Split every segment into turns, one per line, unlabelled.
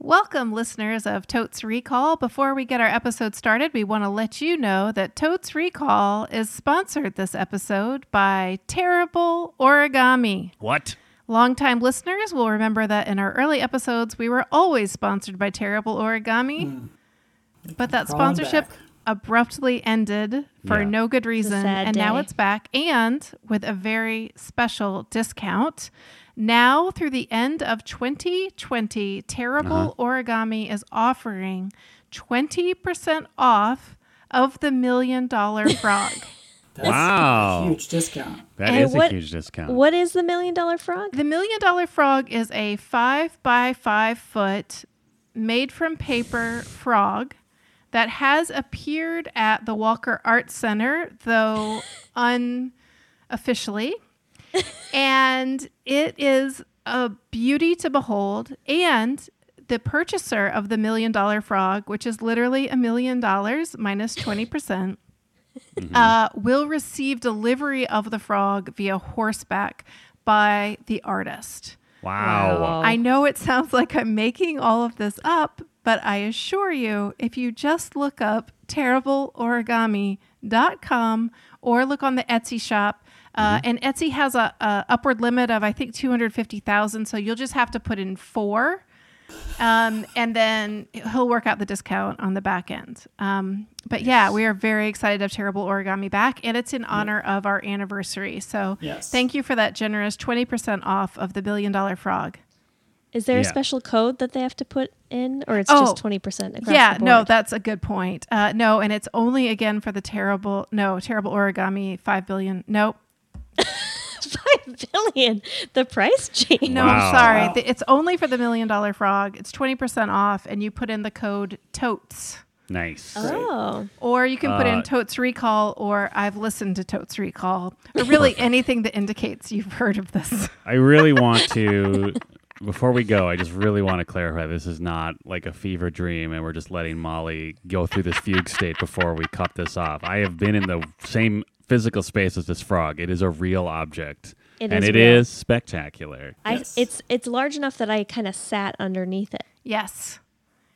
Welcome, listeners of Totes Recall. Before we get our episode started, we want to let you know that Totes Recall is sponsored this episode by Terrible Origami.
What?
Longtime listeners will remember that in our early episodes, we were always sponsored by Terrible Origami. But that
Calling
sponsorship
back.
abruptly ended for
Yeah.
no good reason.
sad
And now
day.
it's back and with a very special discount. Now, through the end of 2020, Terrible Origami is offering 20% off of the Million Dollar Frog.
That's
Wow.
a huge discount.
That
And
is
what-
a huge discount.
What is the million dollar frog?
The million dollar frog is a five by five foot made from paper frog that has appeared at the Walker Art Center, though unofficially. and it is a beauty to behold. And the purchaser of the million dollar frog, which is literally a million dollars minus 20%. Uh, will receive delivery of the frog via horseback by the artist.
Wow.
Wow.
I know it sounds like I'm making all of this up, but I assure you, if you just look up terribleorigami.com or look on the Etsy shop, uh, and Etsy has a, a upward limit of I think 250,000, so you'll just have to put in four. Um, and then he'll work out the discount on the back end. Um, but yeah, we are very excited to have Terrible Origami back, and it's in honor of our anniversary. So
Yes.
thank you for that generous 20% off of the Billion Dollar Frog.
Is there a
Yeah.
special code that they have to put in, or it's
Oh.
just twenty percent across
yeah,
the board?
no, that's a good point. Uh, no, and it's only again for the terrible, no, terrible origami, 5 billion. Nope.
five billion. The price change.
No,
Wow.
I'm sorry.
Wow.
Th- It's only for the million dollar frog. It's 20% off, and you put in the code TOTES.
Nice.
Oh,
Or you can put
Uh,
in Totes Recall, or I've listened to Totes Recall, or really anything that indicates you've heard of this.
I really want to. Before we go, I just really want to clarify this is not like a fever dream and we're just letting Molly go through this fugue state before we cut this off. I have been in the same physical space as this frog. It is a real object.
It
and
is
it is
real.
spectacular.
Yes.
I, it's it's large enough that I kind of sat underneath it.
Yes,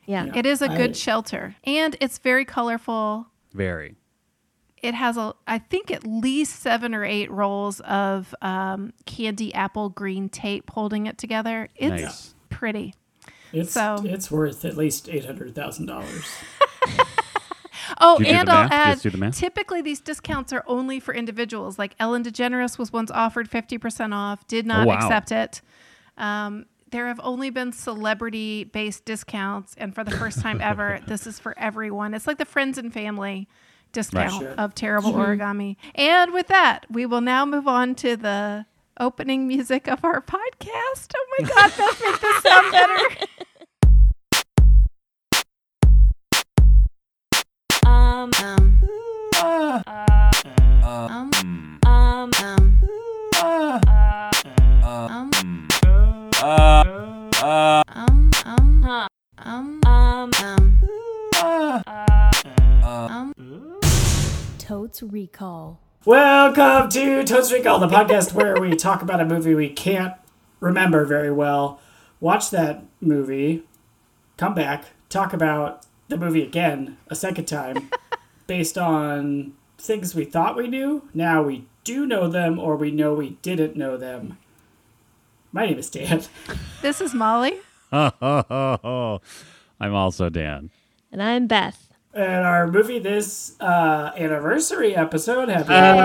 Yeah.
Yeah.
it is a good
I-
shelter, and it's very colorful.
Very.
it has a i think at least seven or eight rolls of um, candy apple green tape holding it together it's
Nice.
pretty
It's
So-
it's worth at least eight hundred thousand dollars.
oh
Did you do
and
the
i'll
math? Did you
add
just do the math?
typically these discounts are only for individuals like ellen degeneres was once offered 50% off did not
Oh, wow.
accept it um, there have only been celebrity based discounts and for the first time ever this is for everyone it's like the friends and family discount
Sure.
of terrible
Mm-hmm.
origami and with that we will now move on to the opening music of our podcast oh my god that makes this sound better
Totes Recall.
Welcome to Toast Recall, the podcast where we talk about a movie we can't remember very well, watch that movie, come back, talk about the movie again a second time, based on things we thought we knew, now we do know them, or we know we didn't know them. My name is Dan.
this is molly
I'm also Dan.
And I'm Beth.
And our movie this uh, anniversary episode, happy
Happy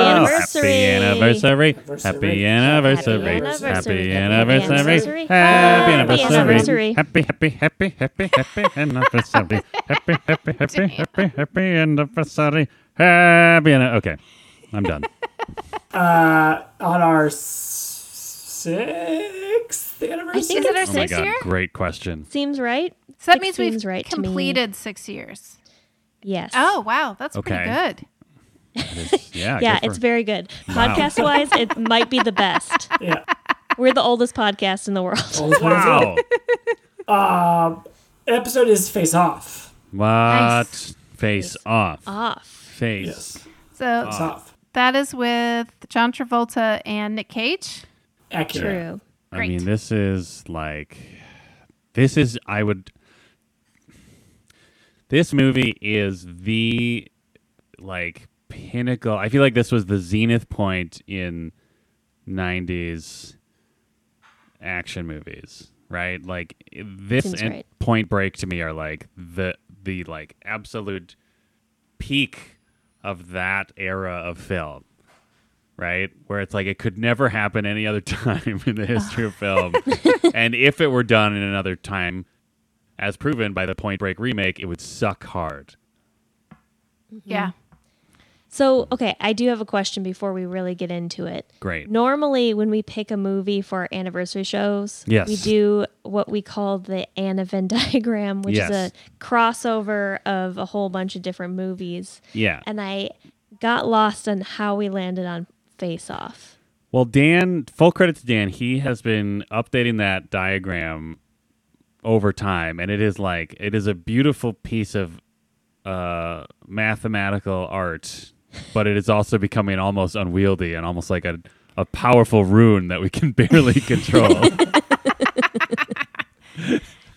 anniversary. to-
anniversary.
Oh, Happy anniversary. Happy
Happy
anniversary. Happy
anniversary.
anniversary. Happy anniversary. Happy, happy,
Happy anniversary.
happy, happy, happy anniversary. Happy, happy, happy, happy, happy anniversary. Happy anniversary. Okay. I'm done. Oh
on our s- sixth anniversary.
I think
Is it
it
our
Oh my
sixth
God.
year
Great question.
seems right.
so that
Six
means we've
seems right to me.
completed six years
Yes.
Oh wow, that's pretty
Okay.
good.
It is- Yeah.
Yeah,
good
it's
for-
very good. Podcast wise, it might be the best.
yeah.
We're the oldest podcast in the
Oh.
world.
Wow.
Episode is Face Off.
What? Face off.
Ah,
Off.
Face.
So
Ah.
Face Off.
that is with John Travolta and Nick Cage.
Accurate.
True.
I mean,
Great.
this is like. This is I would This movie is the like pinnacle. I feel like this was the zenith point in 90s action movies, right? Like this
Seems
and
right.
Point Break to me are like the the like absolute peak of that era of film, right? Where it's like it could never happen any other time in the history of film. and if it were done in another time, as proven by the Point Break remake, it would suck hard.
Yeah.
So, okay, I do have a question before we really get into it.
Great.
Normally, when we pick a movie for our anniversary shows,
Yes.
we do what we call the Anna Venn diagram, which
Yes.
is a crossover of a whole bunch of different movies.
Yeah.
And I got lost on how we landed on Face Off.
Well, Dan, full credit to Dan. He has been updating that diagram over time, and it is like it is a beautiful piece of uh, mathematical art, but it is also becoming almost unwieldy and almost like a a powerful rune that we can barely control.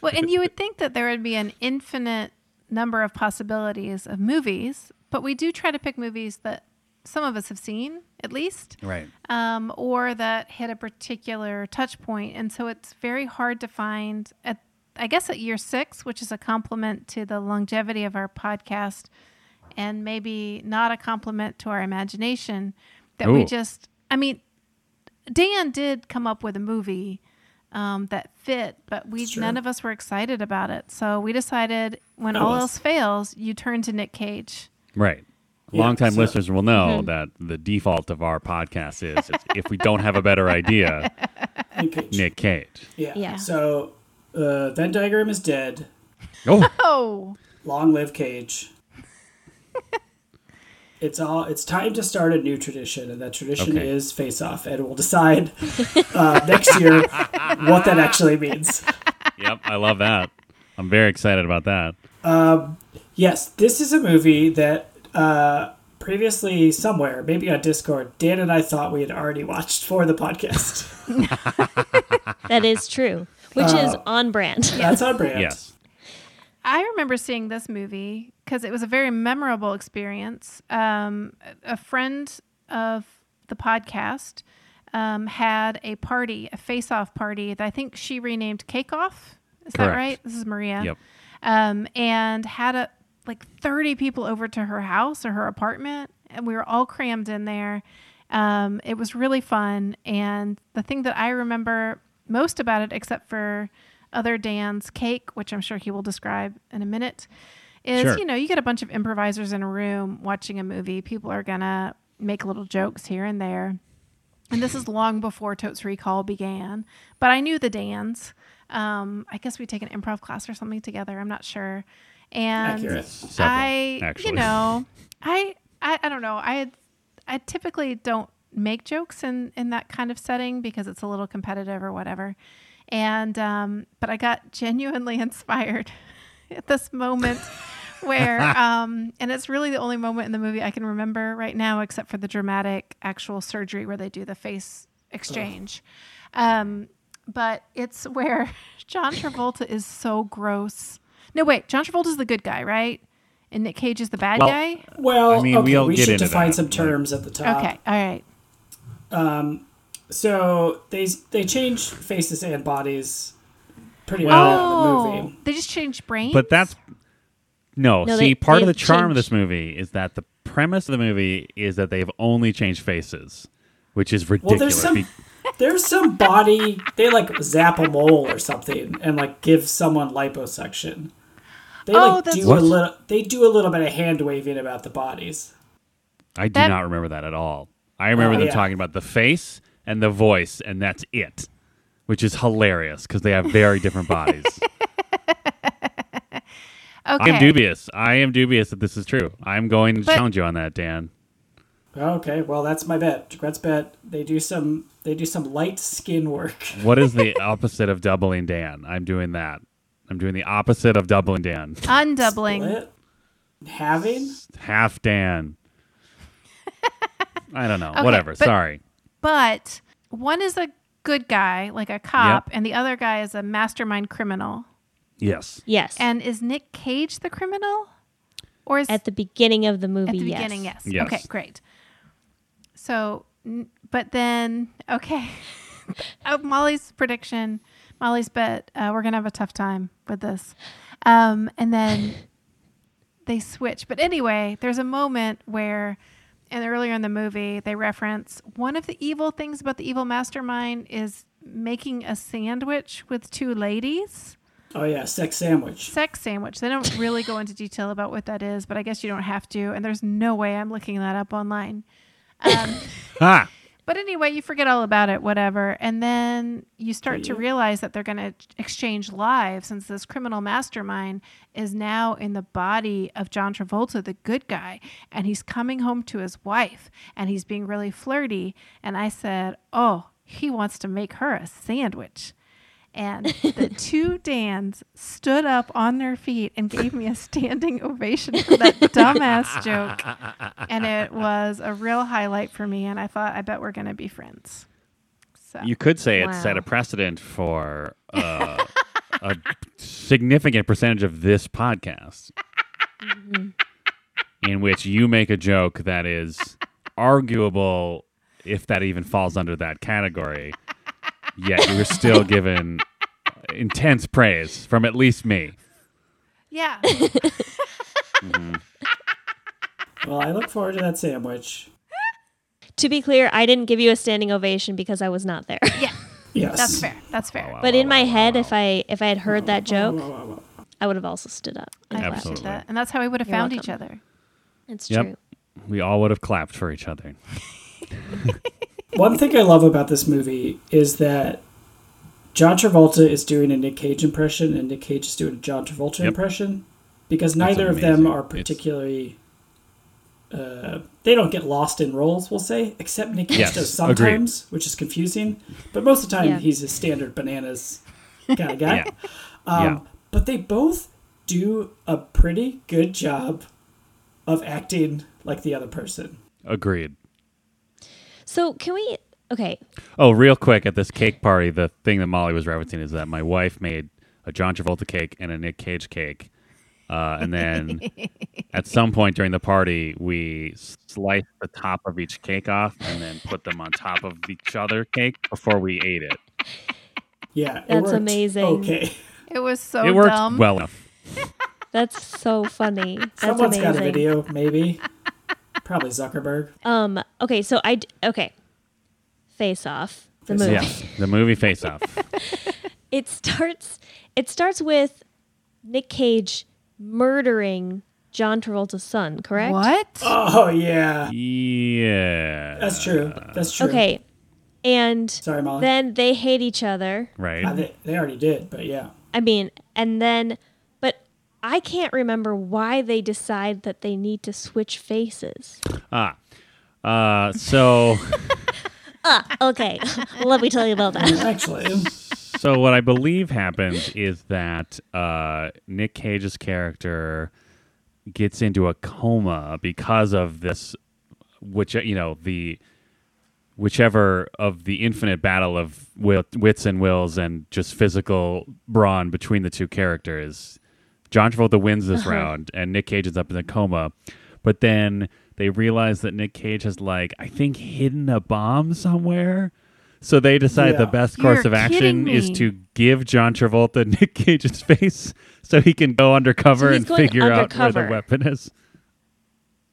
Well, and you would think that there would be an infinite number of possibilities of movies, but we do try to pick movies that some of us have seen, at least,
right.
um, or that hit a particular touch point. And so it's very hard to find at, I guess, at year six, which is a compliment to the longevity of our podcast, and maybe not a compliment to our imagination that we
Ooh.
just. I mean, Dan did come up with a movie um, that fit, but we
Sure.
none of us were excited about it. So we decided when
None of
all
us.
else fails, you turn to Nick Cage.
Right.
Yeah,
Longtime
so-
listeners will know that the default of our podcast is it's if we don't have a better idea,
Nick Cage.
Nick Cage.
Yeah.
Yeah.
So, uh, Venn diagram is dead.
Oh,
Oh,
Long live Cage. it's all. It's time to start a new tradition, and that tradition
Okay.
is Face Off, and we'll decide uh, next year what that actually means.
yep. I love that. I'm very excited about that.
Yes, this is a movie that uh, previously somewhere, maybe on Discord, Dan and I thought we had already watched for the podcast.
That is true, which is
Oh.
on brand.
That's on brand.
Yes.
I remember seeing this movie because it was a very memorable experience. Um, a- a friend of the podcast um, had a party, a face-off party that I think she renamed Cake Off. Is that
Correct.
right? This is Maria.
Yep.
Um, and had a, like 30 people over to her house or her apartment, and we were all crammed in there. Um, it was really fun. And the thing that I remember most about it, except for other Dan's cake, which I'm sure he will describe in a minute, is
Sure.
you know, you get a bunch of improvisers in a room watching a movie. People are going to make little jokes here and there and this is long before Totes Recall began. But I knew the Dans. Um, I guess we take an improv class or something together. I'm not sure. And
Accurate.
Several,
I,
actually.
you know, I, I, I don't know. I, I typically don't make jokes in in that kind of setting because it's a little competitive or whatever. And um, but I got genuinely inspired at this moment where, um, and it's really the only moment in the movie I can remember right now, except for the dramatic actual surgery where they do the face exchange. Um, but it's where John Travolta is so gross. No, wait, John Travolta's the good guy, right? And Nick Cage is the bad
Well,
guy?
Well,
I mean,
okay,
we'll
we
get
should
into
define
that,
some
like-
terms at the top.
okay, all right.
So they they change faces and bodies pretty well in uh, the movie.
Oh, they just changed brains?
But that's no.
No,
see,
they-
part of the
they've
charm of
changed-
this movie is that the premise of the movie is that they've only changed faces, which is
Well,
ridiculous.
there's
be-
some there's some body they like zap a mole or something and like give someone liposuction. They
Oh,
like
that's-
do
What?
a little. They do a little bit of hand waving about the bodies.
I do
that-
not remember that at all. I remember
Oh,
them
yeah.
talking about the face and the voice, and that's it, which is hilarious because they have very different bodies.
okay.
I am dubious. I am dubious that this is true. I'm going to
But-
challenge you on that, Dan.
Okay, well that's my bet. Gret's bet. They do some. They do some light skin work.
What is the opposite of doubling Dan? I'm doing that. I'm doing the opposite of doubling Dan.
Undoubling.
Lit. Having
half Dan. I don't know.
Okay,
Whatever.
but-
Sorry.
But one is a good guy, like a cop, and the other guy is a mastermind criminal.
Yes.
Yes.
And is Nick Cage the criminal? Or is
at the beginning of the movie,
at the
yes.
beginning, yes.
Yes.
Okay, great. So, n- but then, okay. Uh, Molly's prediction, Molly's bet, uh, we're going to have a tough time with this. Um, and then they switch. But anyway, there's a moment where, and earlier in the movie, they reference one of the evil things about the evil mastermind is making a sandwich with two ladies
Oh yeah, sex sandwich.
sex sandwich. They don't really go into detail about what that is, but I guess you don't have to. And there's no way I'm looking that up online. Um,
Ah.
but anyway, you forget all about it, whatever. And then you start to realize that they're going to exchange lives since this criminal mastermind is now in the body of John Travolta, the good guy. And he's coming home to his wife and he's being really flirty. And I said, Oh, he wants to make her a sandwich. And the two Dans stood up on their feet and gave me a standing ovation for that dumbass joke and it was a real highlight for me. And I thought, I bet we're going to be friends. So
You could say it
Wow.
set a precedent for uh, a significant percentage of this podcast, in which you make a joke that is arguable if that even falls under that category, yet you were still given intense praise from at least me.
yeah,
Well, I look forward to that sandwich.
To be clear, I didn't give you a standing ovation because I was not there.
yeah,
Yes,
that's fair. That's fair.
but in my head, if I if I had heard that joke,
Oh.
Whoa, whoa, whoa.
I would have also stood up. and
I
clapped.
appreciate
Absolutely.
that, and that's how we would have
You're
found
welcome.
each other.
It's
Yep.
true.
We all would have clapped for each other.
One thing I love about this movie is that John Travolta is doing a Nick Cage impression and Nick Cage is doing a John Travolta
Yep.
impression because neither of them
amazing.
are
It's-
particularly. Uh, they don't get lost in roles, we'll say, except Nick Cage
Yes,
does
agreed.
sometimes, which is confusing. But most of the time,
Yeah.
he's a standard bananas kind of guy.
Yeah.
Um,
yeah.
But they both do a pretty good job of acting like the other person.
Agreed.
So can we? Okay,
Oh, real quick at this cake party, the thing that Molly was referencing is that my wife made a John Travolta cake and a Nick Cage cake, uh, and then at some point during the party, we sliced the top of each cake off and then put them on top of each other cake before we ate it.
Yeah, it
That's
worked.
amazing.
Okay,
It was so
it worked
Oh, dumb.
well enough.
that's so funny. That's
someone's
amazing.
got a video, maybe. Probably Zuckerberg.
Um. Okay. So I. d- Okay. Face off. The
Face
movie.
Yes, the movie Face Off.
It starts. It starts with Nick Cage murdering John Travolta's son. Correct.
What?
Oh yeah,
Yeah,
that's true. That's true.
Okay. And
Sorry, Molly.
then they hate each other.
Uh,
right.
they, they already did, but yeah,
I mean, and then, but I can't remember why they decide that they need to switch faces.
Ah, uh, so.
Okay, let me tell you about that.
actually,
so what I believe happens is that uh, Nick Cage's character gets into a coma because of this, which you know the whichever of the infinite battle of will, wits and wills and just physical brawn between the two characters. John Travolta wins this round, and Nick Cage ends up in a coma. But then they realize that Nick Cage has like I think hidden a bomb somewhere. So they decide the
Yeah.
best
You're
course of action
kidding
is
me.
to give John Travolta Nick Cage's face so he can go undercover
So he's
and
going
figure out where
undercover.
the weapon is.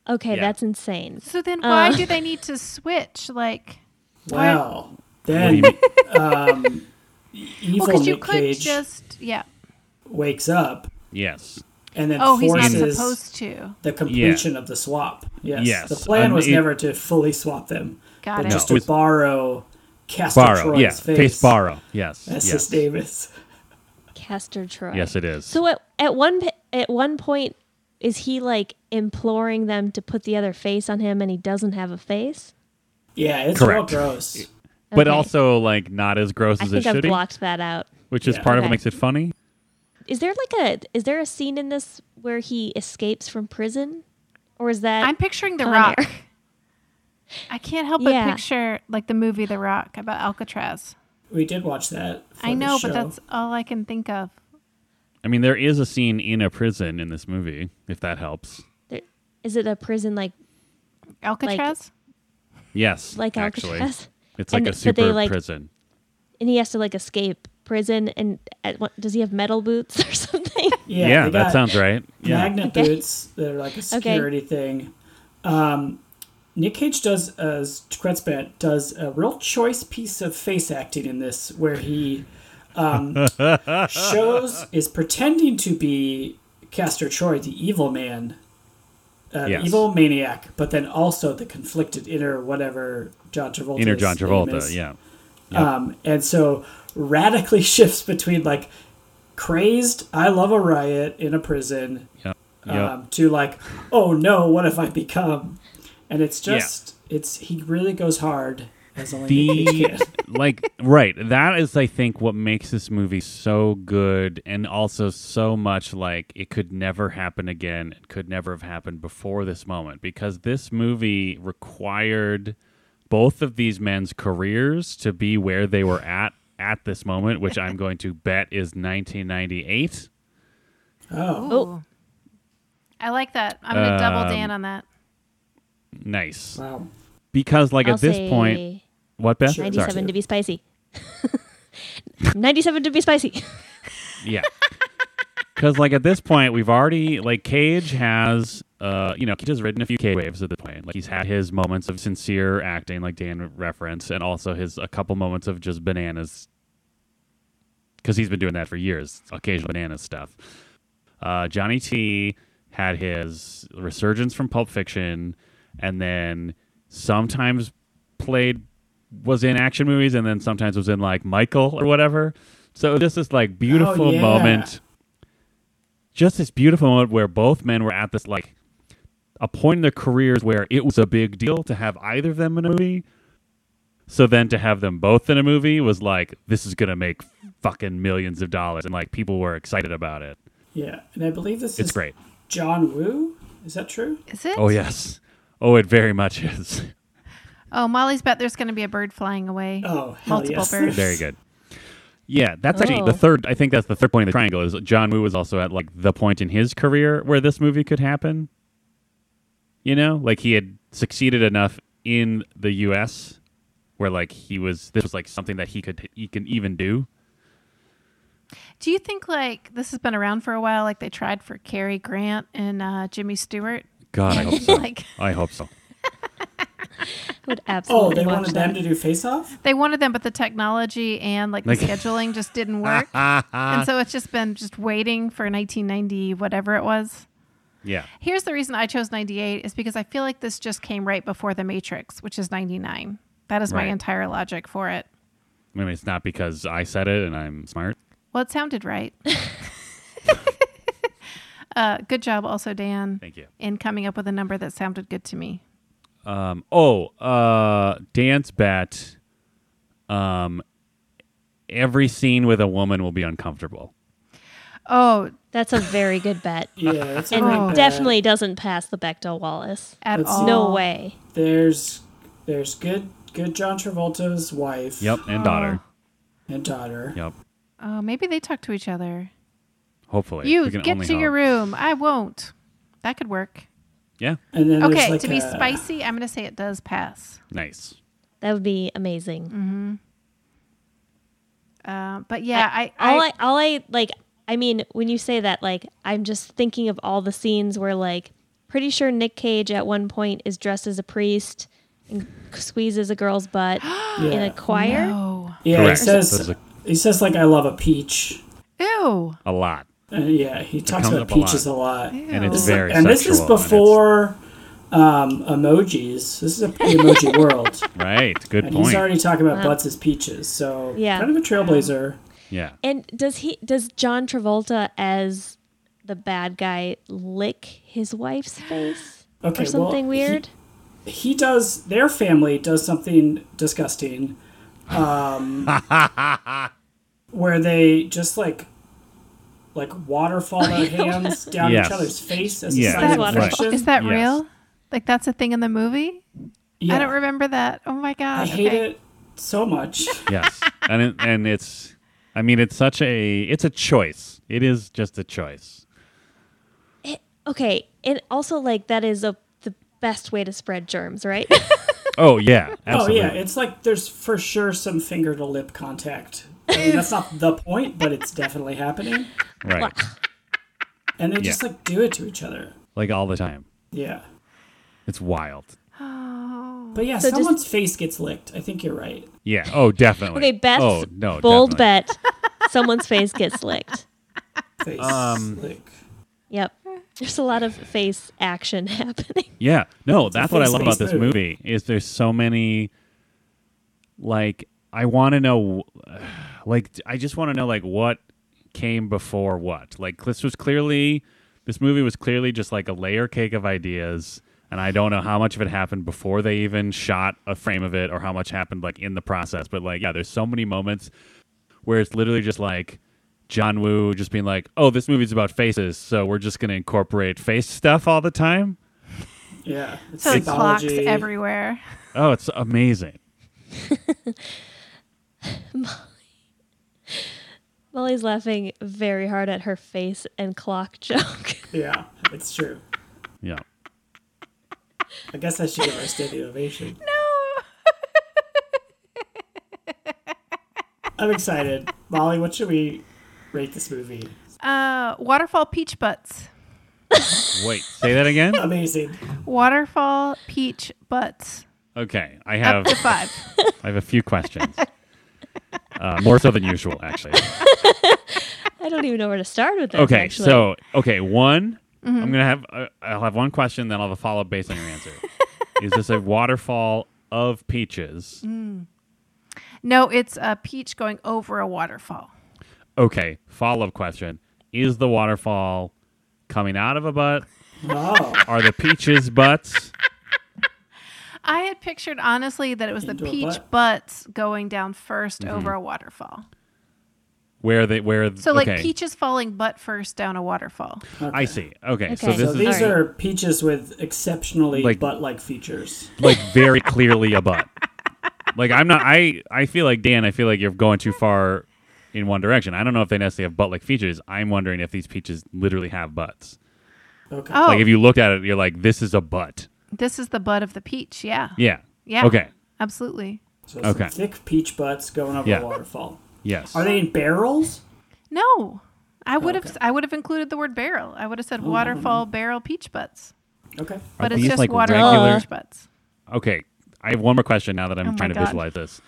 Okay,
Yeah.
that's insane.
So then,
Uh.
why do they need to switch? Like,
wow. Then
What
um, evil
well, because you
Nick
could
Cage
just, yeah.
wakes up
Yes.
and then
Oh, he's not
forces
supposed to.
the completion of the swap. Yes,
Yes,
the plan
and
was
it-
never to fully swap them,
Got
but
it.
just
No.
to borrow Castor
Borrow.
Troy's
Yeah.
face.
Face, borrow. Yes.
That's
yes.
his Davis.
Castor Troy.
Yes, it is.
So at at one p- at one point, is he like imploring them to put the other face on him, and he doesn't have a face?
Yeah, it's
Correct.
real gross.
But
Okay.
also like not as gross
I
as it
think I've
should be,
blocked that out.
which is
Yeah.
part of what
Okay.
makes it funny.
Is there like a is there a scene in this where he escapes from prison, or is that
I'm picturing The
Con
Rock.
Air.
I can't help
Yeah.
but picture like the movie The Rock about Alcatraz.
We did watch that. for
I
the
know,
show.
but that's all I can think of.
I mean, there is a scene in a prison in this movie, if that helps.
There, is it a prison like
Alcatraz?
Yes.
like
actually.
Alcatraz?
It's like
And
a
th- but they,
super
like-
prison.
And he has to like escape prison. And at, what, does he have metal boots or something?
Yeah,
Yeah, they
that
got
sounds right. Yeah.
Magnet
Okay.
boots that are like a security thing. Um, Nick Cage does, as Kretzbent does a real choice piece of face acting in this, where he um, shows is pretending to be Castor Troy, the evil man, uh,
Yes.
evil maniac, but then also the conflicted inner whatever John Travolta.
Inner John Travolta.
is.
Yeah.
Um, and so radically shifts between like crazed, I love a riot in a prison
Yep.
um, to like, oh no, what have I become? And it's just, it's he really goes hard as only Nick Cage
the
can.
like right that is i think what makes this movie so good and also so much like it could never happen again it could never have happened before this moment because this movie required both of these men's careers to be where they were at at this moment which i'm going to bet is 1998
Oh,
Ooh. I like that. I'm
Um,
gonna double Dan on that.
nice
wow.
because like
I'll
at this
say
point what beth Sorry.
97 to be spicy. 97 to be spicy.
Yeah. Because like at this point, we've already like Cage has, uh, you know, Cage has ridden a few Cage waves at this point. Like he's had his moments of sincere acting, like Dan referenced, and also his a couple moments of just bananas. Because he's been doing that for years, occasional banana stuff. Uh, Johnny T had his resurgence from Pulp Fiction, and then sometimes played was in action movies, and then sometimes was in like Michael or whatever. So this is like beautiful
yeah.
moment, just this beautiful moment where both men were at this like a point in their careers where it was a big deal to have either of them in a movie. So then to have them both in a movie was like this is gonna make fucking millions of dollars, and like people were excited about it.
Yeah, and I believe this
It's
is
great.
John Woo. Is that true?
Is it?
Oh yes. Oh, it very much is.
Oh, Molly's bet there's gonna be a bird flying away.
Oh, hell
multiple
yes.
birds.
Very good. Yeah, that's actually the
Oh.
third. I think that's the third point of the triangle. Is John Woo was also at like the point in his career where this movie could happen. You know, like he had succeeded enough in the U.S. where like he was. This was like something that he could he can even do.
Do you think like this has been around for a while? Like they tried for Cary Grant and uh, Jimmy Stewart.
God, I hope so.
Like-
I hope so.
Would
Oh,
absolutely
they
watch
wanted
that.
them to do Face Off.
They wanted them, but the technology and like the
Like-
scheduling just didn't work. and so it's just been just waiting for 1990, whatever it was.
Yeah.
Here's the reason I chose 98 is because I feel like this just came right before The Matrix, which is 99. That is my
Right.
entire logic for it.
I mean, it's not because I said it and I'm smart.
Well, it sounded right. uh, good job, also, Dan,
Thank you.
in coming up with a number that sounded good to me.
Um, oh, uh, dance bet. Um, every scene with a woman will be uncomfortable.
Oh,
That's a very good bet.
Yeah, that's
and
right.
definitely doesn't pass the Bechdel Wallace.
at
Let's see.
all.
No way.
There's, there's good, good John Travolta's wife.
Yep, and daughter.
And daughter.
Yep.
Oh, maybe they talk to each other.
Hopefully,
you
We can
get
only
to your
hope.
room. I won't. That could work.
Yeah,
And then
Okay,
there's like
to be
a-
spicy, I'm going to say it does pass.
nice.
That would be amazing.
Uh, but yeah, I, I,
all I, all I like. I mean, when you say that, like, I'm just thinking of all the scenes where, like, pretty sure Nick Cage at one point is dressed as a priest and squeezes a girl's butt in a
Yeah.
choir.
oh,
Yeah,
Correct.
he
That's
says
a-
he says like I love a peach.
ew,
A lot,
Uh, yeah, he talks
comes
about
up a
peaches a
lot.
lot.
and it's
Ew.
very.
And this is
sexual, and it's-
before um, emojis. This is a pre-emoji world,
right? Good
and
point.
he's already talking about butts as peaches. So
Yeah.
kind of a trailblazer.
yeah.
And does he? Does John Travolta as the bad guy lick his wife's face
Okay,
or something
well, he-
weird?
He, does. Their family does something disgusting, um, where they just like like waterfall their hands down
Yes.
each other's face as
Yeah,
a sign of
Right.
affection.
is that
Yes.
real? Like that's a thing in the movie?
Yeah.
I don't remember that. Oh my god.
I hate it so much.
yes, and it, and it's. I mean, it's such a it's a choice. It is just a choice.
Okay, and also like that is a the best way to spread germs, right?
Oh yeah, absolutely.
Oh yeah, it's like there's for sure some finger to lip contact. I mean, that's not the point, but it's definitely happening.
right.
And they just
Yeah.
like do it to each other.
Like all the time.
Yeah.
It's wild.
But yeah,
So just-
someone's face gets licked. I think you're right.
Yeah. Oh, definitely.
okay, best
Oh no.
bold
definitely.
bet. Someone's face gets licked.
Face
Um,
lick.
Yep. There's a lot of face action happening.
Yeah. No, that's what I love about this
face-based move.
movie is there's so many. Like I want to know, like I just want to know like what came before what. Like this was clearly, this movie was clearly just like a layer cake of ideas, and I don't know how much of it happened before they even shot a frame of it, or how much happened like in the process. But like yeah, there's so many moments where it's literally just like John Woo just being like, "Oh, this movie's about faces, so we're just going to incorporate face stuff all the time."
Yeah. It's
So clocks
symbology.
everywhere.
Oh, it's amazing.
Molly's laughing very hard at her face and clock joke.
Yeah, it's true.
Yeah.
I guess I should give her a standing ovation. No. I'm excited. Molly, what should we rate this movie?
Uh, waterfall peach butts.
Wait, say that again?
Amazing.
Waterfall peach butts.
Okay, I
Up
have
to five.
I have a few questions. Uh, more so than usual, actually.
I don't even know where to start with that.
Okay,
actually.
so okay, one. I'm gonna have uh, I'll have one question, then I'll have a follow up based on your answer. Is this a waterfall of peaches?
No, it's a peach going over a waterfall.
Okay, follow up question: Is the waterfall coming out of a butt?
Wow.
Are the peaches butts?
I had pictured honestly that it was the
Into a
peach
butt.
butts going down 1st
Mm-hmm.
over a waterfall.
Where they where?
So like
okay.
peaches falling butt first down a waterfall.
I see. Okay, so
Okay.
this
So
is
Alright.
these are peaches with exceptionally
Like-
butt-like features.
like very clearly a butt. Like I'm not. I I feel like Dan. I feel like you're going too far in one direction. I don't know if they necessarily have butt-like features. I'm wondering if these peaches literally have butts.
Okay.
Oh,
Like if you looked at it, you're like, this is a butt.
this is the butt of the peach. Yeah.
Yeah.
Yeah.
Okay.
Absolutely.
so some
okay.
thick peach butts going over
Yeah.
a waterfall.
Yes.
Are they in barrels?
No. I would have I would have included the word barrel. I would have said waterfall barrel peach butts.
Okay.
But it's
these,
just
like,
waterfall
regular-
peach butts.
okay. I have one more question now that I'm
Oh my
trying to
God.
visualize this.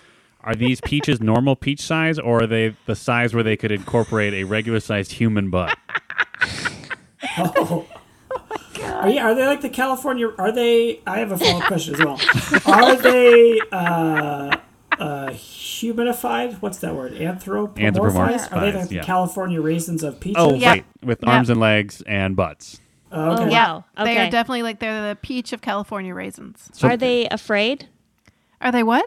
Are these peaches normal peach size, or are they the size where they could incorporate a regular sized human butt?
Oh. Are, you, are they like the California? Are they? I have a follow up question as well. Are they uh, uh, humanified? What's that word? Anthropomorphized?
Anthropomorphized,
Are they like
yeah.
the California raisins of peaches?
Oh,
Yeah.
right. With
Yeah.
arms and legs and butts.
Oh, okay.
Oh,
Yeah.
Wow.
They
Okay.
are definitely like they're the peach of California raisins.
So-
are they afraid?
Are they what?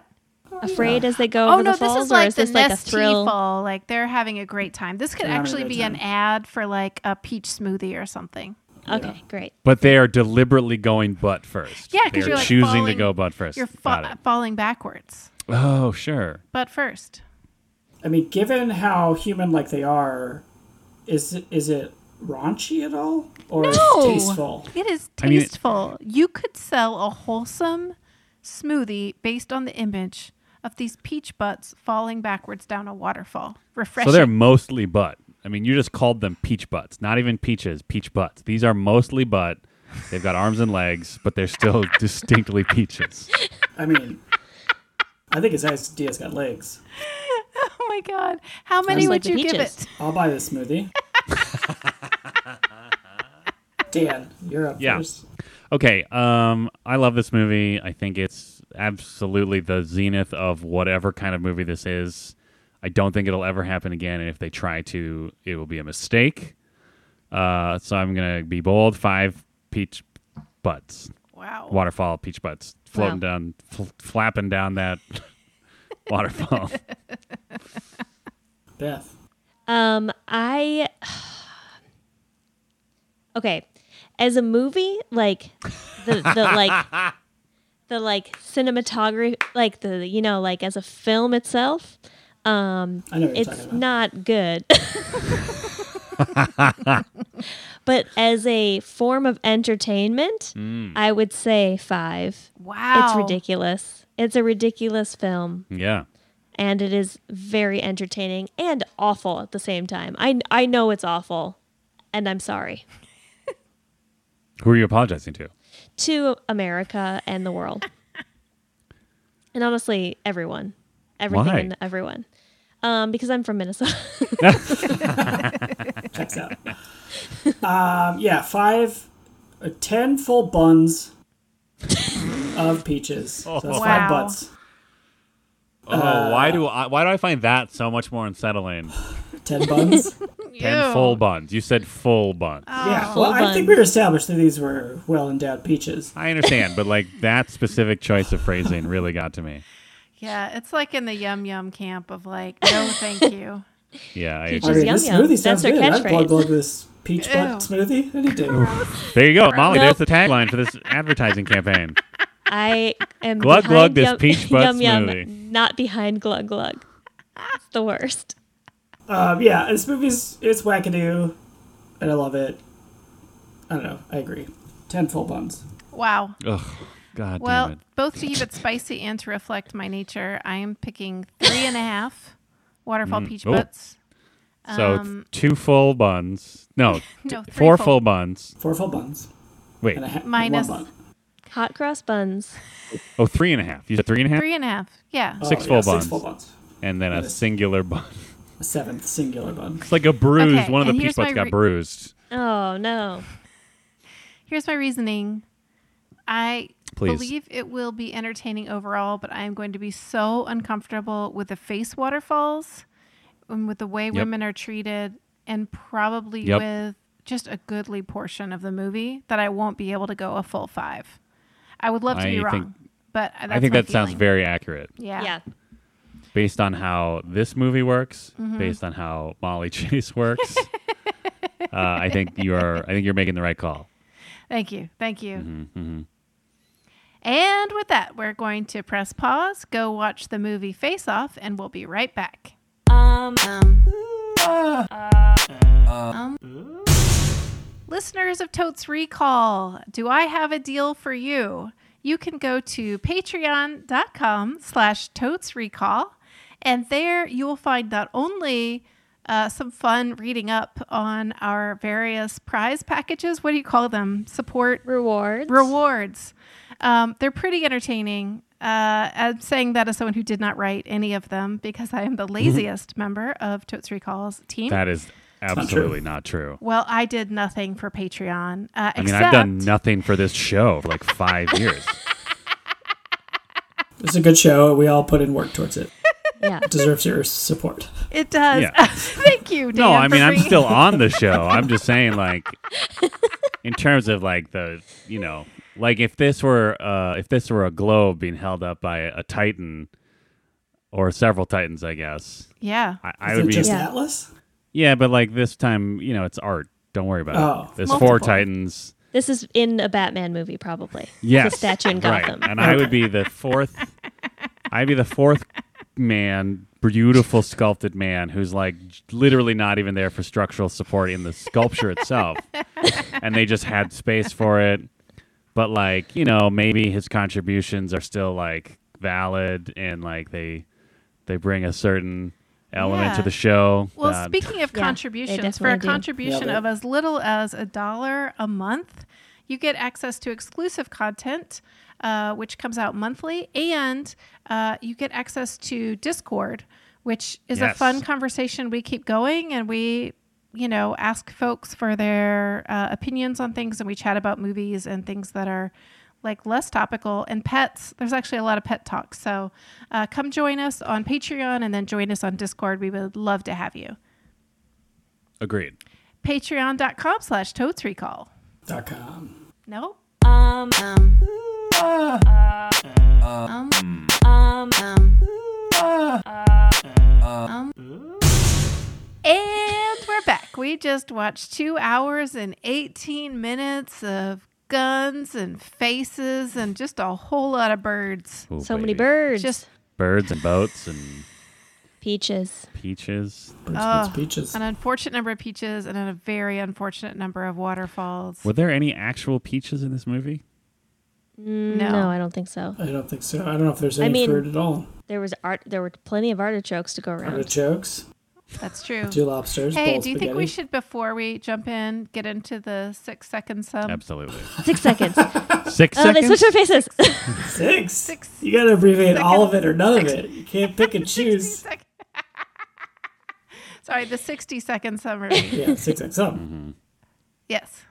Afraid as they go
Oh
over
no,
the falls,
this is
or
like
is
the
this like a
Nestea
thrill?
fall. Like they're having a great time. This could
They're having a
actually
great
be an
time.
ad for like a peach smoothie or something.
Okay, great.
But they are deliberately going butt first.
Yeah,
they
'cause
are
you're, like,
choosing to
falling-
go butt 1st
You're
Got
fa- falling backwards,
it. Oh, sure.
but first.
I mean, given how human like they are, is it- is it raunchy at all or is it
No.
tasteful?
It is
I mean, it-
tasteful. you could sell a wholesome smoothie based on the image of these peach butts falling backwards down a waterfall. Refreshing.
So they're mostly butt. I mean, you just called them peach butts, not even peaches, peach butts. These are mostly butt. They've got arms and legs, but they're still distinctly peaches.
I mean, I think his idea's got legs.
oh my god. How many
Sounds
would
like
you
the
give
peaches.
it?
I'll buy this smoothie. Dan, you're up
Yeah.
first.
Okay, um, I love this movie. I think it's absolutely the zenith of whatever kind of movie this is. I don't think it'll ever happen again, and if they try to, it will be a mistake. Uh, so I'm gonna be bold. Five peach butts,
Wow.
waterfall peach butts, floating
Wow.
down, fl- flapping down that waterfall.
Beth.
Um, I okay, as a movie, like the the like the like cinematography, like the you know, like as a film itself,
I know what you're talking
it's
about.
not good. but as a form of entertainment, I would say five.
Wow.
It's ridiculous. It's a ridiculous film,
Yeah.
and it is very entertaining and awful at the same time. I I know it's awful, and I'm sorry
Who are you apologizing to?
to America and the world, and honestly, everyone, everything,
Why?
and everyone, um, because I'm from Minnesota.
Checks out. um, yeah, five, uh, ten full buns of peaches. So that's
Wow.
five butts.
Oh, why do I why do I find that so much more unsettling?
Ten buns.
Ten
Ew.
full buns. You said full buns.
yeah.
Full
Well, I think
buns.
we established that these were well endowed peaches.
I understand, but like that specific choice of phrasing really got to me.
Yeah, it's like in the yum yum camp of like, no, thank you.
Yeah, I
Peaches
agree.
I mean,
yum
this
yum.
smoothie
That's
sounds
their
good. I'd
catchphrase.
plug plug this peach butt
Ew.
smoothie any day.
There you go, Molly. There's
Nope.
the tagline for this advertising campaign.
I am
Glug, glug,
behind
this
yum,
peach butt
yum, yum,
smoothie.
not behind glug glug. It's the worst.
Um, yeah, this movie's it's wackadoo, and I love it. I don't know. I agree. Ten full buns.
Wow.
Ugh, God damn
Well,
it.
both to keep it spicy and to reflect my nature, I am picking three and a half waterfall peach
Ooh.
butts.
So
um,
two full buns. No,
No, three
t- four
full-
full buns.
Four full buns.
Wait,
And a ha- and
Minus-
one bun.
Hot cross buns.
oh, three and a half. You said three and a half,
Three and a half. Yeah.
Oh,
Six
yeah,
full
Six
buns.
full buns.
and then a
Yes.
singular bun.
A seventh singular bun.
It's like a bruise.
Okay,
One of the
and
peach
here's my
butts got
re-
bruised.
Oh no.
Here's my reasoning. I
Please.
believe it will be entertaining overall, but I am going to be so uncomfortable with the face waterfalls and with the way women are treated, and probably
Yep.
with just a goodly portion of the movie that I won't be able to go a full five. I would love to
I
be
think-
wrong, but that's
I think
my
that sounds
feeling.
very accurate
yeah.
Yeah.
based on how this movie works,
Mm-hmm.
based on how Molly Chase works. uh, I think you are. I think you're making the right call.
Thank you. Thank you. And with that, we're going to press pause, go watch the movie Face Off, and we'll be right back. Listeners of Totes Recall, do I have a deal for you? You can go to patreon.com slash totes recall, and there you will find not only uh, some fun reading up on our various prize packages, what do you call them? Support
Rewards.
rewards. Um, they're pretty entertaining. Uh, I'm saying that as someone who did not write any of them because I am the laziest member of Totes Recall's team.
Mm-hmm. That is absolutely not true.
well, I did nothing for Patreon. Uh,
I mean,
except
I've done nothing for this show for like five years.
It's a good show. We all put in work towards it.
yeah.
Deserves your support.
It does.
Yeah.
Thank you. Dan,
No, I
for
mean, I'm
bringing-
still on the show. I'm just saying, like, in terms of like the, you know, like if this were, uh, if this were a globe being held up by a titan or several titans, I guess
Yeah.
I, I
Is
would
it
be.
just
Yeah.
Yeah.
Atlas?
but like this time, you know, it's art. Don't worry about
Oh,
it. There's four
multiple.
titans.
This is in a Batman movie, probably.
Yes,
It's a statue in
right.
Gotham.
And I would be the fourth. I'd be the fourth man, beautiful sculpted man, who's like literally not even there for structural support in the sculpture itself, and they just had space for it. But like you know, maybe his contributions are still like valid, and like they they bring a certain element to
Yeah.
the show.
Well,
that-
speaking of
Yeah, they
contributions, for a
definitely do.
contribution
Yeah,
of
they-
as little as a dollar a month, you get access to exclusive content, uh, which comes out monthly, and uh, you get access to Discord, which is a
Yes.
fun conversation. We keep going and we, you know, ask folks for their uh, opinions on things, and we chat about movies and things that are. Like less topical and pets. There's actually a lot of pet talk. So uh, come join us on Patreon and then join us on Discord. We would love to have you
agreed.
patreon.com slash totes recall
Dot com.
no and we're back we just watched two hours and 18 minutes of guns and faces and just a whole lot of birds
Ooh,
So many
baby.
birds.
just
birds and boats and
Peaches.
Peaches.
Birds,
Oh,
nuts, peaches.
An unfortunate number of peaches and a very unfortunate number of waterfalls.
Were there any actual peaches in this movie?
no.
No, I don't think so.
I don't think so. I don't know if there's any
mean-
fruit at all.
There was art. There were plenty of artichokes to go around.
Artichokes,
That's true.
two lobsters. bowl
Hey,
of
do you think we
spaghetti.
should, before we jump in, get into the six second
Um,
sub?
Absolutely.
Six seconds. oh,
Six
they
seconds.
switched their faces.
Six.
Six.
You got to abbreviate all of it or none of it. You can't pick and
60
choose.
sec- Sorry, the 60 second summary.
Yeah, six X up.
yes.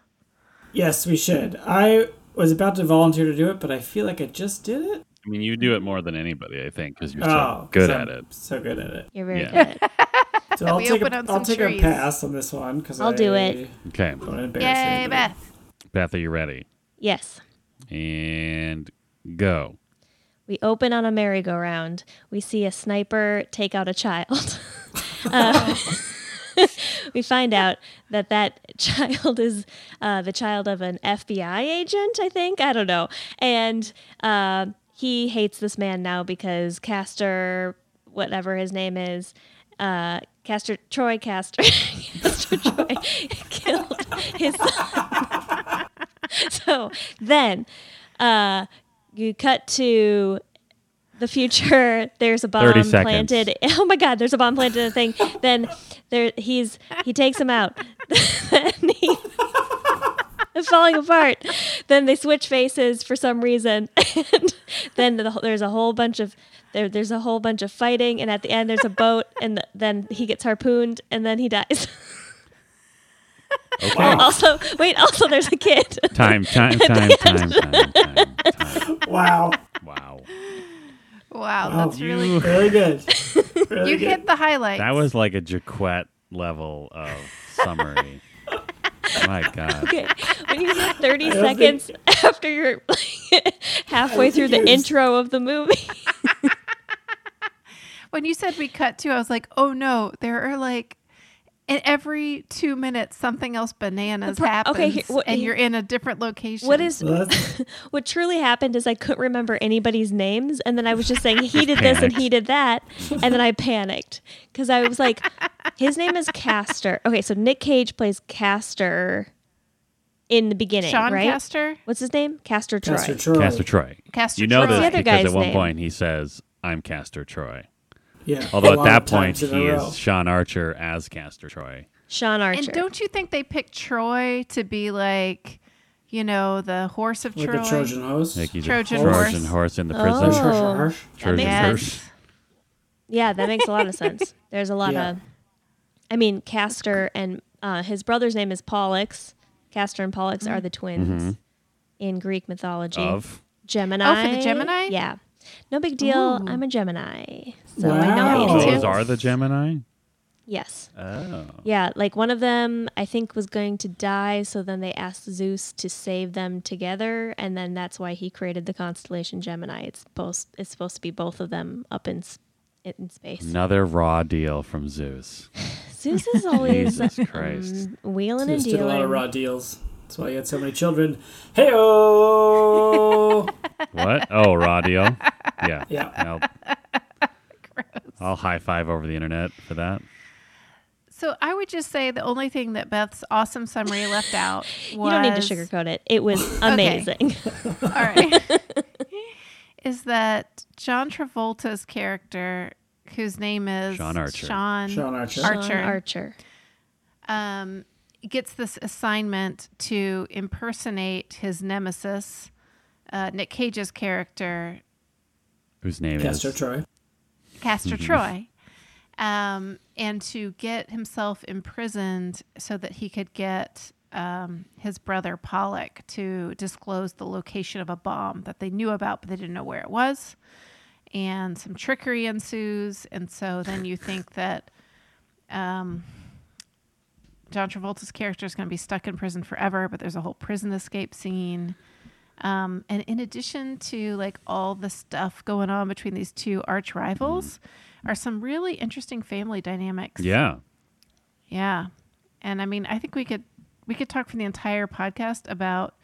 Yes, we should. I was about to volunteer to do it, but I feel like I just did it.
I mean, you do it more than anybody, I think, because you're so
oh,
good
'cause
at
I'm
it.
So good at it.
You're very
Yeah.
good. At it.
So I'll
We
take
open
a,
up some
I'll take
trees.
a pass on this one because
I'll do it.
Okay,
Don't wanna embarrass
Yay,
anybody.
Beth.
Beth, are you ready?
Yes.
And go.
We open on a merry-go-round. We see a sniper take out a child. Uh, we find out that that child is uh, the child of an FBI agent, I think. I don't know. And uh, he hates this man now because Castor, whatever his name is, uh, Castor Troy Castor, Castor Troy killed his son. so then uh, you cut to the future. There's a bomb
30 seconds.
planted. Oh my God! There's a bomb planted in a thing. then there he's he takes him out. then he falling apart. Then they switch faces for some reason, and then the, there's a whole bunch of there, there's a whole bunch of fighting, and at the end there's a boat, and th then he gets harpooned, and then he dies.
Okay.
also, wait, also there's a kid.
Time, time, time, time, time, time, time.
Wow,
Wow.
Wow,
Oh,
Wow.
that's really
You-
really good. Really
You
good.
hit the highlights.
That was like a Jaquette level of summary. My God.
Okay, when you get 30
don't
seconds after you're like, halfway through the
think it was-
intro of the movie.
when you said we cut to, I was like, oh no, there are like in every two minutes something else bananas
pro- okay,
happens,
here- what-
and you're in a different location.
What is
Well, that's-
what truly happened is I couldn't remember anybody's names, and then I was just saying he did this and
panicked.
he did that, and then I panicked because I was like, his name is Castor. Okay, so Nick Cage plays Castor in the beginning,
Sean
right?
Caster?
What's his name? Castor Troy.
Castor Troy.
Castor Troy.
Castor
you
Troy.
know
The
this
other
because at
guy's
one
name.
point he says, I'm Castor Troy.
Yeah. a
Although at
lot
that
of
point
times in a
he
row.
is Sean Archer as Castor Troy.
Sean Archer.
And don't you think they picked Troy to be like, you know, the horse of
like
Troy?
a Trojan horse.
Like he's
Trojan
a Trojan
horse.
horse, in the
Oh.
prison.
Harsh,
Oh.
harsh.
Trojan
Yes.
horse.
yeah, that makes a lot of sense. There's a lot
Yeah.
of, I mean, Castor and uh, his brother's name is Pollux. Castor and Pollux are the twins in Greek mythology.
Of.
Gemini.
Oh, for the Gemini?
Yeah. No big deal. I'm a Gemini. So I know
Wow.
what
Me
you
too.
do.
Those are the Gemini?
Yes.
Oh.
Yeah. Like one of them, I think, was going to die. So then they asked Zeus to save them together. And then that's why he created the constellation Gemini. It's, both, it's supposed to be both of them up in, s- in space.
Another raw deal from Zeus.
Zeus is always
Jesus Christ.
um, wheeling
Just
and
did a lot of
dealing.
raw deals. That's why you had so many children. Hey oh
What? Oh, raw deal? Yeah.
Yeah.
I'll, I'll high five over the internet for that.
So I would just say the only thing that Beth's awesome summary left out was
You don't need to sugarcoat it. It was amazing.
All right. is that John Travolta's character, whose name is
Sean Archer.
Sean,
Sean Archer.
Archer,
Sean Archer.
um, gets this assignment to impersonate his nemesis, uh, Nick Cage's character,
Whose name
Castor
is?
Troy.
Castor Troy, um, and to get himself imprisoned so that he could get um, his brother Pollock to disclose the location of a bomb that they knew about, but they didn't know where it was. And some trickery ensues. And so then you think that um, John Travolta's character is going to be stuck in prison forever, but there's a whole prison escape scene. Um, and in addition to like all the stuff going on between these two arch rivals, are some really interesting family dynamics.
Yeah.
yeah. And I mean, I think we could we could talk for the entire podcast about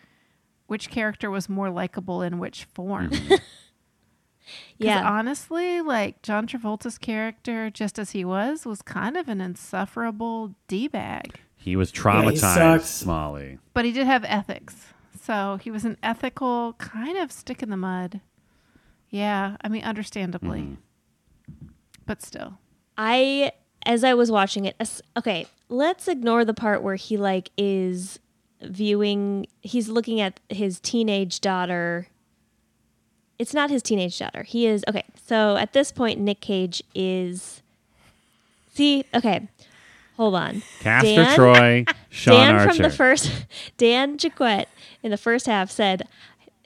which character was more likable in which form. Because
Yeah.
honestly, like John Travolta's character, just as he was, was kind of an insufferable d bag.
He was
he
traumatized,
sucks.
Molly.
But he did have ethics, so he was an ethical kind of stick in the mud. Yeah, I mean, understandably,
Mm-hmm.
but still,
I as I was watching it, as- okay, let's ignore the part where he like is viewing he's looking at his teenage daughter. It's not his teenage daughter. He is okay. So at this point Nick Cage is See, okay. Hold on.
Castor
Dan-
Troy, Sean
Dan
Archer.
from the first Dan Jaquette in the first half said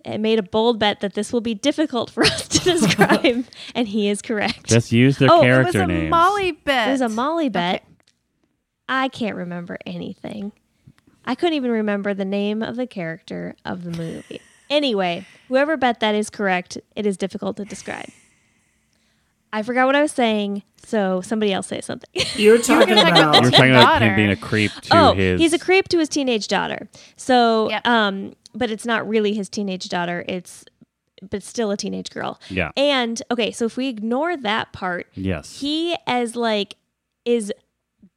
"I made a bold bet that this will be difficult for us to describe and he is correct.
Just use their
Oh,
it
it was
was
character
a
names.
Molly bet.
It was a Molly bet. I can't remember anything. I couldn't even remember the name of the character of the movie. anyway, whoever bet that is correct, it is difficult to describe. I forgot what I was saying, so somebody else say something.
You're talking
gonna go
You were
about.
to-
talking about him
Daughter.
being a creep to
oh,
his.
he's a creep to his teenage daughter. So,
Yep.
um, but it's not really his teenage daughter. It's, but still a teenage girl.
Yeah.
And okay, so if we ignore that part,
Yes.
he as like is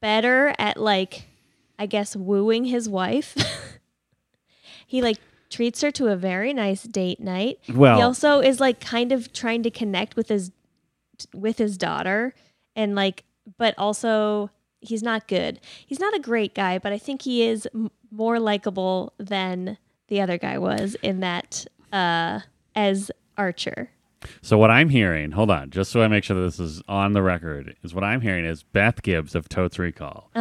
better at like i guess wooing his wife he like treats her to a very nice date night
Well-
he also is like kind of trying to connect with his with his daughter and like but also he's not good he's not a great guy but i think he is m- more likable than the other guy was in that uh as archer
So what I'm hearing, hold on, just so I make sure that this is on the record, is what I'm hearing is Beth Gibbs of Totes Recall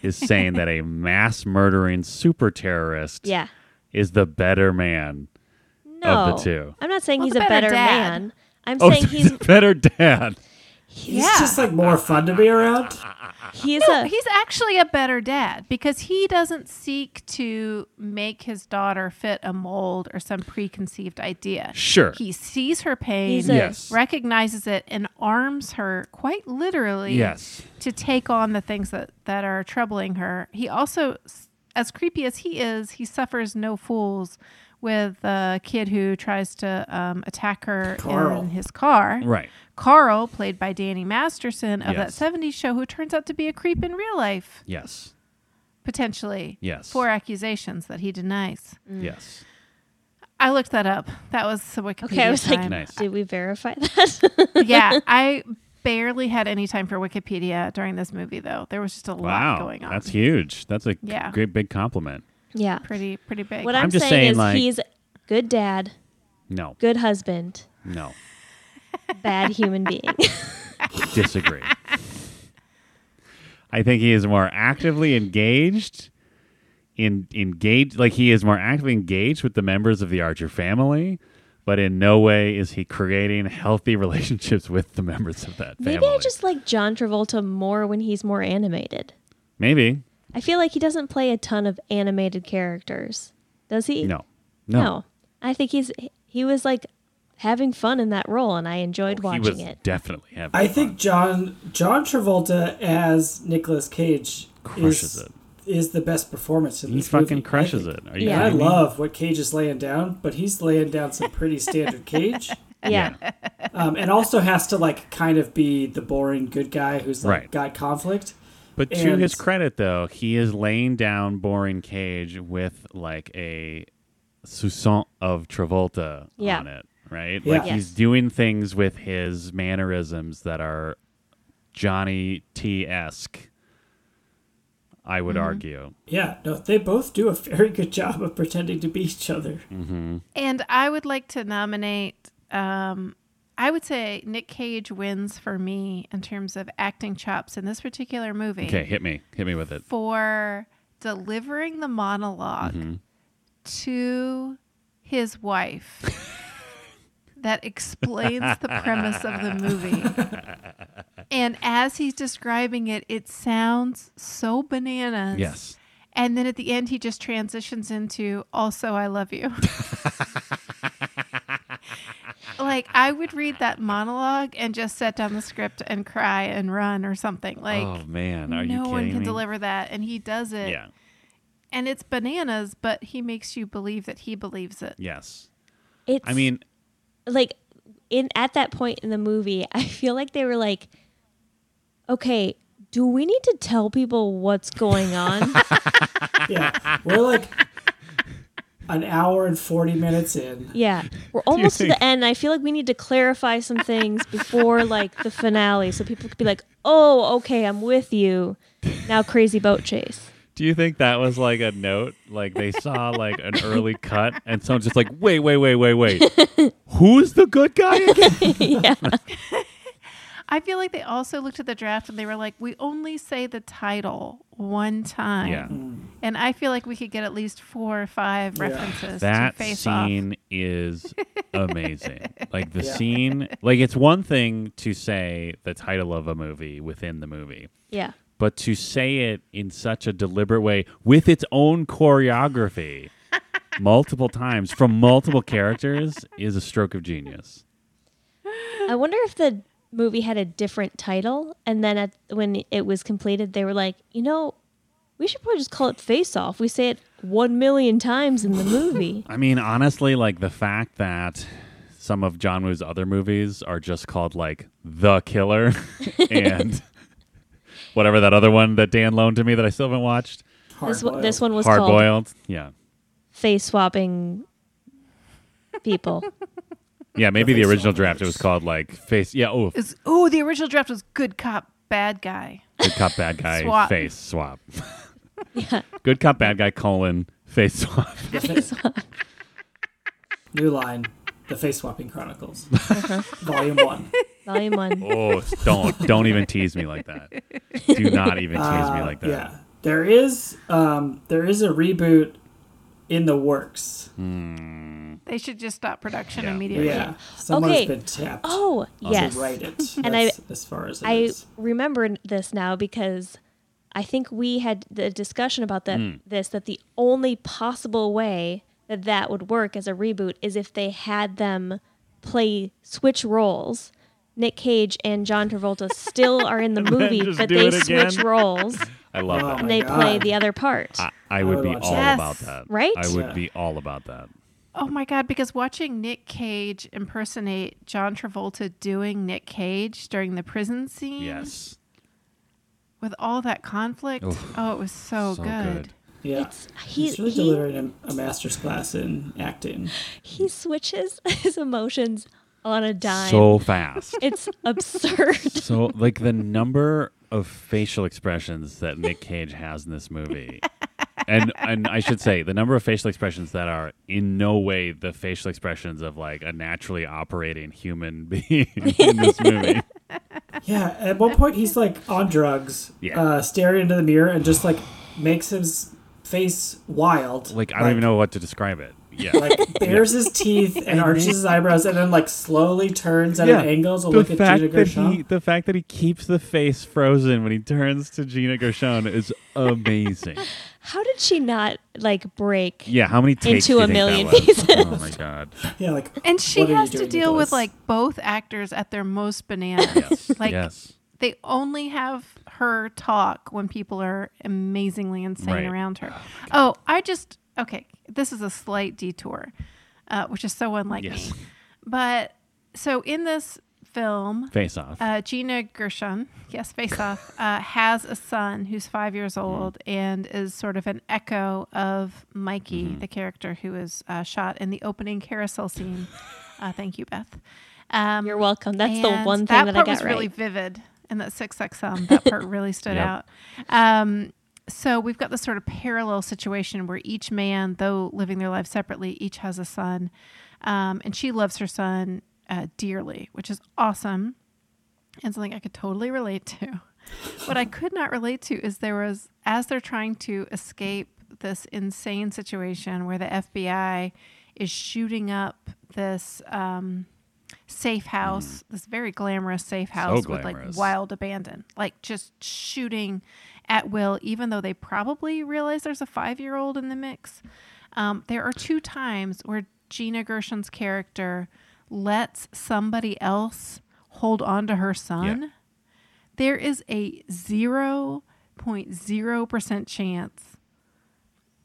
is saying that a mass murdering super terrorist
yeah
is the better man.
no.
of the two.
I'm not saying
Well,
he's
the
a
better
better
dad.
man. I'm
Oh,
saying he's
the better dad.
He's
Yeah.
just like more fun to be around.
he's a
He's actually a better dad because he doesn't seek to make his daughter fit a mold or some preconceived idea.
Sure.
He sees her pain,
He's a-
Yes.
recognizes it, and arms her quite literally
Yes.
to take on the things that, that are troubling her. He also, s- as creepy as he is, he suffers no fools with a kid who tries to um, attack her
Carl.
in his car.
Right.
Carl, played by Danny Masterson of
Yes.
that 70s show, who turns out to be a creep in real life
Yes.
potentially
Yes.
four accusations that he denies.
Yes.
I looked that up. That was the Wikipedia.
okay. I was like,
time.
Nice.
did we verify that?
yeah, I barely had any time for Wikipedia during this movie, though. There was just a
Wow.
lot going on.
That's huge. That's a
Yeah.
great big compliment.
yeah.
pretty pretty big.
What
I'm
I'm,
just
saying,
saying,
is
like-
he's good dad,
No.
good husband,
No.
bad human being.
Disagree. I think he is more actively engaged in engaged like he is more actively engaged with the members of the Archer family, but in no way is he creating healthy relationships with the members of that family.
Maybe I just like John Travolta more when he's more animated.
Maybe.
I feel like he doesn't play a ton of animated characters. Does he?
No.
No.
No.
I think he's he was like having fun in that role and I enjoyed
Oh, he
watching
was
it.
definitely having
I
fun.
think John John Travolta as Nicolas Cage
Crushes
is,
it.
is the best performance in
he
this
fucking
movie.
crushes it. Are you
Yeah.
I
kidding me?
love what Cage is laying down, but he's laying down some pretty standard Cage,
Yeah.
um, and also has to like kind of be the boring good guy who's like
Right.
got conflict.
But to
And-
his credit, though, he is laying down boring Cage with like a soupçon of Travolta
Yeah.
on it, right?
Yeah.
Like
Yes.
he's doing things with his mannerisms that are Johnny T esque. I would
Mm-hmm.
argue.
Yeah, no, they both do a very good job of pretending to be each other.
and I would like to nominate. Um, I would say Nick Cage wins for me in terms of acting chops in this particular movie.
Okay, hit me, hit me with it.
for delivering the monolog to his wife that explains the premise of the movie. And as he's describing it, it sounds so bananas.
Yes,
And then at the end, he just transitions into also, I love you. like, I would read that monologue and just set down the script and cry and run or something. Like,
Oh, man, are you
no one
kidding
can
me?
deliver that. And he does it.
yeah,
And it's bananas, but he makes you believe that he believes it.
yes.
It's
I mean,
like in at that point in the movie, I feel like they were like, okay, do we need to tell people what's going on?
Yeah, we're like an hour and forty minutes in.
yeah, we're almost to the end. I feel like we need to clarify some things before like the finale, so people could be like, oh, okay, I'm with you. Now, crazy boat chase.
Do you think that was like a note? Like they saw like an early cut and someone's just like, wait, wait, wait, wait, wait. Who's the good guy again?
yeah,
I feel like they also looked at the draft and they were like, we only say the title one time.
yeah.
And I feel like we could get at least four or five
Yeah.
references to
That
face off.
scene is amazing. like the scene, like it's one thing to say the title of a movie within the movie,
yeah,
but to say it in such a deliberate way with its own choreography multiple times from multiple characters is a stroke of genius.
I wonder if the movie had a different title, and then at, when it was completed, they were like, you know, we should probably just call it Face Off. We say it one million times in the movie.
I mean, honestly, like the fact that some of John Woo's other movies are just called like The Killer and whatever that other one that Dan loaned to me that I still haven't watched,
this, one,
Hard-boiled.
this one was
Hard
called
Boiled. Yeah.
Face Swapping People.
Yeah, maybe the
face
original
off.
draft it was called like face. Yeah, oh,
Is oh, the original draft was good cop, bad guy.
good cop, bad guy,
Swap.
face swap.
yeah,
Good cop, bad guy, colon, face swap.
New line: The Face Swapping Chronicles,
Uh-huh.
Volume One.
Volume One.
Oh, don't don't even tease me like that. Do not even tease me like that.
Uh, Yeah, there is um, there is a reboot in the works.
Hmm.
They should just stop production
Yeah.
immediately.
Yeah, someone's
Okay.
been tapped
Oh yes,
to write it.
And
That's as far as it
I
is.
remember this now because I think we had the discussion about that
Mm.
this that the only possible way that that would work as a reboot is if they had them play switch roles. Nick Cage and John Travolta still are in the movie,
just
but
do
they
it again.
switch roles
I love
Oh
that.
and
my
they play
God.
the other part.
I, I would
would
be
watch
all
that.
about that.
Right?
I would
Yeah.
be all about that.
Oh my god, because watching Nick Cage impersonate John Travolta doing Nick Cage during the prison scene
Yes.
with all that conflict. Oh, it was so,
so
good.
good.
yeah.
It's he
He's really
he,
delivering a, a master's class in acting.
he switches his emotions on a dime.
So fast.
it's absurd.
so like the number of facial expressions that Nick Cage has in this movie. And and I should say the number of facial expressions that are in no way the facial expressions of like a naturally operating human being in this movie.
Yeah, at one point he's like on drugs,
Yeah.
uh, staring into the mirror and just like makes his face wild.
Like I don't even know what to describe it. Yeah.
Like bares his teeth and arches his eyebrows and then like slowly turns at an angle to look at Gina
that he,
Gershon.
the fact that he keeps the face frozen when he turns to Gina Gershon is amazing.
How did she not like break?
Yeah, how many takes
Into
do you
a
think that
million
was?
pieces.
Oh my god!
Yeah, like
And she
What are you
has to
doing with
deal with
this?
like both actors at their most bananas. Like
yes,
they only have her talk when people are amazingly insane
Right. Ah,
around her. Oh, I just okay. This is a slight detour, uh, which is so unlike
Yes.
me. But so in this film,
face off.
uh, Gina Gershon, yes, face off, uh, has a son who's five years old and is sort of an echo of Mikey, the character who is uh, shot in the opening carousel scene. uh, thank you, Beth. Um,
You're welcome. That's the
and
one
that
thing that, I
part
got
was
right.
really vivid in that six XM. That part really stood
Yep.
out. Um, so we've got this sort of parallel situation where each man, though living their life separately, each has a son, um, and she loves her son uh, dearly, which is awesome, and something I could totally relate to. what I could not relate to is there was as they're trying to escape this insane situation where the FBI is shooting up this um, safe house, this very glamorous safe house with
glamorous.
like wild abandon, like just shooting at will, even though they probably realize there's a five year old in the mix. Um, there are two times where Gina Gershon's character lets somebody else hold on to her son there is a 0.0% chance,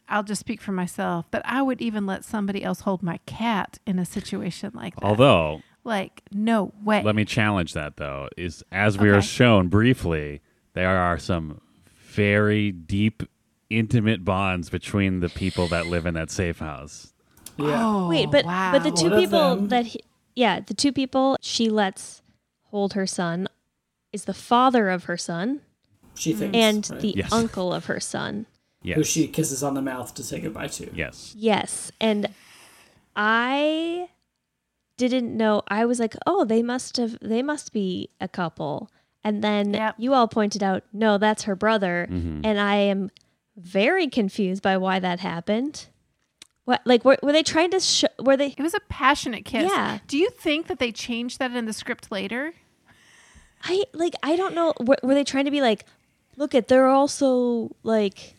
I'll just speak for myself, that I would even let somebody else hold my cat in a situation like that.
Although
Like, no way.
Let me challenge that though. Is as we are
Okay.
shown briefly, there are some very deep, intimate bonds between the people that live in that safe house.
Yeah.
Oh,
Wait, but
wow.
but the two
One of
people
them-
that he, yeah, the two people she lets hold her son is the father of her son
She thinks.
and
right?
the
Yes.
uncle of her son.
Yes.
Who she kisses on the mouth to say goodbye to.
Yes.
Yes, and I didn't know. I was like, "Oh, they must have they must be a couple." And then
Yep.
you all pointed out, "No, that's her brother."
Mm-hmm.
And I am very confused by why that happened. What like were, were they trying to sh- were they
it was a passionate kiss.
Yeah.
Do you think that they changed that in the script later?
I like I don't know. Were, were they trying to be like, look at they're also like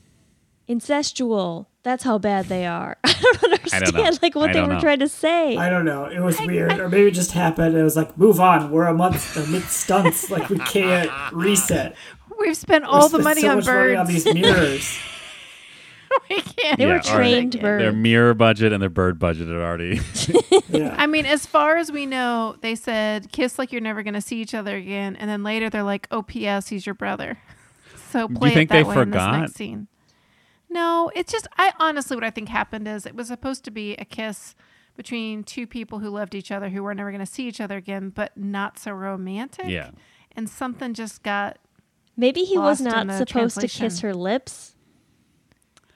incestual. That's how bad they are. I don't
I
understand
don't know.
like what
I
they
don't
were
know.
trying to say.
I don't know. It was weird, or maybe it just happened. It was like, move on. We're a month amid stunts. Like we can't reset.
We've spent
We
all the
spent
money
so
on
much money
birds.
on these mirrors.
we can't.
they
Yeah,
were
all right.
trained birds.
Their mirror budget and their bird budget had already.
Yeah.
I mean, as far as we know, they said kiss like you're never going to see each other again, and then later they're like, "Oh, P.S. He's your brother." So play
think
it that
they
way in
forgot?
this next scene. No, it's just I honestly what I think happened is it was supposed to be a kiss between two people who loved each other who were never going to see each other again, but not so romantic.
Yeah.
and something just got
Maybe he
lost
was
in
not
the
supposed to
translation.
kiss her lips.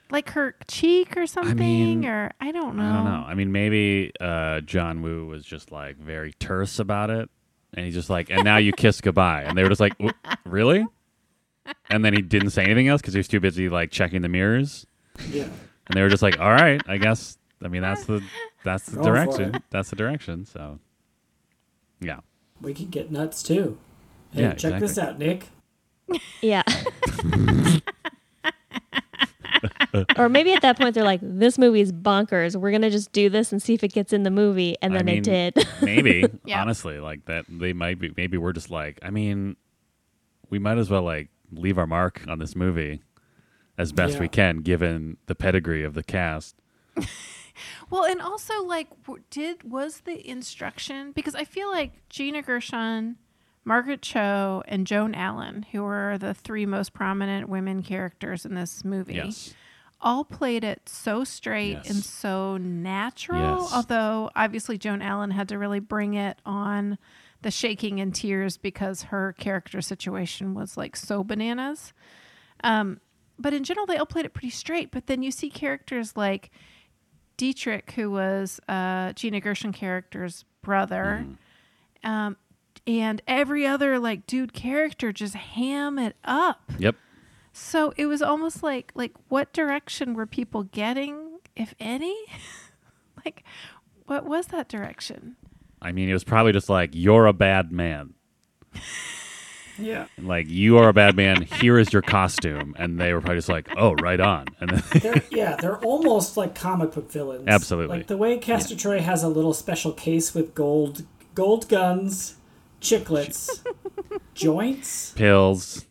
like her cheek or something,
mean,
or I don't know.
I don't know. I mean, maybe uh, John Woo was just like very terse about it, and he's just like, "And now you kiss goodbye," and they were just like, "Wh- "Really?" And then he didn't say anything else because he was too busy like checking the mirrors,
yeah.
and they were just like, "All right, I guess." I mean, that's the that's the
Going for
direction.
it.
That's the direction. So, yeah,
We can get nuts too. Hey,
Yeah,
check this out, Nick.
Yeah. or maybe at that point they're like, "This movie is bonkers. We're gonna just do this and see if it gets in the movie." And
I
then
mean,
it did.
maybe
Yeah.
honestly, like that they might be. Maybe we're just like, I mean, we might as well like leave our mark on this movie as best
Yeah.
we can, given the pedigree of the cast.
Well, and also like w- did was the instruction because I feel like Gina Gershon, Margaret Cho, and Joan Allen, who are the three most prominent women characters in this movie,
Yes.
all played it so straight
Yes.
and so natural.
Yes.
Although obviously Joan Allen had to really bring it on the shaking and tears because her character situation was like so bananas. Um, but in general, they all played it pretty straight. But then you see characters like Dietrich, who was uh, Gina Gershon character's brother,
Mm-hmm.
um, and every other like dude character just ham it up.
Yep.
So it was almost like like what direction were people getting, if any? like, what was that direction?
I mean, it was probably just like, you're a bad man.
Yeah.
Like, you are a bad man. Here is your costume. And they were probably just like, oh, right on. And then,
They're, yeah, they're almost like comic book villains.
Absolutely.
Like the way Castor Troy has a little special case with gold gold guns, chiclets, joints,
pills.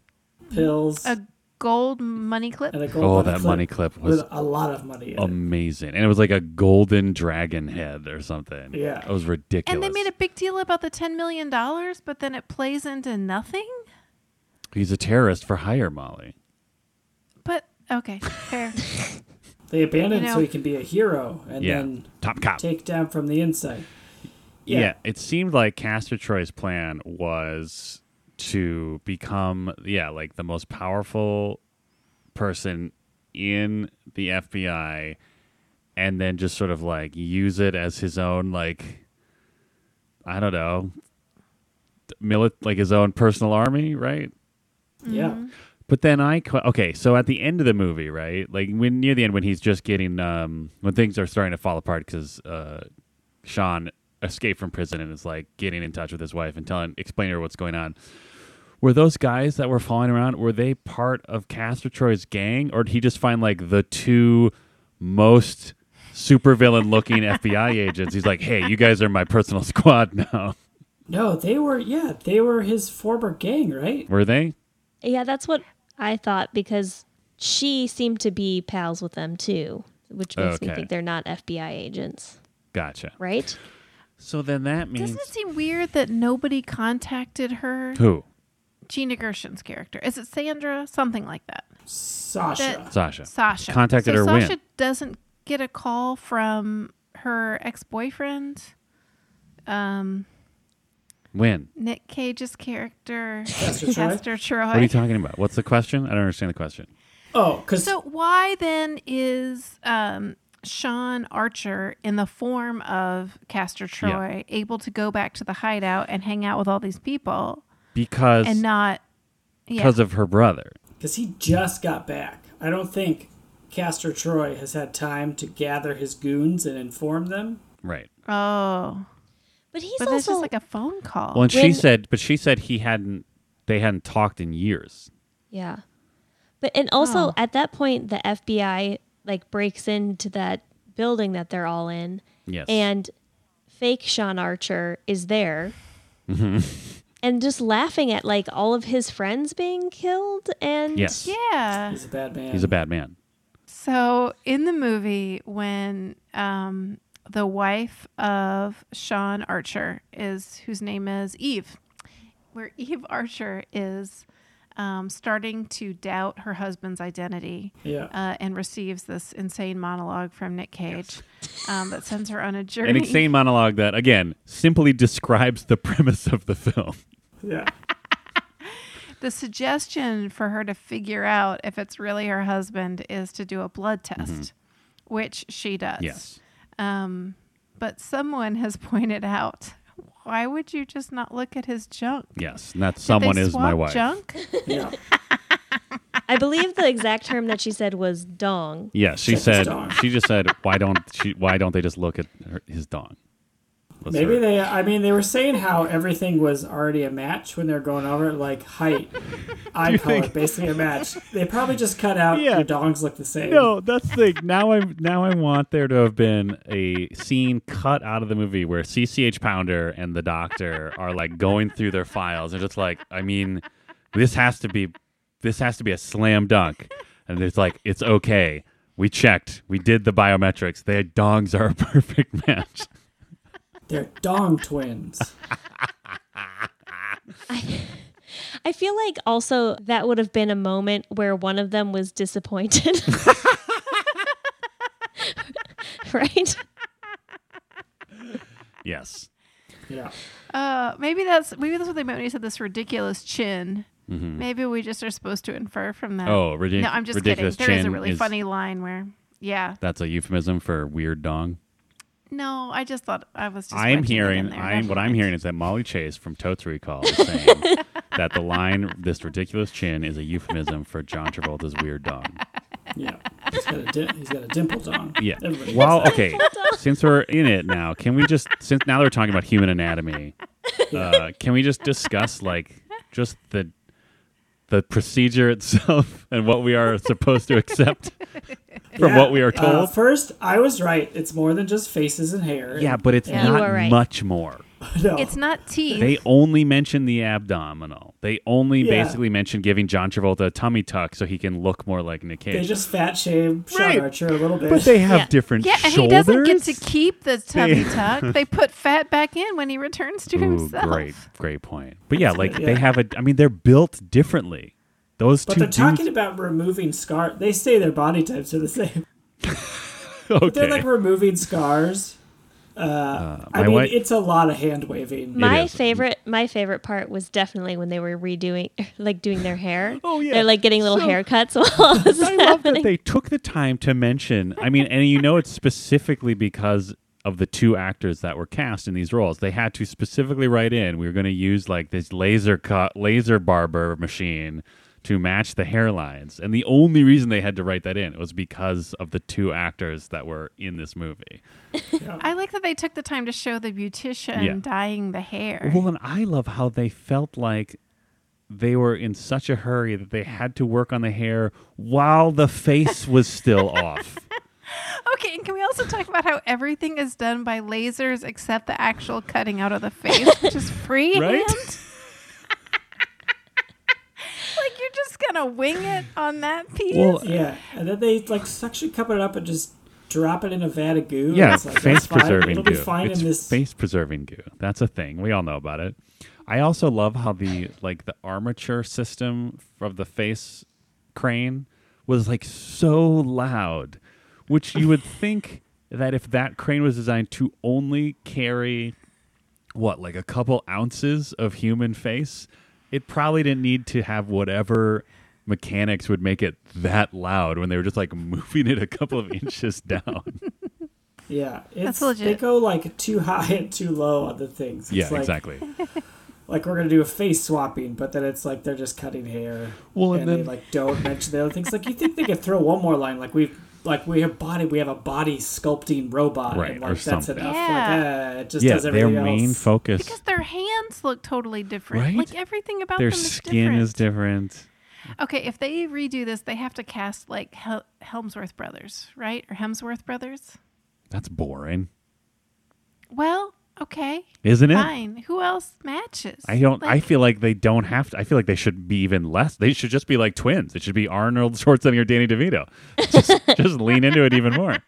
pills,
A gold money clip.
and a gold
Oh,
money
that money clip was um,
with a lot of money. In it.
amazing. And it was like a golden dragon head or something.
Yeah.
It was ridiculous.
And they made a big deal about the ten million dollars, but then it plays into nothing.
He's a terrorist for hire, Molly.
But okay, fair.
They abandon
You know-
so he can be a hero and
yeah.
then
Top cop.
take down from the inside.
yeah.
Yeah.
it seemed like Castor Troy's plan was to become, yeah, like the most powerful person in the FBI and then just sort of like use it as his own, like, I don't know, milit- like his own personal army, right?
Mm-hmm.
Yeah.
But then I que- okay, so at the end of the movie, right? Like when near the end when he's just getting um when things are starting to fall apart cuz uh Sean escaped from prison and is like getting in touch with his wife and telling explaining her what's going on. Were those guys that were following around were they part of Castor Troy's gang or did he just find like the two most supervillain looking FBI agents? He's like, "Hey, you guys are my personal squad now."
No, they were yeah, they were his former gang, right?
Were they?
Yeah, that's what I thought because she seemed to be pals with them too, which makes me
Okay.
think they're not FBI agents,
Gotcha.
right?
So then that means
Doesn't it seem weird that nobody contacted her?
who?
Gina Gershon's character. Is it Sandra? Something like that.
Sasha.
Sasha.
Sasha.
Contacted
so
her
Sasha
when?
doesn't get a call from her ex boyfriend, um,
When?
Nick Cage's character,
Chester Troy?
Chester Troy.
What are you talking about? What's the question? I don't understand the question.
Oh, because
so, why then is um, Sean Archer, in the form of Castor Troy, able to go back to the hideout and hang out with all these people
Because
and not. Yeah.
because of her brother.
because he just got back. I don't think Castor Troy has had time to gather his goons and inform them.
Right.
Oh.
But he's
But that's
also
just like a phone call.
Well, and she
When-
said, but she said he hadn't. They hadn't talked in years.
Yeah. But and also
Oh.
at that point the FBI like breaks into that building that they're all in
Yes.
and fake Sean Archer is there.
Mm-hmm.
And just laughing at like all of his friends being killed and
yes,
yeah.
He's a bad man.
he's a bad man.
So in the movie, when um, the wife of Sean Archer is, whose name is Eve, where Eve Archer is um, starting to doubt her husband's identity
yeah.
uh, and receives this insane monologue from Nick Cage um, that sends her on a journey.
An insane monologue that again simply describes the premise of the film.
yeah.
The suggestion for her to figure out if it's really her husband is to do a blood test, which she does.
Yes.
Um, but someone has pointed out, why would you just not look at his junk?
Yes, and that
Did they
someone is my
swap
wife.
Junk?
Yeah.
I believe the exact term that she said was dong.
Yes, she
Check his
said.
dong.
She just said, "Why don't she? Why don't they just look at her, his dong?" Let's
Maybe
start.
they. I mean, they were saying how everything was already a match when they're going over it, like height, eye color,
think-
basically a match. They probably just cut out
Yeah.
your dongs look the same.
No, that's the thing. Now I now I want there to have been a scene cut out of the movie where CCH Pounder and the Doctor are like going through their files and just like, I mean, this has to be this has to be a slam dunk. And it's like, it's okay. We checked. We did the biometrics. Their dongs are a perfect match.
They're dong twins.
I feel like also that would have been a moment where one of them was disappointed. right?
Yes.
Yeah.
Uh, maybe that's maybe that's what they meant when you said this ridiculous chin. Maybe we just are supposed to infer from that.
Mm-hmm. Oh, ridic-
No, I'm just kidding.
ridiculous
There is a
chin
really
is-
funny line where, yeah.
That's a euphemism for weird dong.
No, I just thought I was. just wedging
I'm
it in
hearing.
there.
I'm
Never
what I'm
mind.
hearing is that Molly Chase from Totes Recall is saying that the line "this ridiculous chin" is a euphemism for John Travolta's weird dong.
Yeah. He's got a, dim- he's got a dimple dong.
Yeah.
Everybody
Well, okay. Since we're in it now, can we just since now they're talking about human anatomy, uh, can we just discuss like just the the procedure itself and what we are supposed to accept from
Yeah.
what we are told?
Uh, first, I was right. It's more than just faces and hair.
yeah, but it's
Yeah. You
not
are right.
much more.
No.
It's not teeth.
They only mention the abdominal. They only
Yeah.
basically mention giving John Travolta a tummy tuck so he can look more like Nick Cage.
They just fat shave Sean
Right.
Archer a little bit.
but they have
Yeah.
different
yeah, and
shoulders.
he doesn't get to keep the tummy tuck. They put fat back in when he returns to
Ooh,
himself.
great, great point. But yeah, like
Yeah.
they have a. I mean, they're built differently. Those
but
two
they're talking
dudes.
about removing scar. They say their body types are the same. But
Okay,
they're like removing scars.
Uh,
I
my
mean,
wife.
it's a lot of hand waving.
My
is.
favorite, my favorite part was definitely when they were redoing, like doing their hair.
Oh, yeah.
they're like getting little
So-
haircuts. While this is
I love that
happening.
they took the time to mention. I mean, and you know, it's specifically because of the two actors that were cast in these roles. They had to specifically write in. We were going to use like this laser cut, laser barber machine to match the hairlines, and the only reason they had to write that in was because of the two actors that were in this movie.
I like that they took the time to show the beautician
Yeah.
dyeing the hair.
Well, and I love how they felt like they were in such a hurry that they had to work on the hair while the face was still off.
Okay, and can we also talk about how everything is done by lasers except the actual cutting out of the face, which is free?
Right?
Like you're just gonna wing it on that piece.
Well,
Yeah, and then they like suction cup it up and just drop it in a vat of goo.
Yeah,
It's like, that's
face
fine.
preserving
It'll
goo.
be fine
it's
in this.
face preserving goo. That's a thing. We all know about it. I also love how the like the armature system of the face crane was like so loud, which you would think that if that crane was designed to only carry what like a couple ounces of human face, it probably didn't need to have whatever mechanics would make it that loud when they were just like moving it a couple of inches down.
yeah, it's,
legit.
They go like too high and too low on the things. It's
yeah,
like,
exactly.
Like we're gonna do a face swapping, but then it's like they're just cutting hair.
Well,
and,
and
they
then-
like don't mention the other things. Like you think they could throw one more line? Like we've like we have body, we have a body sculpting robot,
Right,
and
or
like that's
something.
enough.
Yeah.
Like, uh, it just
yeah,
does
their
everything
main
else.
focus,
Because their hands look totally different.
Right?
Like everything about
their
them is
skin
different.
is different.
Okay, if they redo this, they have to cast like Hel- Helmsworth brothers, right? Or Hemsworth brothers?
That's boring,
Well, okay.
isn't it?
Fine. Who else matches?
I don't. I
Like,
feel like they don't have to. I feel like they should be even less. They should just be like twins. It should be Arnold Schwarzenegger, or Danny DeVito. Just, just lean into it even more.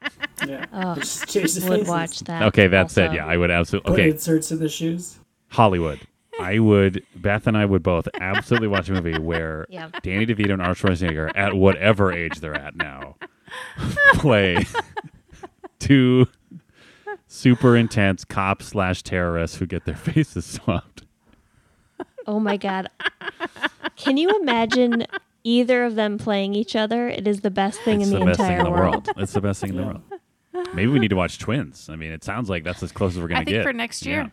Yeah.
Oh,
Just change the
would
faces.
watch that.
Okay, that said,
also.
yeah, I would absolutely.
Put
Okay,
inserts in the shoes.
Hollywood. I would. Beth and I would both absolutely watch a movie where
Yeah.
Danny DeVito and Arnold Schwarzenegger, at whatever age they're at now, play two super intense cops slash terrorists who get their faces swapped.
Oh my god. Can you imagine either of them playing each other? It is the best thing
It's
in
the,
the,
best
entire
thing in the
world.
world. It's the best thing in the world. Maybe we need to watch Twins. I mean, it sounds like that's as close as we're gonna
I think
get
for next
Yeah.
year,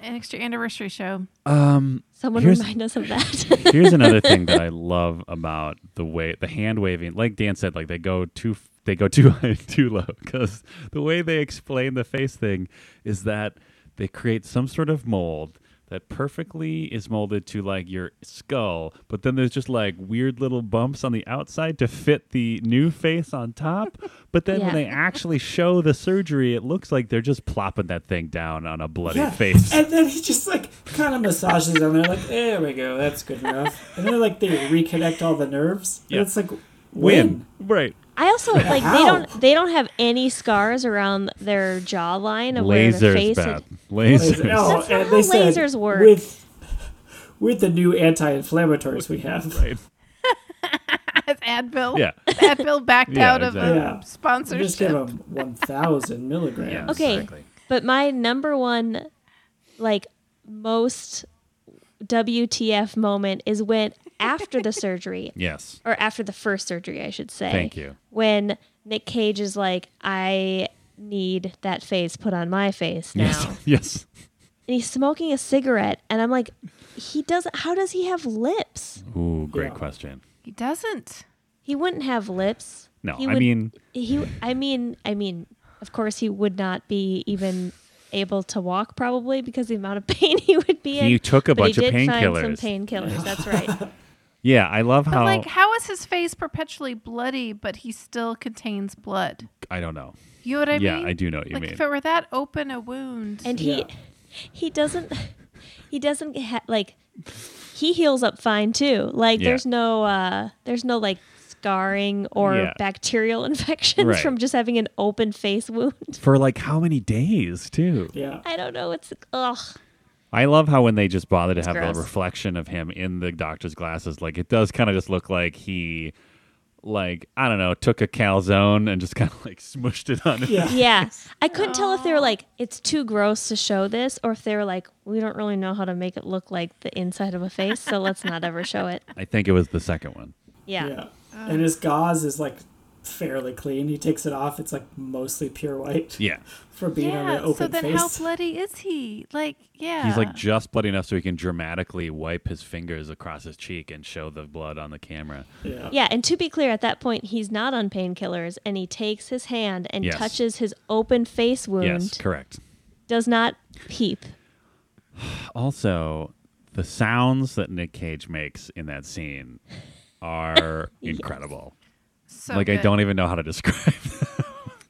an extra anniversary show.
Someone
Here's-
remind us of that.
Here's another thing that I love about the way the hand waving, like Dan said, like they go too they go too high and too low because the way they explain the face thing is that they create some sort of mold that perfectly is molded to like your skull, but then there's just like weird little bumps on the outside to fit the new face on top. But then when
Yeah.
they actually show the surgery, it looks like they're just plopping that thing down on a bloody
Yeah.
face.
And then he just like kind of massages them. They're like, there we go, that's good enough. And then like they reconnect all the nerves.
Yeah.
And it's like,
Win.
when?
Right.
I also like
How?
they don't they don't have any scars around their jawline of where their
Lasers,
face
Beth.
is.
Lasers.
No,
That's not
and
how
they said
lasers work.
with with the new anti-inflammatories we have.
Right.
It's Advil.
Yeah.
Advil backed
Yeah,
out
exactly.
of
Yeah.
a
You just give
sponsorship.
them one thousand milligrams.
Yeah.
Okay.
Exactly.
But my number one like most WTF moment is when after the surgery
Yes.
or after the first surgery, I should say.
Thank you.
When Nick Cage is like, I need that face put on my face now.
Yes. Yes.
And he's smoking a cigarette. And I'm like, he doesn't, how does he have lips?
Ooh, great
Yeah.
question.
He doesn't.
He wouldn't have lips.
No,
He
I
would-
mean,
he, I mean, I mean, of course he would not be even able to walk probably because the amount of pain he would be in.
He took a
But
bunch of
did find
painkillers.
Some painkillers. That's right.
yeah, I love
But
how
like, how is his face perpetually bloody, but he still contains blood?
I don't know.
You know what I
Yeah,
mean?
I do know what you
like,
mean.
If it were that open a wound,
and
Yeah.
he he doesn't he doesn't ha- like he heals up fine too like
Yeah.
there's no uh there's no like scarring or
Yeah.
bacterial infections
Right.
from just having an open face wound
For like how many days too?
Yeah.
i don't know it's ugh
I love how when they just bother to have
gross.
the reflection of him in the doctor's glasses, like it does kind of just look like he, like I don't know, took a calzone and just kind of like smushed it on.
Yeah.
yeah i couldn't tell if they were like it's too gross to show this or if they were like we don't really know how to make it look like the inside of a face so let's not ever show it
I think it was the second one.
yeah,
Yeah.
Uh.
And his gauze is like fairly clean. He takes it off. It's like mostly pure white
Yeah,
for being on an
yeah.
open
So then,
face.
how bloody is he? Like, yeah,
he's like just bloody enough so he can dramatically wipe his fingers across his cheek and show the blood on the camera.
yeah.
Yeah, and to be clear, at that point, he's not on painkillers, and he takes his hand and
Yes.
touches his open face wound.
Yes, correct.
does not peep.
also the sounds that Nick Cage makes in that scene are incredible.
so
like I
good.
don't even know how to describe.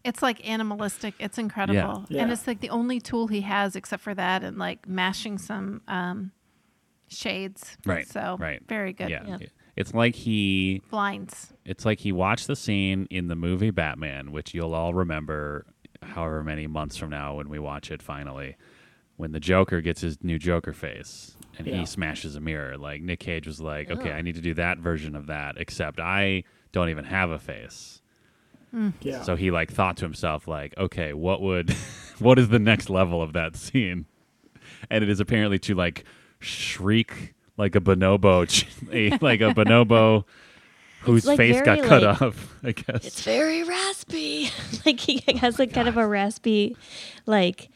It's like animalistic. It's incredible,
Yeah.
and
Yeah.
it's like the only tool he has except for that, and like mashing some um, shades.
right.
So
Right.
very good.
Yeah.
Yeah.
It's like he
blinds.
it's like he watched the scene in the movie Batman, which you'll all remember however many months from now when we watch it finally, when the Joker gets his new Joker face and
Yeah.
he smashes a mirror. Like Nick Cage was like, okay, I need to do that version of that, except I don't even have a face.
Yeah.
So he like thought to himself like, okay, what would what is the next level of that scene? And it is apparently to like shriek like a bonobo, ch- a, like a bonobo whose
like
face got
very,
cut
like-
off, I guess.
It's very raspy. like he
Oh
has like kind of a raspy, like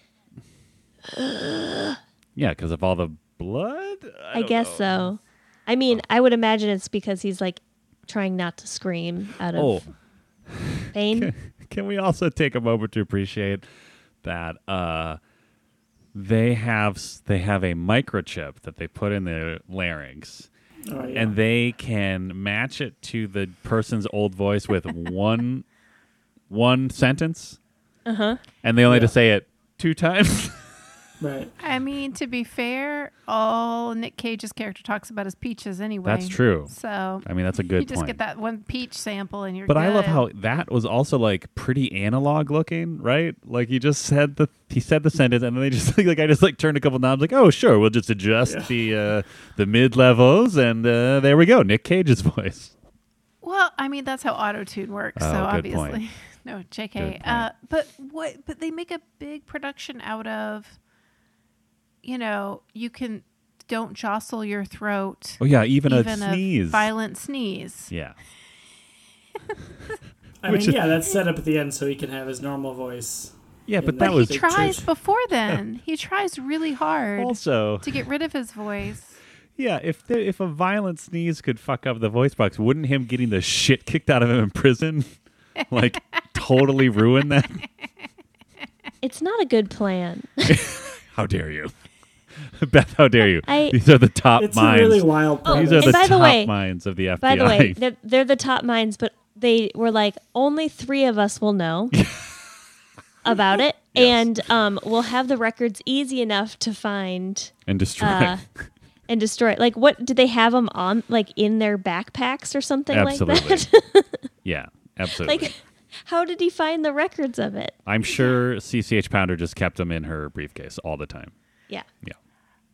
yeah, cuz of all the blood.
I, guess so. I mean, I would imagine it's because he's like trying not to scream out of
Oh,
pain.
can we also take a moment to appreciate that uh they have s- they have a microchip that they put in their larynx.
Oh, yeah.
and they can match it to the person's old voice with one one sentence.
Uh-huh.
Uh huh. And they only have to say it two times.
right.
I mean, to be fair, all Nick Cage's character talks about is peaches anyway.
That's true.
So
I mean, that's a good
you just
point.
get that one peach sample and you're
But I love
good.
how that was also like pretty analog looking, right? Like he just said the he said the sentence, and then they just like, I just like turned a couple knobs, like oh sure, we'll just adjust
Yeah.
the uh, the mid levels, and uh, there we go, Nick Cage's voice.
Well, I mean that's how auto tune works.
Oh,
so
good
obviously,
point.
no,
Good
J.K.
point.
Uh, but what? But they make a big production out of. You know, you can don't jostle your throat.
Oh yeah, even,
even
a sneeze.
violent sneeze.
yeah,
I mean,
Which is-
yeah, that's set up at the end so he can have his normal voice.
yeah, but
But
that
he
He
was
Big
tries
church.
before then. He tries really hard
also
to get rid of his voice.
Yeah, if there, if a violent sneeze could fuck up the voice box, wouldn't him getting the shit kicked out of him in prison like totally ruin that?
It's not a good plan.
How dare you, Beth? How dare you?
I-
These are the top
It's
minds.
a really wild
These
premise.
are
And
the
by the
top
way-
minds of the FBI.
By the way, they're, they're the top minds, but they were like, only three of us will know about it, and um, we'll have the records easy enough to find
and destroy.
uh, and destroy. Like, what did they have them on? Like in their backpacks or something
absolutely.
like that?
yeah, absolutely.
like, how did he find the records of it?
I'm sure CCH Pounder just kept them in her briefcase all the time.
Yeah,
Yeah.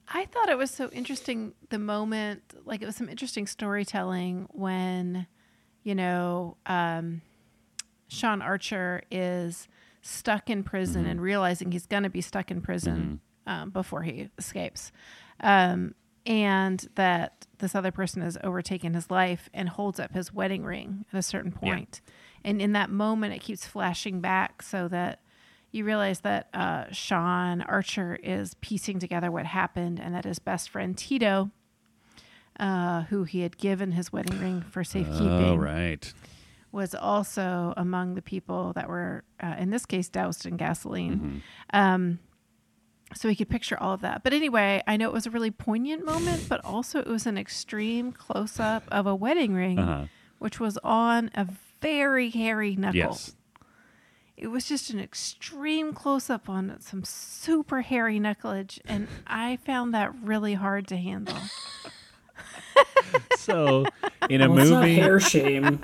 I thought it was so interesting the moment, like it was some interesting storytelling when, you know, um, Sean Archer is stuck in prison and realizing he's going to be stuck in prison um, before he escapes. Um, and that this other person has overtaken his life and holds up his wedding ring at a certain point. And in that moment, it keeps flashing back so that you realize that uh, Sean Archer is piecing together what happened and that his best friend Tito, uh, who he had given his wedding ring for safekeeping,
Oh right.
was also among the people that were, uh, in this case, doused in gasoline.
Mm-hmm.
Um, so we could picture all of that. But anyway, I know it was a really poignant moment, but also it was an extreme close up of a wedding ring,
Uh-huh.
which was on a very hairy knuckle.
Yes.
It was just an extreme close up on some super hairy knuckleage, and I found that really hard to handle.
So in a
Well, it's not
movie,
hair shame,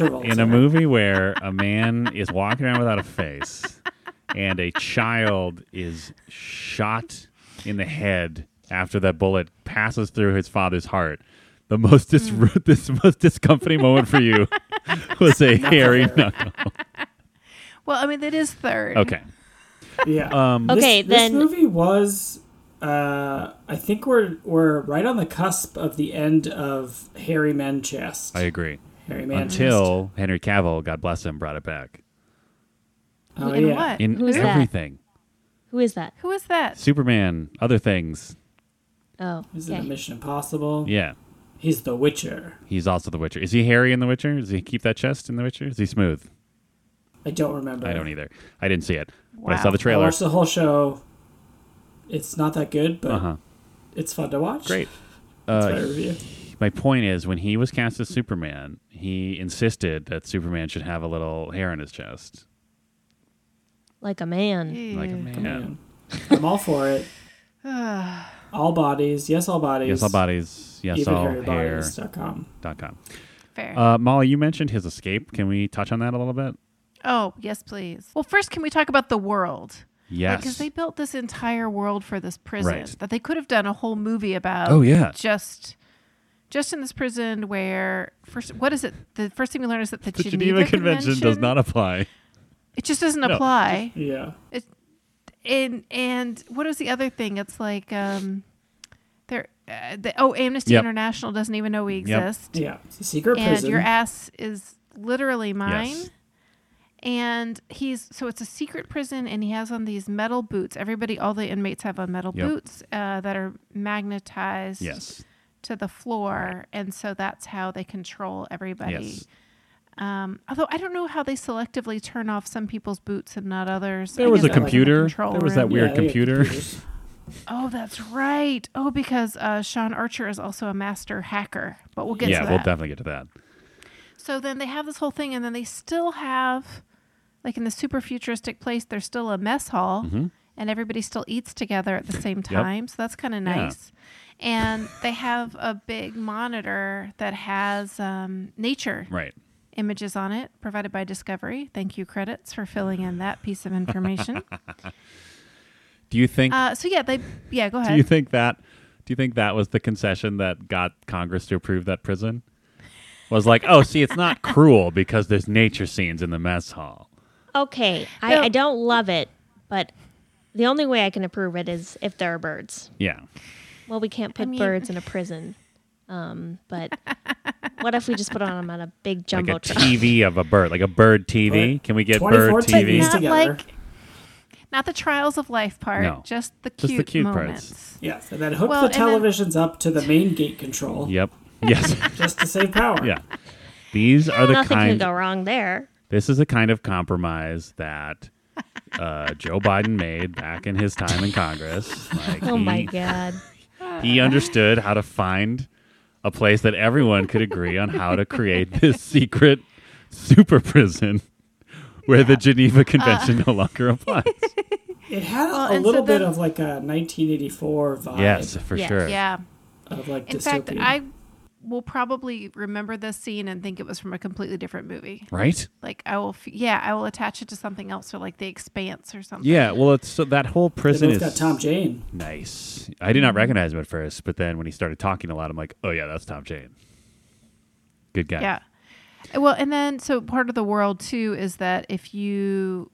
Yeah,
Travolta.
in a movie where a man is walking around without a face and a child is shot in the head after that bullet passes through his father's heart. The most dis- this most discomforting moment for you was a hairy knuckle.
Well, I mean, that is third.
Okay.
Yeah.
Um,
Okay.
this,
then-
this movie was. Uh, I think we're we're right on the cusp of the end of Harry Manchest.
I agree.
Harry Manchest.
Until Henry Cavill, God bless him, brought it back
oh,
In
yeah.
what?
in
Who's that?
everything.
who is that?
Who is that?
Superman, other things.
Oh,
Is it a
okay.
Mission Impossible?
Yeah.
He's the Witcher.
He's also the Witcher. Is he hairy in the Witcher? Does he keep that chest in the Witcher? Is he smooth?
I don't remember.
I don't either. I didn't see it, but I saw
Wow.
the
I
trailer.
watched the whole show. It's not that good, but
Uh huh.
it's fun to watch.
Great.
That's
Uh,
my review.
My point is, when he was cast as Superman, he insisted that Superman should have a little hair on his chest,
like a man.
like a man.
I'm all for it. All bodies. Yes, all bodies.
Yes, all bodies. Yes,
Even
all
hairy
hair.
bodies dot com.
Dot com.
Fair.
Uh, Molly, you mentioned his escape. Can we touch on that a little bit?
oh, yes, please. Well, first, can we talk about the world?
Yes.
Because they built this entire world for this prison
Right.
that they could have done a whole movie about.
Oh, yeah.
Just. Just in this prison, where first, what is it? The first thing we learn is that the,
the Geneva, Convention, does not apply.
It just doesn't
No.
apply.
Yeah.
and and what is the other thing? It's like um, there. Uh, the, oh, Amnesty
Yep.
International doesn't even know we
Yep.
exist,
Yeah. It's a secret
and
prison.
your ass is literally mine.
Yes.
And he's so it's a secret prison, and he has on these metal boots. Everybody, all the inmates have on metal
Yep.
boots uh, that are magnetized
Yes.
to the floor, and so that's how they control everybody.
Yes.
Um, although I don't know how they selectively turn off some people's boots and not others. I
There was
guess they're,
a
like, in the
computer.
control
there was
room.
that weird
Yeah, they-
computer.
Oh, that's right. Oh, because uh, Sean Archer is also a master hacker. But we'll get
yeah,
to
we'll
that.
definitely get to that.
so then they have this whole thing, and then they still have, like in the super futuristic place, there's still a mess hall,
Mm-hmm.
and everybody still eats together at the same time. So that's kind of nice. And they have a big monitor that has um, nature
Right.
images on it provided by Discovery. Thank you, credits, for filling in that piece of information.
Do you think?
uh, so yeah, they yeah go ahead.
do you think that? Do you think that was the concession that got Congress to approve that prison? Was like, oh, see, it's not cruel because there's nature scenes in the mess hall.
Okay, I,
No.
I don't love it, but the only way I can approve it is if there are birds.
Yeah.
Well, we can't put
mean-
birds in a prison, um, but what if we just put on them on a big
Like
jumbo
a
truck?
TV of a bird, like a bird TV.
Right.
Can we get
24
bird TV?
TVs.
not
together.
like not the trials of life part,
No.
just the
Just the
cute,
cute parts.
moments.
Yes, and then hook
Well,
the
and then-
televisions up to the main gate control
Yep. Yes.
just to save power.
yeah. These are the
Nothing
kind.
could go wrong there.
This is a kind of compromise that uh, Joe Biden made back in his time in Congress. Like
Oh
he,
my god.
he understood how to find a place that everyone could agree on how to create this secret super prison where the
Uh.
Geneva Convention no longer applies.
It had a-
Well,
a
and so
little bit
then-
of like a 1984 vibe
yes, for
Yes.
sure.
Yeah.
of like
In
dystopian.
fact, I will probably remember this scene and think it was from a completely different movie.
Right?
Like I will, f- yeah, I will attach it to something else, or like The Expanse or something.
Yeah. Well, it's so that whole
they
prison
both
is
got Tom Jane.
nice. I did not recognize him at first, but then when he started talking a lot, I'm like, oh yeah, that's Tom Jane. Good guy.
Yeah. Well, and then so part of the world too is that if you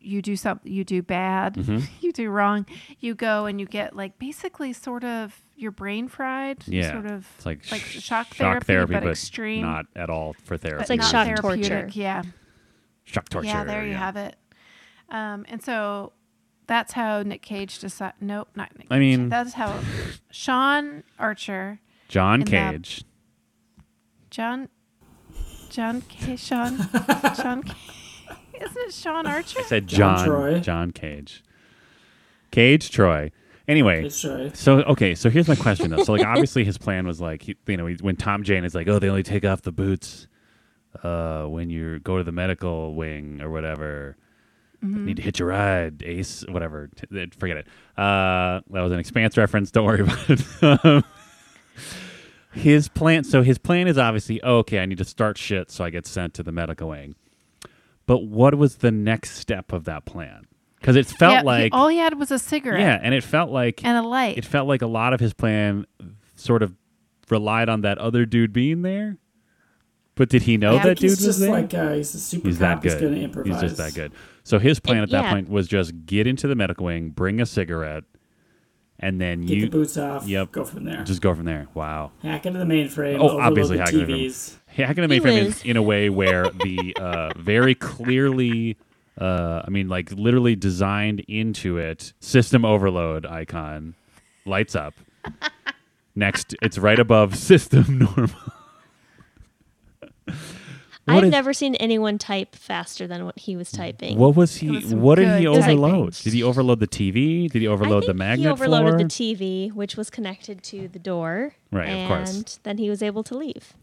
you do something you do bad,
Mm-hmm.
you do wrong, you go and you get like basically sort of your brain fried,
Yeah,
sort of
it's like, sh-
shock, therapy, but, extreme,
not at all for therapy.
but
like
not
shock
therapeutic.
torture.
Yeah,
shock torture.
yeah, there you have it. Um, and so that's how Nick Cage decided. Nope, not Nick.
I
Cage.
mean-
that's how Sean Archer,
John
In the-
Cage.
John, John K, Sean, Sean K. Isn't it Sean Archer?
I said
John
John.
Troy.
John Cage. Cage Troy. Anyway,
It's true.
so okay, so here's my question though. So like, obviously his plan was like, he, you know, he, when Tom Jane is like, oh, they only take off the boots uh, when you go to the medical wing or whatever.
Mm-hmm.
Need to hit your ride, Ace. Whatever, T- forget it. Uh, that was an Expanse reference. Don't worry about it. Um, his plan. So his plan is obviously oh, okay. I need to start shit so I get sent to the medical wing. But what was the next step of that plan? Because it felt
Yeah, he-
like
all he had was a cigarette
yeah, and it felt like
and a light.
it felt like a lot of his plan sort of relied on that other dude being there. But did he know
Yeah, I
that
think
dude
He's
was
just
there?
like uh, he's a super
he's that
cop. He's
good.
gonna improvise.
He's just that good. So his plan
And-
at that
yeah.
point was just get into the medical wing, bring a cigarette, and then
Get
you
the boots off.
Yep.
Go from there.
just go from there. Wow.
hack into the mainframe.
Oh, obviously
overload
hack
the
into the
TVs.
Yeah, Hack in the
He
Mainframe
was.
in, in a way where the uh, very clearly, uh, I mean, like literally designed into it, system overload icon lights up. Next, it's right above system normal. What
I've
is-
never seen anyone type faster than what he was typing.
What was he?
was some
what did he
good typing.
overload? Did he overload the TV? Did he
I
overload
think
the magnet
he overloaded
floor?
the TV, which was connected to the door.
Right, of
and
course.
then he was able to leave.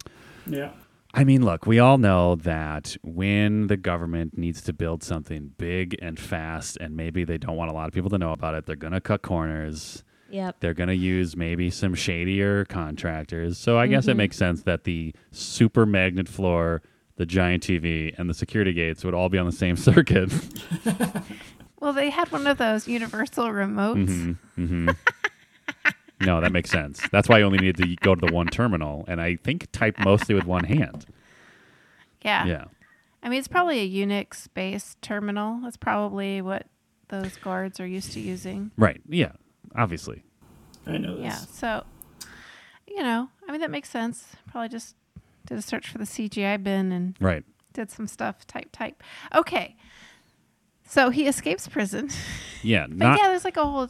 Yeah.
I mean, look, we all know that when the government needs to build something big and fast, and maybe they don't want a lot of people to know about it, they're going to cut corners.
Yep.
They're going to use maybe some shadier contractors. So I
Mm-hmm.
guess it makes sense that the super magnet floor, the giant TV, and the security gates would all be on the same circuit.
Well, they had one of those universal remotes.
Mm-hmm. no, that makes sense. That's why I only needed to go to the one terminal. And I think type mostly with one hand.
Yeah.
Yeah.
I mean, it's probably a Unix based terminal. That's probably what those guards are used to using.
Right. Yeah. Obviously.
I know this.
Yeah. So, you know, I mean, that makes sense. Probably just did a search for the CGI bin and
Right.
did some stuff, type, type. Okay. So he escapes prison.
Yeah.
But
Not.
yeah, there's like a whole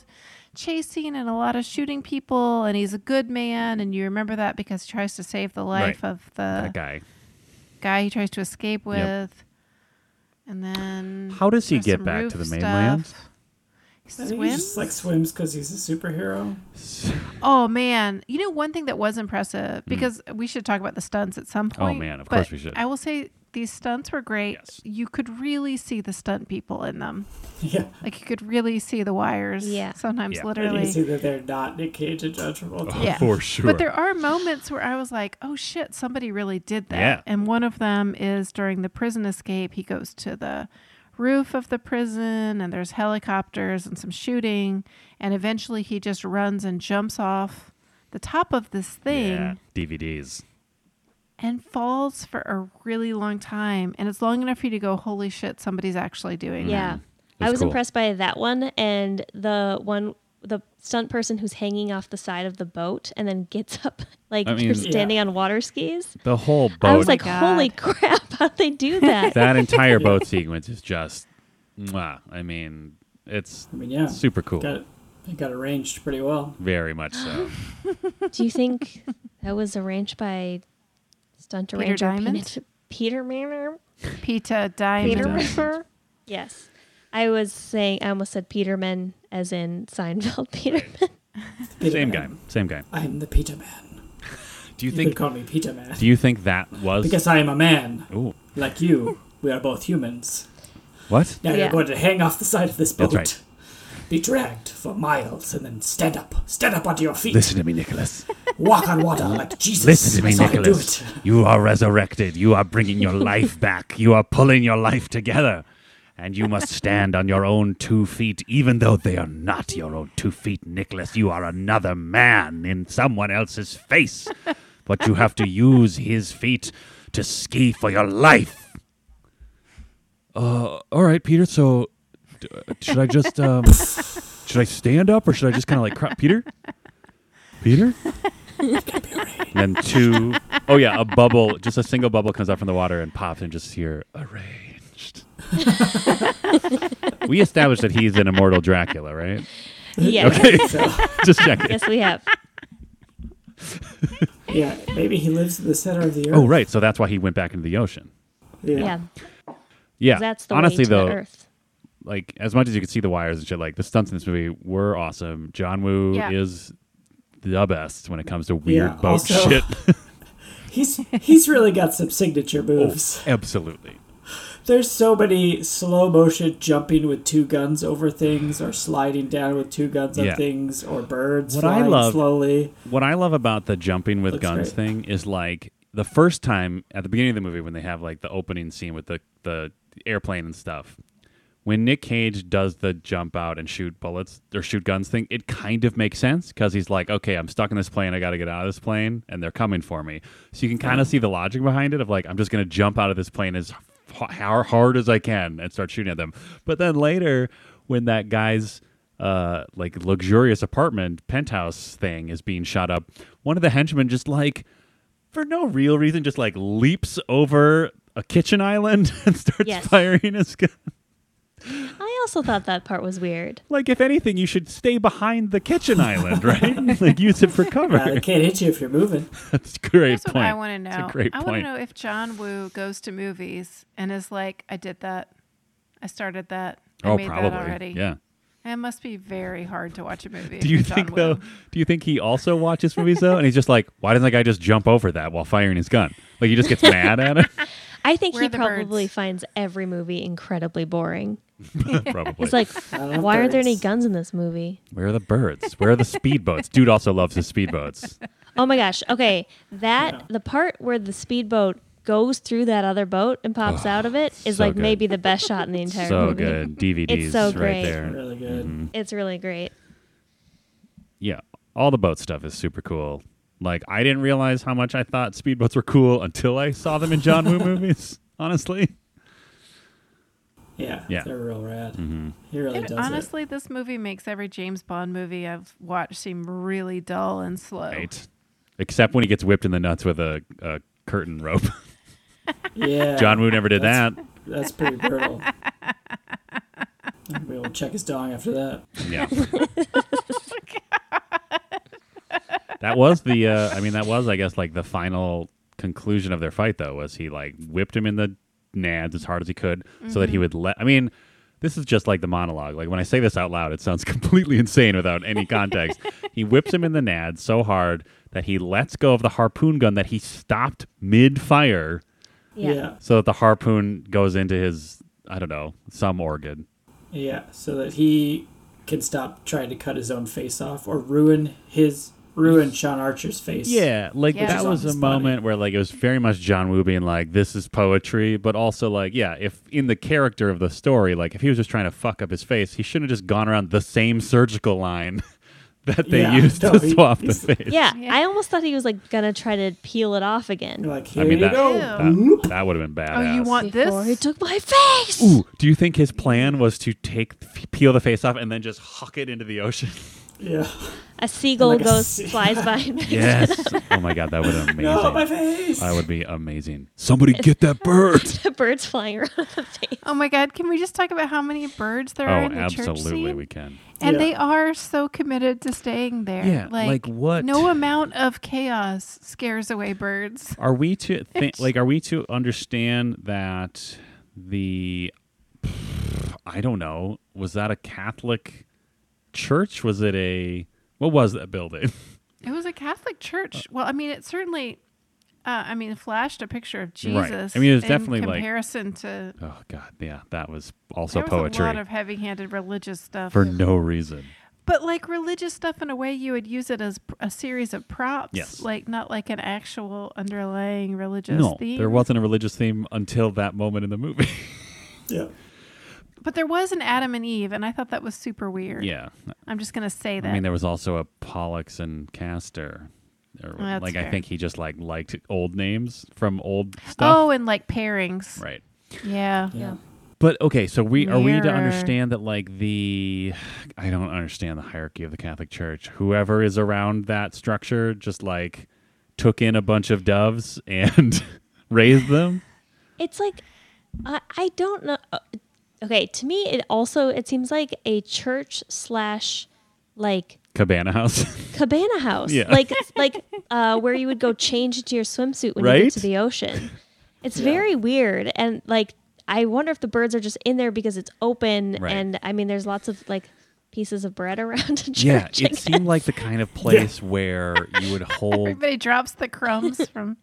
chase scene and a lot of shooting people, and he's a good man. And you remember that because he tries to save the life
Right.
of the
That guy.
guy he tries to escape with. And then
How does he
there's
get
some
back
roof
to the
stuff.
mainland?
He
I think he
swims?
just like swims because he's a superhero.
oh man. You know one thing that was impressive because we should talk about the stunts at some
Mm. Oh,
point.
man, of
but
course we should.
I will say these stunts were great.
Yes.
You could really see the stunt people in them.
Yeah.
Like you could really see the wires.
Yeah.
Sometimes
Yeah.
And you
literally.
see that they're not Nick Cage and John Travolta.
Yeah.
For sure.
But there are moments where I was like, oh shit, somebody really did that.
Yeah.
And one of them is during the prison escape, he goes to the roof of the prison and there's helicopters and some shooting. And eventually he just runs and jumps off the top of this thing
yeah. DVDs.
and falls for a really long time. And it's long enough for you to go, holy shit, somebody's actually doing it.
Yeah. I
That's
was
cool.
impressed by that one and the one the stunt person who's hanging off the side of the boat and then gets up like
I mean-
you're standing on water skis.
The whole boat.
I was like,
God.
holy crap, how'd they do that?
that entire boat sequence is just, mwah. I mean, it's
I mean, yeah.
super cool.
Got it got arranged pretty well.
Very much so.
do you think that was arranged by stunt
Peter
arranger
Diamond?
Peter- Peter Manor?
Peta Diamond.
Peter
Diamond.
Manor? Yes. I was saying I almost said Peterman as in Seinfeld Peterman.
Peter
Same guy.
Man.
Same guy.
I'm the Peter Man.
Do you
You could
think?
call me Peter Man
Do you think that was?
because I am a man
Ooh,
like you. We are both humans.
what?
Now you're
Yeah.
going to hang off the side of this boat,
That's right.
be dragged for miles, and then stand up. Stand up onto your feet.
Listen to me, Nicholas.
Walk on water like Jesus.
Listen to
I
me,
saw you
Nicholas.
Do it.
You are resurrected. You are bringing your life back. You are pulling your life together. And you must stand on your own two feet, even though they are not your own two feet, Nicholas. You are another man in someone else's face. But you have to use his feet to ski for your life. Uh, all right, Peter. So, should I just um, should I stand up or should I just kind of like cry? Peter? Peter? And then two oh yeah, a bubble, just a single bubble comes out from the water and pops, and just hear arranged. we established that he's an immortal Dracula, right?
yes.
Just checking.
Yes, we have.
Yeah, maybe he lives in the center of the earth.
Oh right, so that's why he went back into the ocean.
Yeah.
Yeah.
Yeah,
That's the
honestly
way to
though,
the earth.
like as much as you could see the wires and shit, like the stunts in this movie were awesome. John Woo
Yeah.
is the best when it comes to weird
Yeah,
boat
also-
shit.
He's he's really got some signature
Oh.
moves.
Absolutely.
There's so many slow motion jumping with two guns over things, or sliding down with two guns on
Yeah.
things, or birds
What I
flying
love-
slowly.
What I love about the jumping with
Looks
guns
great.
thing is like the first time at the beginning of the movie when they have like the opening scene with the the airplane and stuff. When Nick Cage does the jump out and shoot bullets or shoot guns thing, it kind of makes sense because he's like, okay, I'm stuck in this plane. I got to get out of this plane and they're coming for me. So you can kind of see the logic behind it of like, I'm just going to jump out of this plane as h- how hard as I can and start shooting at them. But then later, when that guy's uh, like luxurious apartment penthouse thing is being shot up, one of the henchmen just like for no real reason just like leaps over a kitchen island and starts
Yes.
firing his gun.
I also thought that part was weird.
Like if anything, you should stay behind the kitchen island, right? like use it for cover.
Uh, they can't hit you if you're moving.
That's a great
Here's
point.
what I want to know.
That's a great
I want to
point.
know if John Woo goes to movies and is like, "I did that. I started that. I
oh,
made
probably.
that already."
Yeah.
It must be very hard to watch a movie.
Do you
with John
think
Woo.
though? Do you think he also watches movies though? And he's just like, why doesn't that guy just jump over that while firing his gun? Like he just gets mad at it.
I think
Where
he
are the
probably
birds?
finds every movie incredibly boring.
probably.
It's like,
love
why aren't there any
birds.
guns in this movie?
Where are the birds? Where are the speedboats? Dude also loves the speedboats.
Oh my gosh. Okay. That, the part where the speedboat goes through that other boat and pops out of it is
so
like
good.
maybe the best shot in the entire
so
movie.
good. DVDs
It's so
right Mm-hmm.
great.
there.
Really good.
It's really great.
Yeah. All the boat stuff is super cool. Like I didn't realize how much I thought speedboats were cool until I saw them in John Woo movies, honestly.
Yeah,
Yeah. Mm-hmm.
they're real rad. He really
It-
does it.
honestly, this movie makes every James Bond movie I've watched seem really dull and slow.
Right. Except when he gets whipped in the nuts with a, a curtain rope.
Yeah,
John Woo never did
That's-
that.
That's pretty brutal. Maybe we'll check his dong after that.
Yeah. that was the. Uh, I mean, that was, I guess, like the final conclusion of their fight. Though, was he like whipped him in the nads as hard as he could, so that he would let. I mean, this is just like the monologue. Like when I say this out loud, it sounds completely insane without any context. he whips him in the nads so hard that he lets go of the harpoon gun that he stopped mid fire,
Yeah.
yeah,
so that the harpoon goes into his. I don't know some organ.
yeah, so that he can stop trying to cut his own face off or ruin his ruin Sean Archer's face.
Yeah, like
Yeah.
that
Just
on
was a
his body.
moment where like it was very much John Woo being like, "This is poetry," but also like, yeah, if in the character of the story, like if he was just trying to fuck up his face, he shouldn't have just gone around the same surgical line that they
Yeah,
used
no,
to
he-
swap the
he's-
face.
Yeah,
Yeah.
I almost thought he was like gonna try to peel it off
You're
again.
like here
I mean
you
that
go.
that, that would have been badass.
Oh, you want
Before he
this?
took my face.
Ooh, do you think his plan was to take peel the face off and then just huck it into the ocean?
Yeah.
A seagull
Like a
goes
sea-
flies by him.
Yes. oh my god, that would have been amazing.
No, Oh, my face.
that would be amazing. Somebody get that bird.
the birds flying around the face.
Oh my God! Can we just talk about how many birds there
oh,
are in the church
absolutely
scene?
we can.
and
Yeah.
they are so committed to staying there.
Yeah, like what-
No amount of chaos scares away birds.
Are we to think like are we to understand that the I don't know, was that a Catholic church? Was it a what was that building?
It was a Catholic church. Well, I mean, it certainly. Uh, I mean, flashed a picture of
Right. I
Jesus.
mean, it was
in
definitely, like-
comparison to
Oh god, yeah, that was also
there was
poetry
a lot of heavy-handed religious stuff.
for no reason.
But like religious stuff, in a way, you would use it as pr- a series of props.
Yes.
Like not like an actual underlying religious
No,
theme.
there wasn't a religious theme until that moment in the movie.
Yeah.
But there was an Adam and Eve, and I thought that was super weird.
yeah.
I'm just gonna say that.
I mean there was also a Pollux and Castor. Or,
Oh, That's
like I
fair.
think he just like liked old names from old stuff.
oh, and like pairings.
Right.
Yeah.
Yeah.
But okay, so we are we to
Mirror.
understand that like the I don't understand the hierarchy of the Catholic Church. Whoever is around that structure just like took in a bunch of doves and raised them.
It's like I, I don't know. uh, Okay, to me it also it seems like a church slash like
Cabana house.
cabana house,
Yeah.
like like uh, where you would go change into your swimsuit when you
Right?
get to the ocean. It's very weird, and like I wonder if the birds are just in there because it's open,
Right.
and I mean there's lots of like pieces of bread around. In church,
yeah,
I
it
guess.
seemed like the kind of place where you would hold
Everybody drops the crumbs from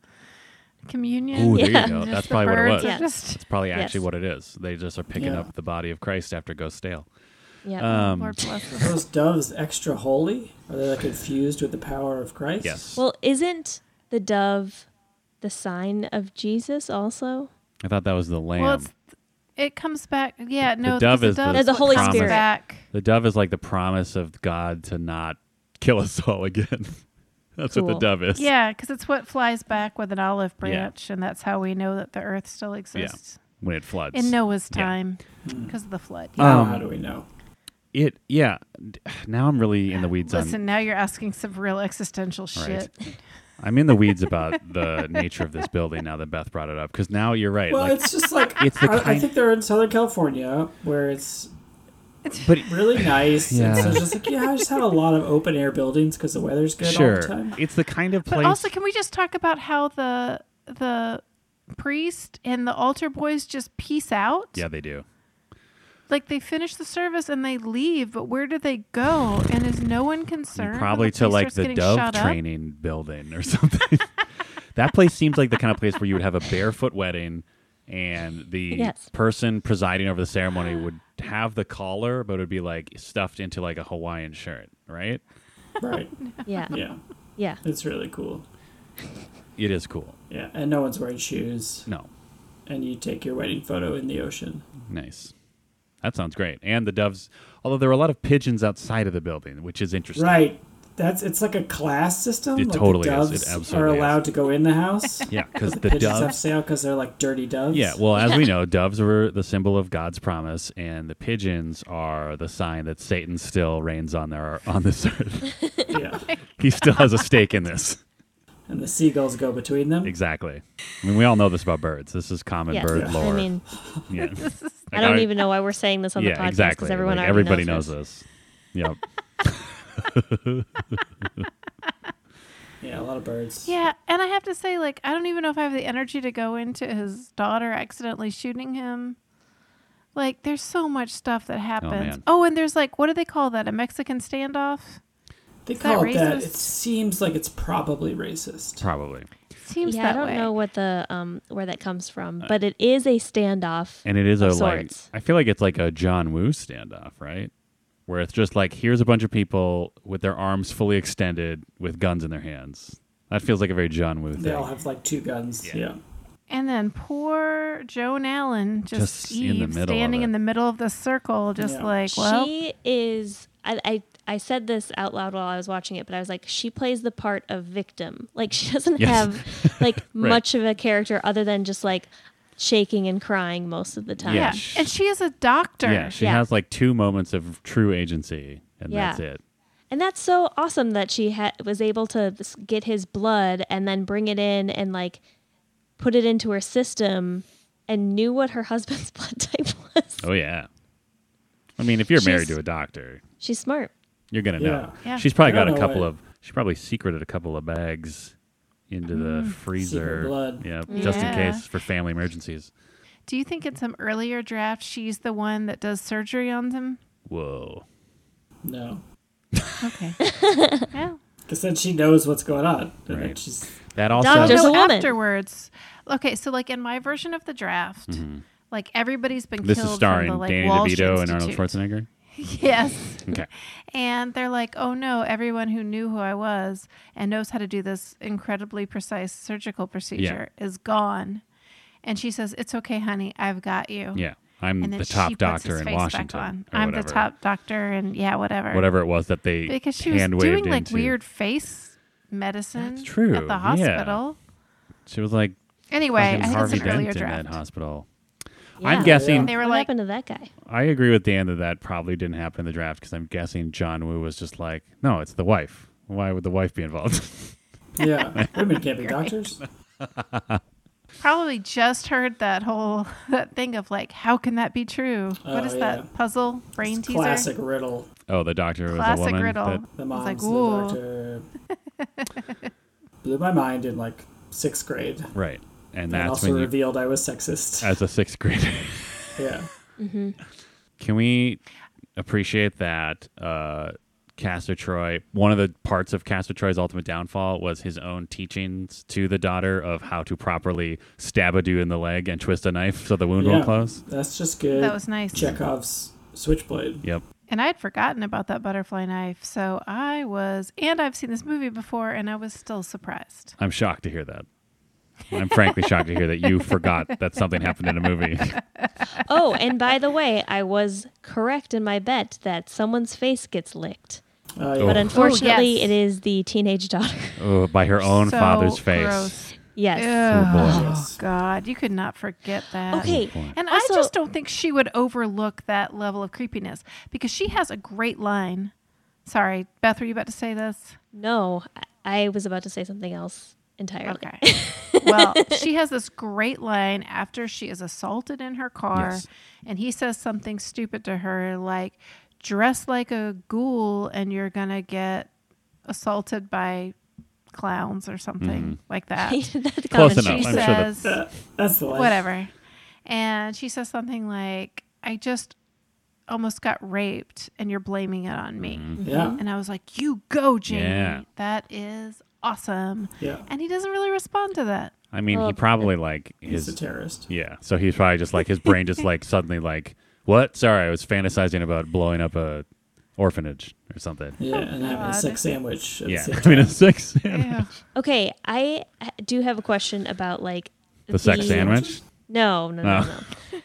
communion.
Ooh, there
Yeah.
you go.
Just
That's
the
probably what it
birds
was.
are
Yeah.
Just,
That's probably
Yes.
actually what it is. They just are picking
Yeah.
up the body of Christ after it goes stale.
yeah.
Um,
Lord bless
Are
us.
those doves extra holy? Are they like infused with the power of Christ?
yes.
Well, isn't the dove the sign of Jesus also?
I thought that was the lamb.
Well, it's, it comes back. Yeah, no, because
dove
the
is the
dove
There's a
what
Holy
comes
Spirit.
Back.
The dove is like the promise of God to not kill us all again. That's what the
Cool.
dove is.
Yeah, because it's what flies back with an olive branch, and that's how we know that the earth still exists
When it floods.
in Noah's
Yeah.
time
Hmm.
because of the flood.
Now,
Um,
how do we know?
It yeah. D- Now I'm really in the weeds
Listen,
on
now you're asking some real existential
Right.
shit.
I'm in the weeds about the nature of this building now that Beth brought it up cuz now you're right.
Well,
like
it's just like
It's the
I, I
kind-
think they're in Southern California where it's
but
really nice. And so
Yeah.
it's just like yeah, I just have a lot of open air buildings because the weather's good all the
sure.
time.
It's the kind of
But
place
also, can we just talk about how the the priest and the altar boys just peace out?
Yeah, they do.
Like they finish the service and they leave, but where do they go? And is no one concerned? when
Probably
the
to
police
like
starts
the
getting
dove
shot up?
training building or something. that place seems like the kind of place where you would have a barefoot wedding and the
Yes.
person presiding over the ceremony would have the collar, but it would be like stuffed into like a Hawaiian shirt, right?
Right.
Yeah.
Yeah.
Yeah.
It's really cool.
It is cool.
Yeah. And no one's wearing shoes.
No,
And you take your wedding photo in the ocean.
nice. That sounds great. And the doves, although there were a lot of pigeons outside of the building, which is interesting.
Right. That's it's like a class system.
It
like
totally
the
is.
doves
It
are
absolutely is.
allowed to go in the house.
Yeah, because the
Pigeons have
doves.
sale because they're like dirty doves.
Yeah, well, as we know, doves were the symbol of God's promise, and the pigeons are the sign that Satan still reigns on their on this earth.
yeah.
he still has a stake in this.
And the seagulls go between them.
Exactly. I mean, we all know this about birds. This is common
Yes.
bird lore.
I mean,
yeah.
I don't even know why we're saying this on
Yeah,
the podcast because
exactly.
everyone
Like,
already
everybody
knows,
knows, this. Yep.
Yeah, a lot of birds.
Yeah, and I have to say, like, I don't even know if I have the energy to go into his daughter accidentally shooting him. Like, there's so much stuff that happens.
man.
Oh, and there's like, what do they call that? A Mexican standoff?
They
that
call it that.
racist?
It seems like it's probably racist.
Probably.
Seems
Yeah,
that
I don't
way.
know what the um where that comes from,
Uh,
but it is a standoff.
And it is a
Of
like.
sorts.
I feel like it's like a John Woo standoff, right? Where it's just like here's a bunch of people with their arms fully extended with guns in their hands. That feels like a very John Woo thing.
They all have like two guns. Yeah.
And then poor Joan Allen, just,
Just in the
Eve,
middle of
standing in
it.
the middle of the circle, just
Yeah.
like, well,
she is. I, I I said this out loud while I was watching it, but I was like, she plays the part of victim. Like she doesn't
Yes.
have like much of a character other than just like shaking and crying most of the time.
yeah.
Yeah, sh-
And she is a doctor.
Yeah, she
Yeah.
has like two moments of true agency, and
Yeah.
that's it.
And that's so awesome that she ha- was able to s- get his blood and then bring it in and like put it into her system and knew what her husband's blood type was.
Oh yeah. I mean, if you're married
She's-
to a doctor,
She's smart.
you're gonna know.
Yeah. Yeah.
She's probably
I don't
got a
know
couple
what-
of. She probably secreted a couple of bags into the freezer.
blood.
Yeah, just in
Mm. Yeah.
case for family emergencies.
Do you think in some earlier draft, she's the one that does surgery on them?
Whoa.
No.
Okay. yeah.
Because then she knows what's going on. And then
Right.
she's
That also.
Doctor- There's
no,
a woman.
afterwards. Okay, so like in my version of the draft, like everybody's been
Mm-hmm. this
killed
is starring
from the like
Danny
Walsh
DeVito and Arnold
Institute.
Schwarzenegger.
Yes.
Okay.
And they're like, "Oh no, everyone who knew who I was and knows how to do this incredibly precise surgical procedure is gone." And she says, "It's okay, honey. I've got you."
Yeah, I'm
And then
the top
she puts
doctor
his
in
face
Washington.
Back on.
or
I'm
whatever.
the top doctor, and yeah, whatever.
Whatever it was that they
Because she was
hand
doing
waved
like
into.
weird face medicine
That's true,
at the
yeah.
hospital.
She was like
Anyway, I
fucking
think
Harvey
it's an earlier
Dent in
draft.
that hospital.
Yeah.
I'm guessing
They were
what
like,
happened to that guy?
I agree with Dan that that probably didn't happen in the draft because I'm guessing John Woo was just like, no, it's the wife. Why would the wife be involved?
yeah. Women can't be doctors.
probably just heard that whole that thing of like how can that be true what
Oh,
is
yeah.
that puzzle brain teaser
Classic riddle.
oh, the doctor was a
Classic
woman.
riddle
that-
The
It's
mom's
like,
the
ooh.
doctor. Blew my mind in like sixth grade.
right, and
and
that's
also
when you,
revealed I was sexist.
as a sixth grader,
yeah.
can we appreciate that uh, Castor Troy? One of the parts of Castor Troy's ultimate downfall was his own teachings to the daughter of how to properly stab a dude in the leg and twist a knife so the wound
yeah.
won't close.
That's just good.
that was nice
Chekhov's switchblade.
Yep.
and i had forgotten about that butterfly knife so i was and i've seen this movie before and i was still surprised
I'm shocked to hear that. I'm frankly shocked to hear that you forgot that something happened in a movie.
oh, and by the way, I was correct in my bet that someone's face gets licked.
Uh,
Oh.
But unfortunately,
yes.
it is the teenage daughter.
Oh, by her own
So
father's face.
gross.
yes.
Ugh.
boy.
oh god you could not forget that
Okay.
point.
And
Also-
I just don't think she would overlook that level of creepiness because she has a great line. Sorry, Beth, were you about to say this?
No, I, I was about to say something else entirely.
Okay. well, she has this great line after she is assaulted in her car,
Yes.
and he says something stupid to her like, dress like a ghoul and you're going to get assaulted by clowns or something like that.
That
Close
comment-
enough.
she
I'm sure that-
says,
That's the life.
whatever. And she says something like, I just almost got raped and you're blaming it on me.
Yeah.
And I was like, You go, Jamie.
Mm-hmm. Yeah.
That is awesome.
Yeah.
And he doesn't really respond to that.
I mean, he
Well,
probably like
He's a
his
terrorist.
yeah. So he's probably just like his brain just like suddenly like what? Sorry, I was fantasizing about blowing up a orphanage or something.
Yeah, and having a
Oh, God.
sex sandwich. at the
Yeah,
same
I mean, a
time.
sex
Ew.
sandwich.
Okay, I h- do have a question about like
The sex sandwich.
No, no, no,
Oh.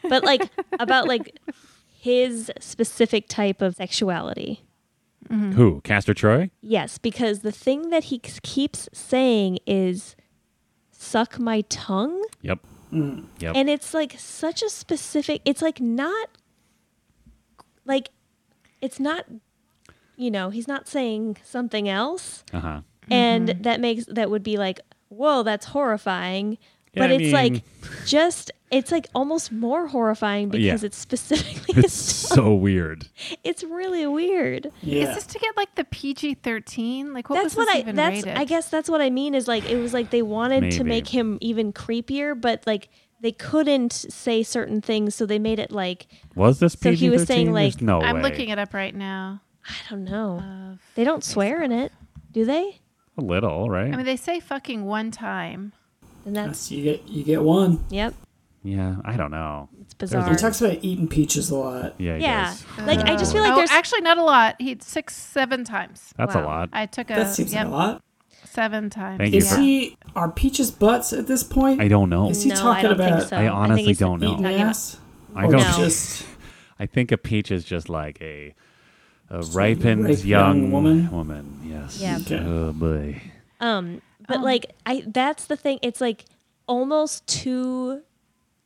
no. but like about like his specific type of sexuality. Mm-hmm.
Who? Castor Troy?
Yes, because the thing that he k- keeps saying is suck my tongue
Yep. Yep.
and it's like such a specific it's like not like it's not you know, he's not saying something else.
Uh huh.
and that makes that would be like whoa that's horrifying
Yeah,
but
I
it's
mean-
like just it's like almost more horrifying
Yeah.
because it's specifically
It's so weird.
it's really weird
Is
Yeah.
this to get like the PG thirteen? Like what was
that's what
this
i
even
that's
rated?
i guess that's what i mean is like it was like they wanted
Maybe.
to make him even creepier but like they couldn't say certain things so they made it like
Was this
So
PG-13?
he was saying,
There's
like-
no
I'm
way.
looking it up right now.
i don't know
Of,
they don't swear in it do they
a little, right?
I mean, they say fucking one time.
and that's
Yes, you get you get one.
yep
yeah, I don't know.
it's bizarre
He talks about eating peaches a lot.
Yeah, he
yeah
does.
like i just feel like
oh,
there's
actually not a lot. He six seven times.
That's a
Wow.
lot.
I took a
That seems
yep,
like a lot.
seven times.
Thank you
Is
for-
he are peaches butts at this point?
I don't know.
Is he
no, I
talking
don't think
about
so.
I
think
honestly
he's
don't know.
eating
talking about-
ass?
I
Or
don't.
No.
Oh, Just
I think a peach is just like a, a ripened
ripe
young,
young woman?
Woman, yes.
Yeah.
Okay.
Oh boy.
Um, but
Oh.
like I that's the thing. It's like almost too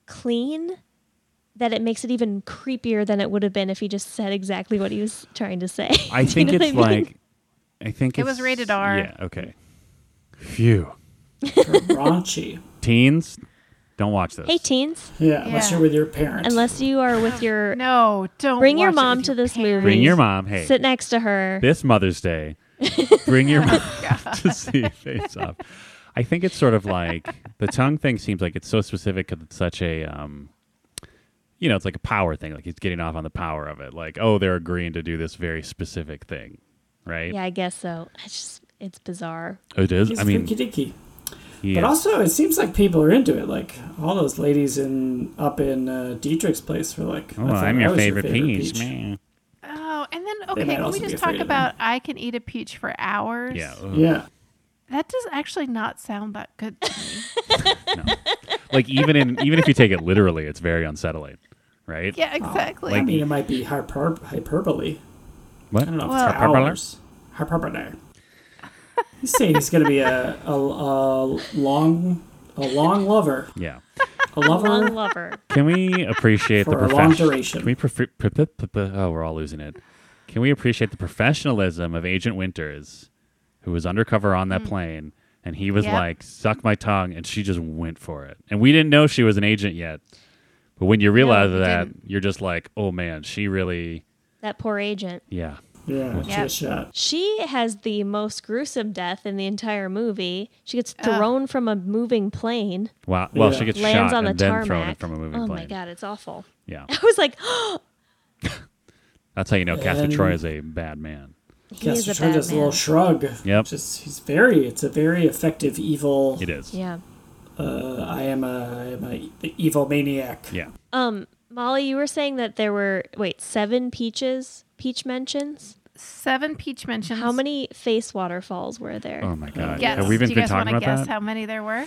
clean that it makes it even creepier than it would have been if he just said exactly what he was trying to say.
I
Do you
think
know
it's
what I mean?
like. I think
It
it's-
was rated R.
Yeah. Okay. Phew.
raunchy.
Teens, don't watch this.
Hey teens,
Yeah, unless
Yeah.
you're with your parents.
unless you are with your
No, don't
Bring your
watch it
mom
with
to
your
this
parents.
movie.
Bring your mom. Hey.
sit next to her.
this Mother's Day, bring your mom to see Face Off. I think it's sort of like the tongue thing seems like it's so specific 'cause it's such a, um, you know, it's like a power thing. Like he's getting off on the power of it. Like, oh, they're agreeing to do this very specific thing, right?
Yeah, I guess so. It's just it's bizarre.
It is.
He's
I mean,
freaky dicky.
he
But
is-
also, it seems like people are into it. Like all those ladies in up in uh, Dietrich's place were like,
oh,
I thought
I'm
I
your
was
favorite, piece,
peach."
man.
Oh, and then
might
okay, can
also
we
be
just
afraid
talk
of them.
about I can eat a peach for hours?
Yeah. ugh,
Yeah,
That does actually not sound that good to me.
no. Like even in even if you take it literally, it's very unsettling, right?
yeah, exactly.
I mean, it might be hyper- hyperbole.
What?
I don't know if
Well-
it's hours. Hyperbole. He's saying he's going to be a, a, a long a long lover,
Yeah.
a lover
Long lover.
Can we appreciate
for
the
a long
profession?
duration.
Can we prof- pr- pr- pr- pr- oh, we're all losing it. Can we appreciate the professionalism of Agent Winters, who was undercover on
Mm.
that plane, and he was
Yep.
like, "Suck my tongue," and she just went for it, and we didn't know she was an agent yet. But when you realize
we
that,
didn't.
you're just like, "Oh man, she really,
That poor agent.
yeah."
yeah, she uh,
Yep.
was shot.
She has the most gruesome death in the entire movie. She
Oh.
gets thrown from a moving plane.
Wow. Well,
Yeah.
she gets
lands
shot
on the
and then
tarmac.
thrown from a moving
oh
plane.
my god, it's awful.
Yeah,
I was like,
that's how you know Castor
And-
Troy is a bad man.
he is
Castor
a
Troy
bad
does a
man.
little shrug.
Yep.
Just he's very. It's a very effective evil.
It is.
yeah.
Uh, I am a I am a evil maniac.
Yeah.
Um, Molly, you were saying that there were wait seven peaches peach mentions.
Seven peach mentions.
How many face waterfalls were there?
Oh my god.
Guess.
Have we been,
Do you
been
guys
talking
want to
about
guess
that?
how many there were?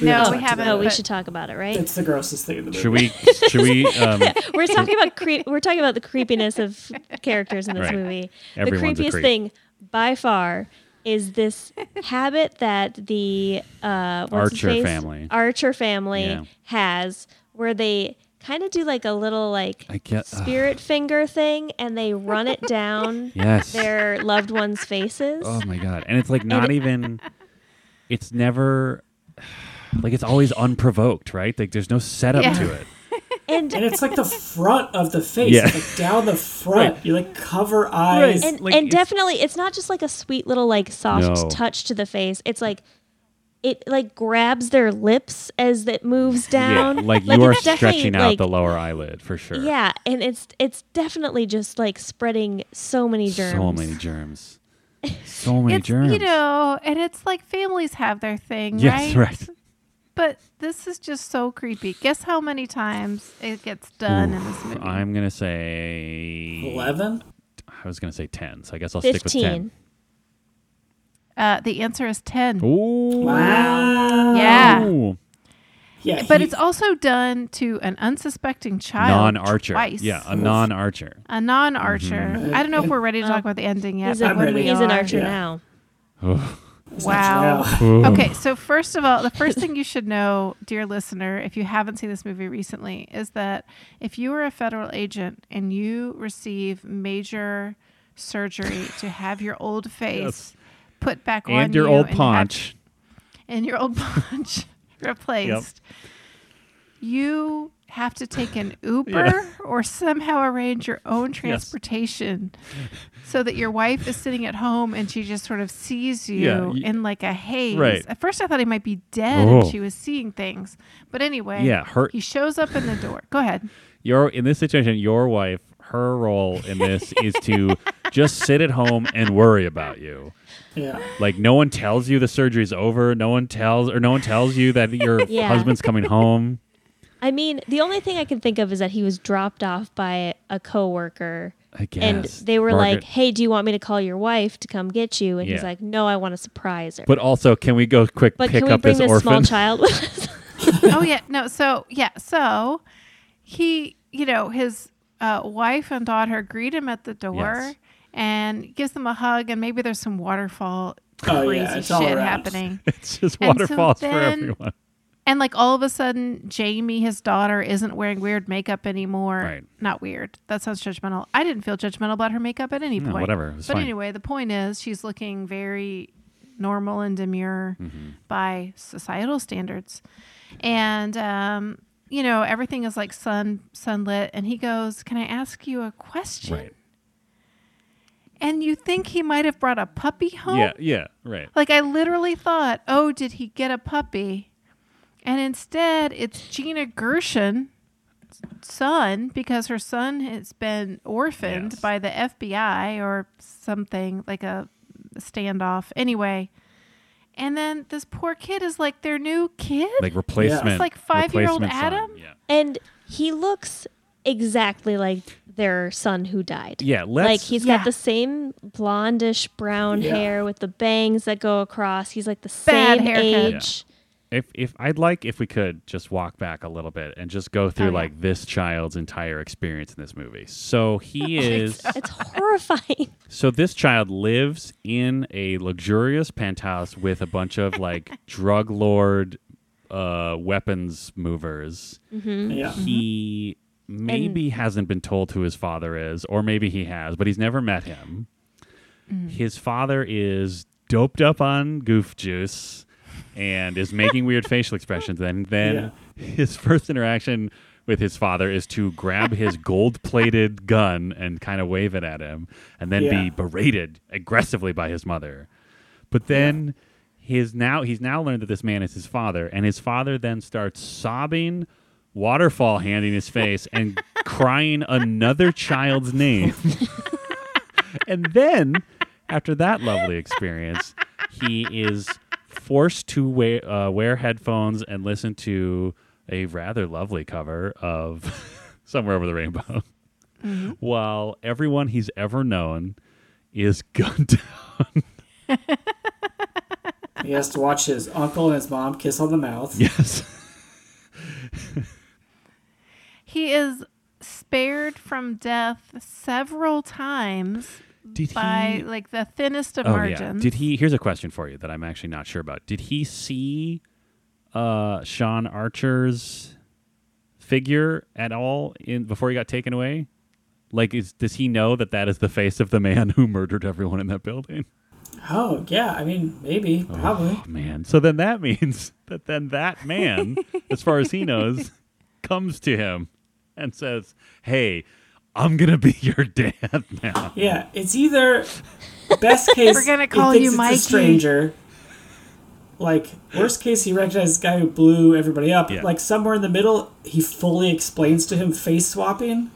We
no,
haven't
we
talked
haven't.
no, Oh, we
but-
should talk about it, right?
It's the grossest thing in the movie.
Should we? Should we? Um,
we're talking about cre- we're talking about the creepiness of characters in this
Right.
movie.
Everyone's a
the creepiest
creep.
thing by far is this habit that the uh, what's his
Archer
face?
family.
Archer family
Yeah.
has, where they kind of do like a little like
I get- uh, ugh.
spirit finger thing, and they run it down
yes.
their loved ones' faces.
Oh my god! And it's like not even. It's never. Like it's always unprovoked, right? Like there's no setup
Yeah.
to it.
And
And it's like the front of the face,
Yeah.
like down the front. You like cover eyes.
and,
like,
and
it's-
definitely it's not just like a sweet little like soft
No.
touch to the face it's like it like grabs their lips as it moves down
Yeah, like you are
it's definitely,
stretching out
like-
the lower eyelid for sure.
yeah and it's it's definitely just like spreading so many germs
So many germs. So many
it's,
germs.
You know, and it's like families have their thing,
yes, right.
right? but this is just so creepy. Guess how many times it gets done in this movie?
I'm gonna say
Eleven.
I was gonna say ten, so I guess I'll stick with ten.
Fifteen.
Uh, the answer is 10.
Ooh.
Wow.
Yeah.
Yeah,
But
he-
it's also done to an unsuspecting child.
Non-archer.
Twice.
Yeah, a non-archer.
A non archer.
Mm-hmm.
I don't know if we're ready to talk about the ending yet.
Uh, He's,
but
a,
I'm
when
ready.
we
he's an
are-
archer
Yeah.
now.
Wow.
Wow.
Okay, so first of all, the first thing you should know, dear listener, if you haven't seen this movie recently, is that if you are a federal agent and you receive major surgery to have your old face
Yes.
put back on
And your
you
old
and have-
paunch.
and your old punch replaced, you have to take an Uber or somehow arrange your own transportation so that your wife is sitting at home and she just sort of sees you
Yeah, y-
in like a haze.
Right.
At first, I thought he might be dead
Oh.
and she was seeing things. But anyway,
Yeah, her-
he shows up in the door. Go ahead.
Your in this situation, your wife, her role in this is to just sit at home and worry about you.
Yeah.
Like no one tells you the surgery's over. No one tells or no one tells you that your
Yeah.
husband's coming home.
I mean, the only thing I can think of is that he was dropped off by a coworker,
I guess.
and they were like,
Margaret-
"Hey, do you want me to call your wife to come get you?" And he's
Yeah.
like, "No, I want to surprise her."
But also, can we go quick
But
pick
can we
up
bring
this,
this, small
orphan?
child with us?
oh yeah no so yeah so he you know his uh, wife and daughter greet him at the door
Yes.
and gives them a hug and maybe there's some waterfall
Oh,
crazy
yeah, it's all
shit
around.
happening
it's just
And so
waterfalls for
then-
everyone.
and like all of a sudden jamie his daughter isn't wearing weird makeup anymore
Right.
not weird that sounds judgmental i didn't feel judgmental about her makeup at any
No,
point
whatever. It was
but
fine.
anyway the point is she's looking very normal and demure
Mm-hmm.
by societal standards and um, you know everything is like sun sunlit and he goes can i ask you a question
Right.
and you think he might have brought a puppy home
Yeah. Yeah. Right.
like I literally thought, oh, did he get a puppy? And instead, it's Gina Gershon's son because her son has been orphaned
Yes.
by the FBI or something like a standoff. Anyway, and then this poor kid is like their new kid.
Like replacement.
It's like five-year-old
replacement son.
Adam?
Yeah.
and he looks exactly like their son who died.
Yeah. Let's.
Like he's
Yeah.
got the same blondish brown
Yeah.
hair with the bangs that go across. He's like the
Bad
same
haircut. Yeah.
age.
If if I'd like if we could just walk back a little bit and just go through
yeah.
like this child's entire experience in this movie. So he is
It's horrifying.
so this child lives in a luxurious penthouse with a bunch of like drug lord uh weapons movers.
Mm-hmm.
Yeah.
He maybe hasn't been told who his father is or maybe he has, but he's never met him. His father is doped up on goof juice and is making weird facial expressions and then
Yeah.
his first interaction with his father is to grab his gold plated gun and kind of wave it at him and then
Yeah.
be berated aggressively by his mother but then his now he's now learned that this man is his father and his father then starts sobbing waterfall hand in his face and crying another child's name and then after that lovely experience, he is forced to wear, uh, wear headphones and listen to a rather lovely cover of Somewhere Over the Rainbow, while everyone he's ever known is gunned down.
He has to watch his uncle and his mom kiss on the mouth.
Yes.
He is spared from death several times
Did
by
he?
like the thinnest of
Oh yeah.
margins.
Did he? Here's a question for you that I'm actually not sure about. Did he see uh, Sean Archer's figure at all in before he got taken away? Like, is does he know that that is the face of the man who murdered everyone in that building?
Oh, yeah. I mean, maybe, probably.
Oh man. So then that means that then that man, as far as he knows, comes to him and says, "Hey, I'm gonna be your dad now."
Yeah. It's either best case.
We're gonna
he
call
thinks
you
it's
Mikey.
A stranger. Like worst case, he recognizes the guy who blew everybody up.
Yeah.
Like somewhere in the middle, he fully explains to him face swapping.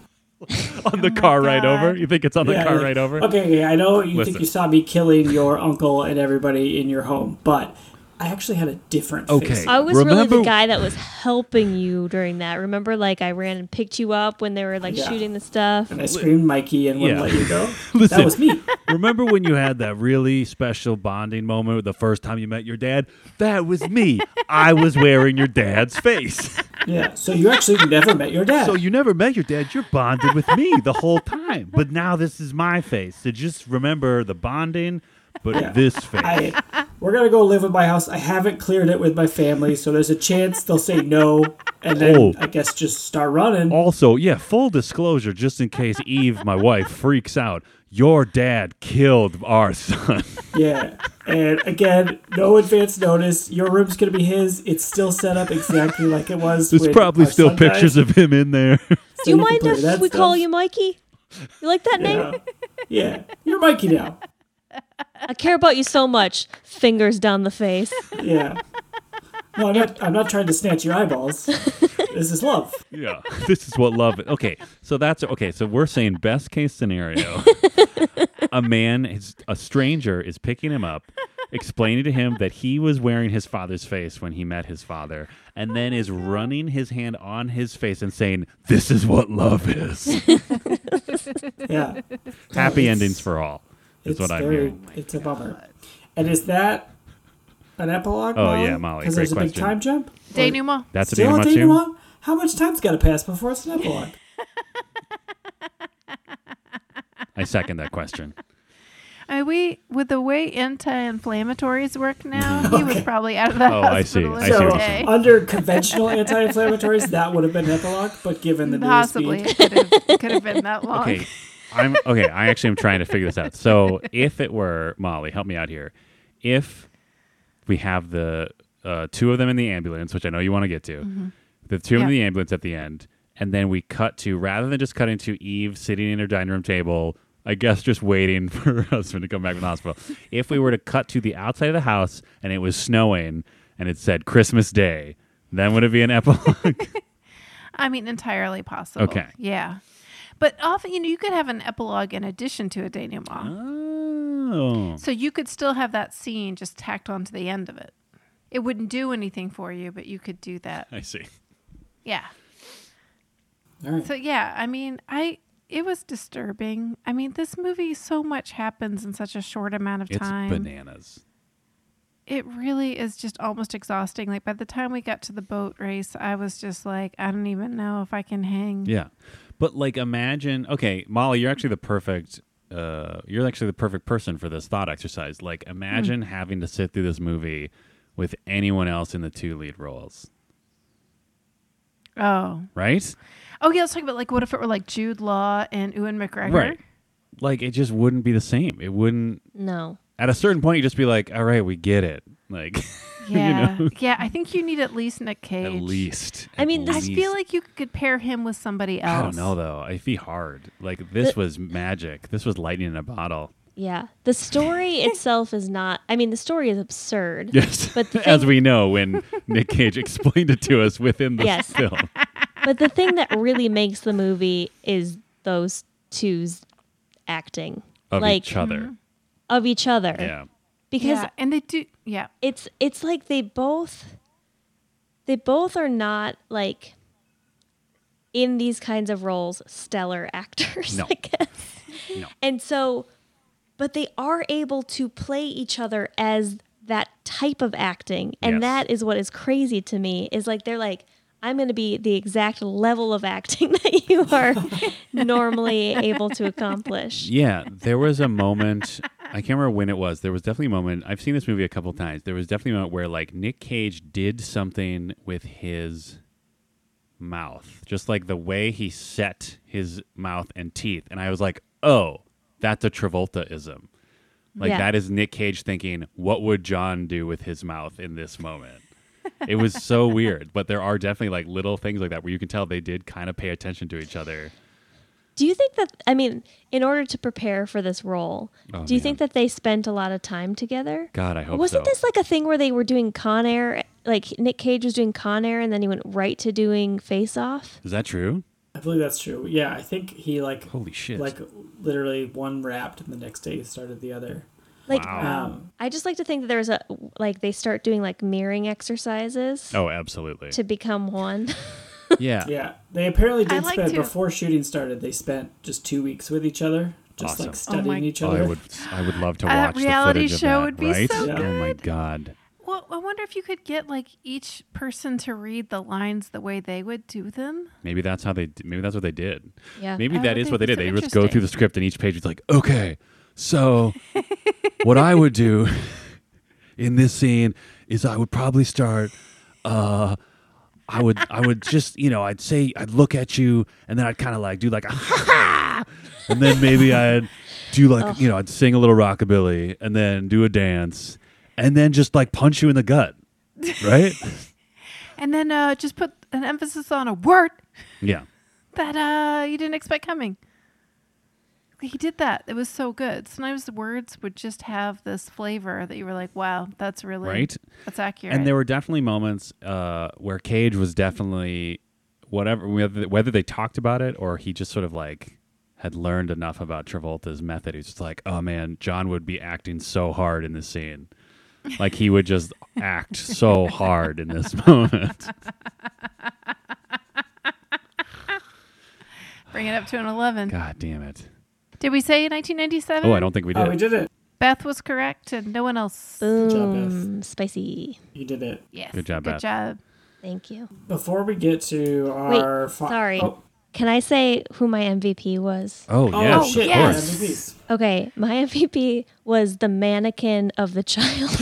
on the car ride
God.
over. You think it's on the
Oh Yeah,
car
like,
ride over?
Okay, yeah, I know you
Listen.
think you saw me killing your uncle and everybody in your home, but I actually had a different
Okay.
face.
I was really
Remember-
the guy that was helping you during that. Remember, like I ran and picked you up when they were like
Yeah.
shooting the stuff.
And I screamed Mikey and wouldn't
Uh, Yeah.
let you go.
Listen.
That was me.
Remember when you had that really special bonding moment the first time you met your dad? That was me. I was wearing your dad's face.
Yeah. So you actually never met your dad.
So you never met your dad. You're bonded with me the whole time. But now this is my face. So just remember the bonding, but
Yeah.
this face.
I, we're gonna go live in my house. I haven't cleared it with my family, so there's a chance they'll say no, and then
Oh.
I guess just start running.
also, yeah, full disclosure, just in case Eve, my wife, freaks out, your dad killed our son.
Yeah. And again, no advance notice. Your room's gonna be his. It's still set up exactly like it was.
There's
when
probably
our
still
son died,
pictures of him in there.
so
Do you
can
mind
play
if
with that
we
stuff.
call you Mikey? You like that name?
Yeah. yeah. You're Mikey now.
I care about you so much. Fingers down the face.
Yeah. No, I'm not. I'm not trying to snatch your eyeballs. This is love.
yeah. This is what love is. Okay. So that's okay. So we're saying best case scenario. a man is a stranger is picking him up, explaining to him that he was wearing his father's face when he met his father, and then is running his hand on his face and saying, This is what love is.
Yeah.
Happy
It's-
endings for all. Is
It's
what I'm
very-
hearing.
It's a bummer. Oh And is that an epilogue?
Oh, yeah, Molly,
Because
great
there's a big
question.
time jump.
Denouement.
That's a
Still a
denouement too?
denouement? How much time's got to pass before it's an epilogue?
I second that question.
Are we with the way anti-inflammatories work now? He was probably out of the
Mm-hmm. Oh, I see.
hospital
I
in a
see what
So
you're
day.
saying.
under conventional anti-inflammatories, that would have been an epilogue. But given the news
Possibly
speed,
it could have, could have been that long.
Okay. I'm okay, I actually am trying to figure this out. So if it were Molly, help me out here. If we have the uh, two of them in the ambulance, which I know you want to get to, the two
Yeah.
in the ambulance at the end, and then we cut to rather than just cutting to Eve sitting in her dining room table, I guess just waiting for her husband to come back from the hospital. if we were to cut to the outside of the house and it was snowing and it said Christmas Day, then would it be an epilogue?
I mean, entirely possible.
Okay.
Yeah. But often, you know, you could have an epilogue in addition to a denouement.
oh.
So you could still have that scene just tacked onto the end of it. It wouldn't do anything for you, but you could do that.
I see.
Yeah.
all right.
So yeah, I mean, I it was disturbing. I mean, this movie so much happens in such a short amount of
It's
time.
bananas.
It really is just almost exhausting. Like by the time we got to the boat race, I was just like, I don't even know if I can hang.
Yeah. But like imagine okay, Molly, you're actually the perfect uh you're actually the perfect person for this thought exercise. Like imagine
Hmm.
having to sit through this movie with anyone else in the two lead roles,
Oh.
right?
Oh yeah, let's talk about like what if it were like Jude Law and Ewan McGregor?
Right. Like it just wouldn't be the same. It wouldn't
No.
at a certain point you just be like, "All right, we get it." Like
Yeah. Yeah, I think you need at least Nick Cage.
at least.
I
at
mean, this-
I feel
least.
like you could pair him with somebody else.
I don't know though. I'd be hard. Like this
The-
was magic. This was lightning in a bottle.
Yeah. The story itself is not. I mean, the story is absurd.
Yes.
But the
as
thing-
we know when Nick Cage explained it to us within the
Yes.
film.
But the thing that really makes the movie is those two's acting,
of
like mm-hmm.
each other.
of each other.
Yeah.
Because
yeah, and they do. Yeah,
it's it's like they both they both are not like in these kinds of roles stellar actors
No.
i guess
No.
and so but they are able to play each other as that type of acting
Yes.
and that is what is crazy to me is like they're like i'm going to be the exact level of acting that you are normally able to accomplish
Yeah. There was a moment, I can't remember when it was. There was definitely a moment, I've seen this movie a couple times. There was definitely a moment where, like, Nick Cage did something with his mouth, just like the way he set his mouth and teeth. And I was like, oh, that's a Travoltaism. Like,
Yeah.
that is Nick Cage thinking, what would John do with his mouth in this moment? it was so weird, but there are definitely like little things like that where you can tell they did kind of pay attention to each other.
Do you think that I mean, in order to prepare for this role,
Oh,
do you
man.
think that they spent a lot of time together?
God, I hope
Wasn't
so.
this like a thing where they were doing Con Air, like Nick Cage was doing Con Air, and then he went right to doing Face Off?
Is that true?
I believe that's true. Yeah, I think he like
Holy shit.
like literally one wrapped, and the next day he started the other.
Like
Wow.
Um,
I just like to think that there's a like they start doing like mirroring exercises
Oh, absolutely.
to become one.
Yeah.
yeah, they apparently
I
did
like
spend
to-
before shooting started. They spent just two weeks with each other, just
Awesome.
like
Oh
studying
my-
each
I
other.
would. I would love to
A
watch
reality
the footage
show
of that,
would be
right?
so
Oh my
good.
god.
Well, I wonder if you could get like each person to read the lines the way they would do them.
Maybe that's how they. d- Maybe that's what they did.
Yeah.
Oh,
Maybe that
that
is
would
what they
be
did.
so
They just go through
interesting.
the script and each page is like, okay, so what I would do in this scene is I would probably start. Uh, I would. I would just you know I'd say I'd look at you and then I'd kind of like do like a ha ha, and then maybe I'd do like you know I'd sing a little rockabilly and then do a dance and then just like punch you in the gut, right?
And then uh, just put an emphasis on a word
yeah.
that uh, you didn't expect coming. He did that. It was so good. Sometimes the words would just have this flavor that you were like, wow, that's really
Right?
That's accurate.
And there were definitely moments uh, where Cage was definitely whatever whether, whether they talked about it or he just sort of like had learned enough about Travolta's method. He's just like, oh man, John would be acting so hard in this scene. Like he would just act so hard in this moment.
Bring it up to an 11.
God damn it.
Did we say 1997?
Oh, I don't think we did.
oh, we did it.
Beth was correct and no one else.
Boom.
job,
Spicy.
You did it.
Yes.
Good job,
Good
Beth.
job.
Thank you.
Before we get to our
Wait,
fi-
sorry.
Oh,
Can I say who my MVP was?
Oh,
oh,
yes,
shit!
of
yeah,
yes.
course.
MVPs.
Okay, my MVP was the mannequin of the child.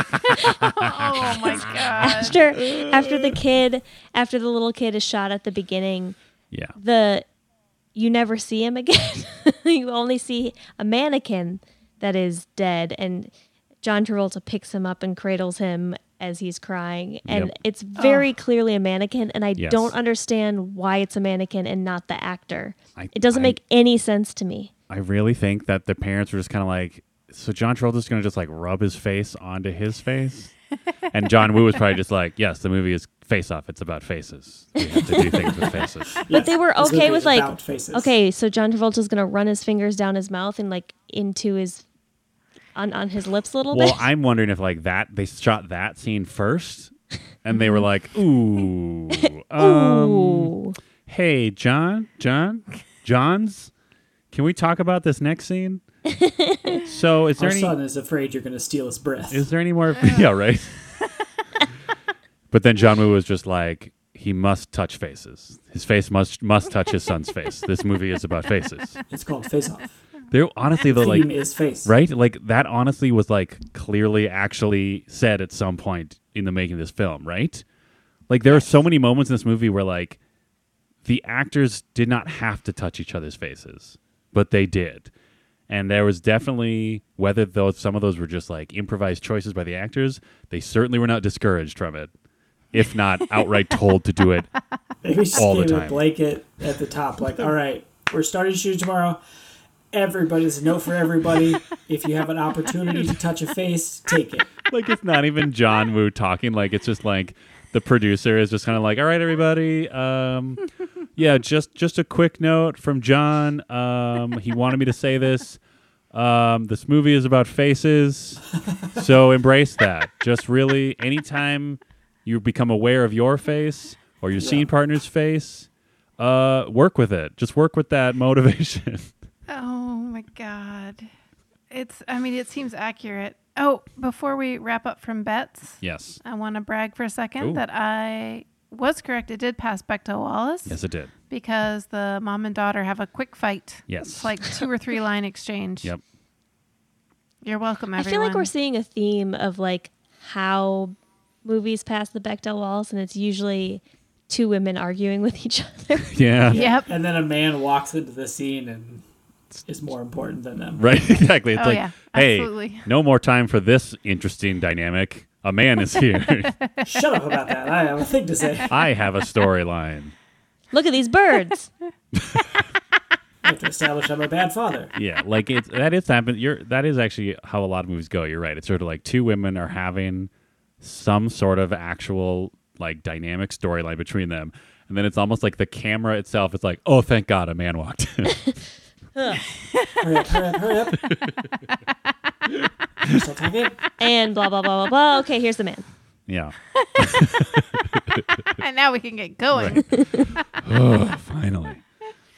Oh my god.
after after the kid, after the little kid is shot at the beginning,
Yeah.
the you never see him again. you only see a mannequin that is dead, and John Travolta picks him up and cradles him as he's crying, and
Yep.
it's very clearly a mannequin. And I
Yes.
don't understand why it's a mannequin and not the actor.
I-
it doesn't
I-
make any sense to me.
I really think that the parents were just kind of like, so John Travolta's going to just like rub his face onto his face, and John Woo was probably just like, yes, the movie is Face Off. It's about faces. We have to do things with faces.
But they were
This movie
okay with
is
like
about faces.
okay, so John Travolta's gonna run his fingers down his mouth and like into his on on his lips a little
Well,
bit.
I'm wondering if like that they shot that scene first, and they were like, ooh, um,
Ooh.
hey, John, John, Johns, can we talk about this next scene? So is there
Our
any
son is afraid you're going to steal his breath.
Is there any more? yeah, right. but then John Woo was just like, he must touch faces. His face must must touch his son's face. This movie is about faces.
It's called Face Off.
There, honestly, though,
Theme
like,
is face.
right, like that. Honestly, was like clearly actually said at some point in the making of this film, right? Like, there are so many moments in this movie where like the actors did not have to touch each other's faces, but they did. And there was definitely whether those some of those were just like improvised choices by the actors, they certainly were not discouraged from it. If not outright told to do it.
Maybe just
All the
gave a
time.
blanket at the top. Like, all right, we're starting shooting tomorrow. Everybody's a no for everybody. If you have an opportunity to touch a face, take it.
Like it's not even John Woo talking, like it's just like the producer is just kind of like, "All right, everybody, um, yeah, just just a quick note from John. Um, he wanted me to say this. Um, this movie is about faces, so embrace that. Just really, anytime you become aware of your face or your scene partner's face, uh, work with it. Just work with that motivation.
Oh my god. It's I mean it seems accurate. Oh, before we wrap up from bets,
yes,
I want to brag for a second
Ooh.
that I was correct. It did pass back to Wallace
yes, it did.
because the mom and daughter have a quick fight.
Yes.
It's like two or three line exchange.
Yep.
You're welcome,
I
everyone.
feel like we're seeing a theme of like how movies pass the Bechdel walls, and it's usually two women arguing with each other.
Yeah.
Yep.
And then a man walks into the scene and is more important than them.
Right, exactly. It's
Oh,
like,
yeah.
hey,
Absolutely.
no more time for this interesting dynamic. A man is here.
Shut up about that. I have a thing to say.
I have a storyline.
Look at these birds.
I have to establish I'm a bad father.
Yeah, like it's that is happen. You're that is actually how a lot of movies go. You're right. It's sort of like two women are having some sort of actual like dynamic storyline between them, and then it's almost like the camera itself is like, oh, thank God, a man walked. in."
Hurry up, hurry up, hurry up. We're still talking.
and blah blah blah blah blah. Okay, here's the man.
Yeah.
and now we can get going.
oh, finally.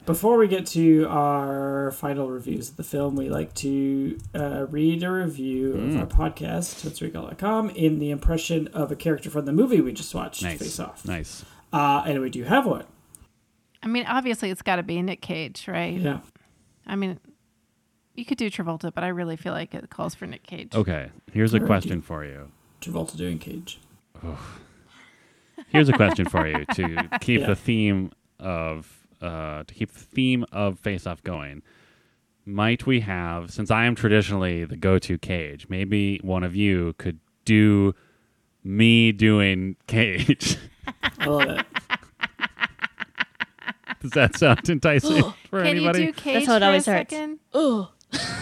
Before we get to our final reviews of the film, we like to uh, read a review
Mm.
of our podcast, totsrecall.com, in the impression of a character from the movie we just watched,
Nice.
Face Off.
Nice.
Uh, and we do have one.
I mean, obviously, it's got to be Nick Cage, right?
Yeah.
I mean, you could do Travolta, but I really feel like it calls for Nick Cage.
Okay. Here's a question for you.
Travolta doing Cage.
Here's a question for you to keep
Yeah.
the theme of uh, to keep the theme of Face Off going. Might we have, since I am traditionally the go-to Cage, maybe one of you could do me doing Cage.
I love it.
Does that sound enticing for
Can
anybody?
you do Cage
how it
for
always
a
hurts.
second?
Oh,
yeah,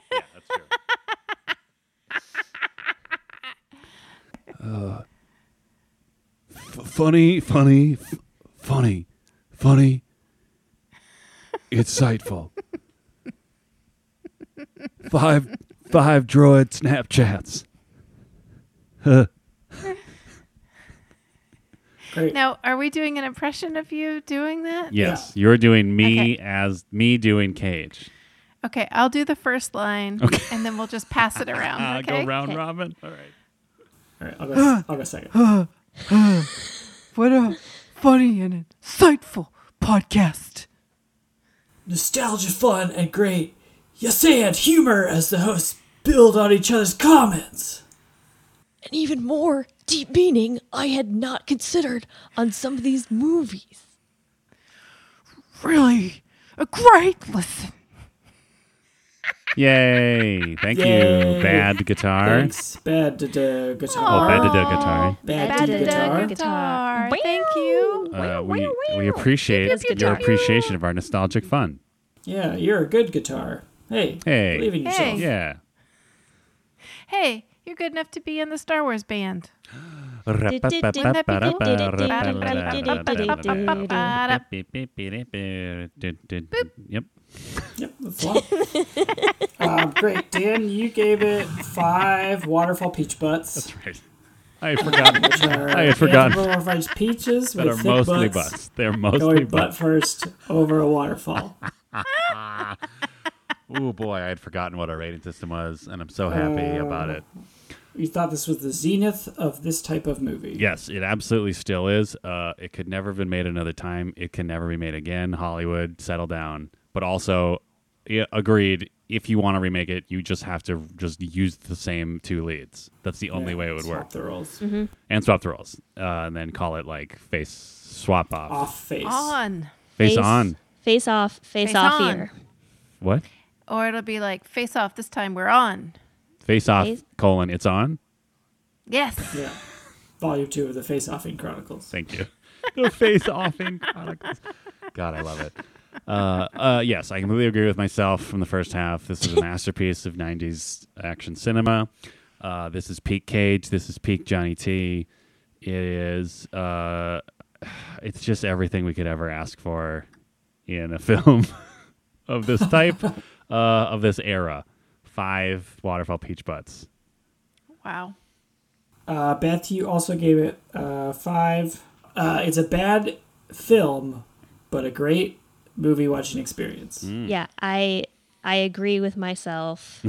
that's true. f- funny, funny, f- funny, funny. Insightful. five, five droid Snapchats.
Great.
Now, are we doing an impression of you doing that?
Yes, you're doing me as me doing Cage.
Okay, I'll do the first line,
Okay.
and then we'll just pass it around.
Uh,
Okay?
Go round
Okay.
robin. All right.
All right, I'll go, I'll go second.
What a funny and insightful podcast.
nostalgia fun and great. You and humor as the hosts build on each other's comments.
and even more deep meaning I had not considered on some of these movies.
Really a great listen.
Yay! Thank you,
Yay.
bad guitar.
Thanks. Bad to the
Oh,
guitar.
bad guitar.
Bad
Bad
to the
guitar.
guitar.
guitar. Thank you.
Uh, we, we appreciate
That's good
your
job.
appreciation of our nostalgic fun.
Yeah, you're a good guitar. Hey.
Hey.
Believe in
Hey.
yourself.
Yeah.
Hey, you're good enough to be in the Star Wars band.
Yep.
Yep, that's a lot. um, great. Dan, you gave it five waterfall peach butts.
Right. I had forgotten.
which are
I had forgotten.
anthropomorphized peaches
That
with
are
thick
mostly
butts.
butts. They're
Going
mostly
butt
butts.
first over a waterfall.
Oh boy, I had forgotten what our rating system was, and I'm so happy about it.
You thought this was the zenith of this type of movie.
Yes, it absolutely still is. Uh, it could never have been made another time. It can never be made again. Hollywood, settle down. But also, yeah, agreed. If you want to remake it, you just have to just use the same two leads. That's the only way it would
Swap
work.
the roles.
and swap the roles, uh, and then call it like face swap off,
Off face.
On.
face, on.
Face off. Face,
Face
off
on.
here.
What?
Or it'll be like, face off, this time we're on.
Face off
Face-
colon. It's on.
Yes.
Yeah. Volume two of the Face Off in Chronicles.
Thank you. the face off in Chronicles. God, I love it. Uh, uh, yes, I completely agree with myself from the first half. This is a masterpiece of 90s action cinema. Uh, this is peak Cage. This is peak Johnny T. It is, uh, it's just everything we could ever ask for in a film of this type, uh, of this era. Five waterfall peach butts.
Wow.
Uh, Beth, you also gave it uh, five. Uh, it's a bad film, but a great movie watching experience.
Mm.
Yeah, I I agree with myself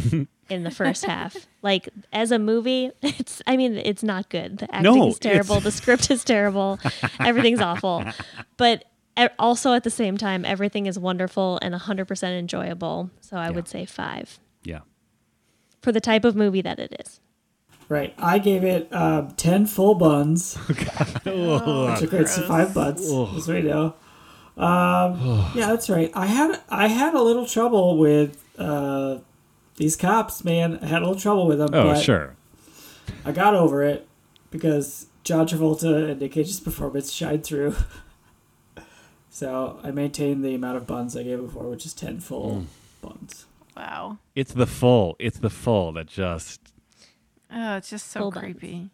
in the first half. Like as a movie, it's I mean, it's not good. The acting
No,
is terrible,
it's-
the script is terrible, everything's awful. But e- also at the same time, everything is wonderful and 100% enjoyable. So I would say 5
Yeah.
for the type of movie that it is.
Right. I gave it um, 10 full buns. Which equates to five butts, as we know. Um, yeah, that's right. I had I had a little trouble with uh, these cops, man. I had a little trouble with them.
Oh,
but
sure.
I got over it because John Travolta and Nick Cage's performance shined through. so I maintained the amount of buns I gave before, which is ten full buns.
Wow.
It's the full. It's the full that just
Oh, it's just so
Full buns.
creepy.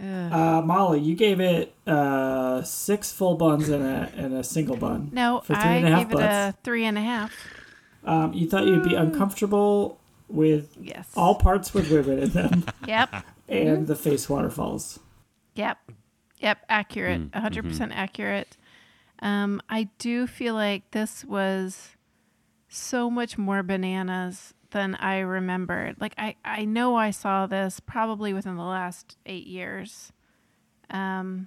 Uh, Molly, you gave it uh, six full buns and a and a single bun.
No,
for three
I
and a half
gave it a three and a half.
Um, you thought you'd be uncomfortable with
Yes.
all parts with women in them
Yep.
and the face waterfalls.
Yep. Yep.
Mm,
Accurate. 100% percent
mm-hmm.
accurate. Um, I do feel like this was so much more bananas than I remembered. Like, I, I know I saw this probably within the last eight years. Um,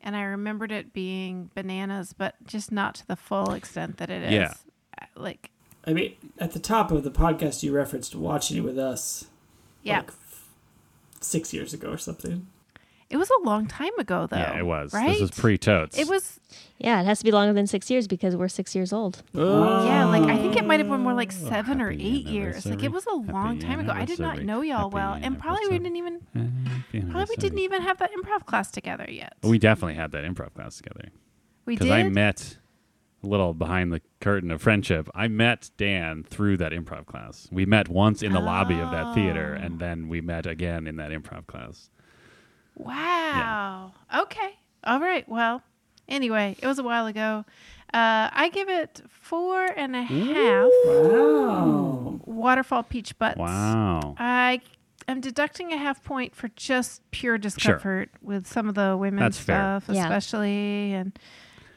and I remembered it being bananas, but just not to the full extent that it is. Uh,
Yeah.
Like,
I mean, at the top of the podcast, you referenced watching it with us
yeah.
like f- six years ago or something.
it was a long time ago, though.
Yeah, it was.
Right?
This is pre totes.
It was
Yeah, it has to be longer than six years because we're six years old.
Uh,
Yeah, like I think it might have been more like seven or
Oh, happy
eight years. Like
anniversary.
it was a
Happy
long time ago. I did not
anniversary.
know y'all
Happy
well, and probably we
anniversary.
didn't even
Probably
probably didn't even have that improv class together yet.
We definitely had that improv class together.
We
Because
did.
I met a little behind the curtain of friendship. I met Dan through that improv class. We met once in the lobby of that theater,
Oh.
and then we met again in that improv class.
wow. Okay. All right. Well. Anyway, it was a while ago. Uh, I give it four and a half
Wow.
waterfall peach butts.
Wow.
I am deducting a half point for just pure discomfort with some of the women's
That's fair.
stuff,
Yeah.
especially. And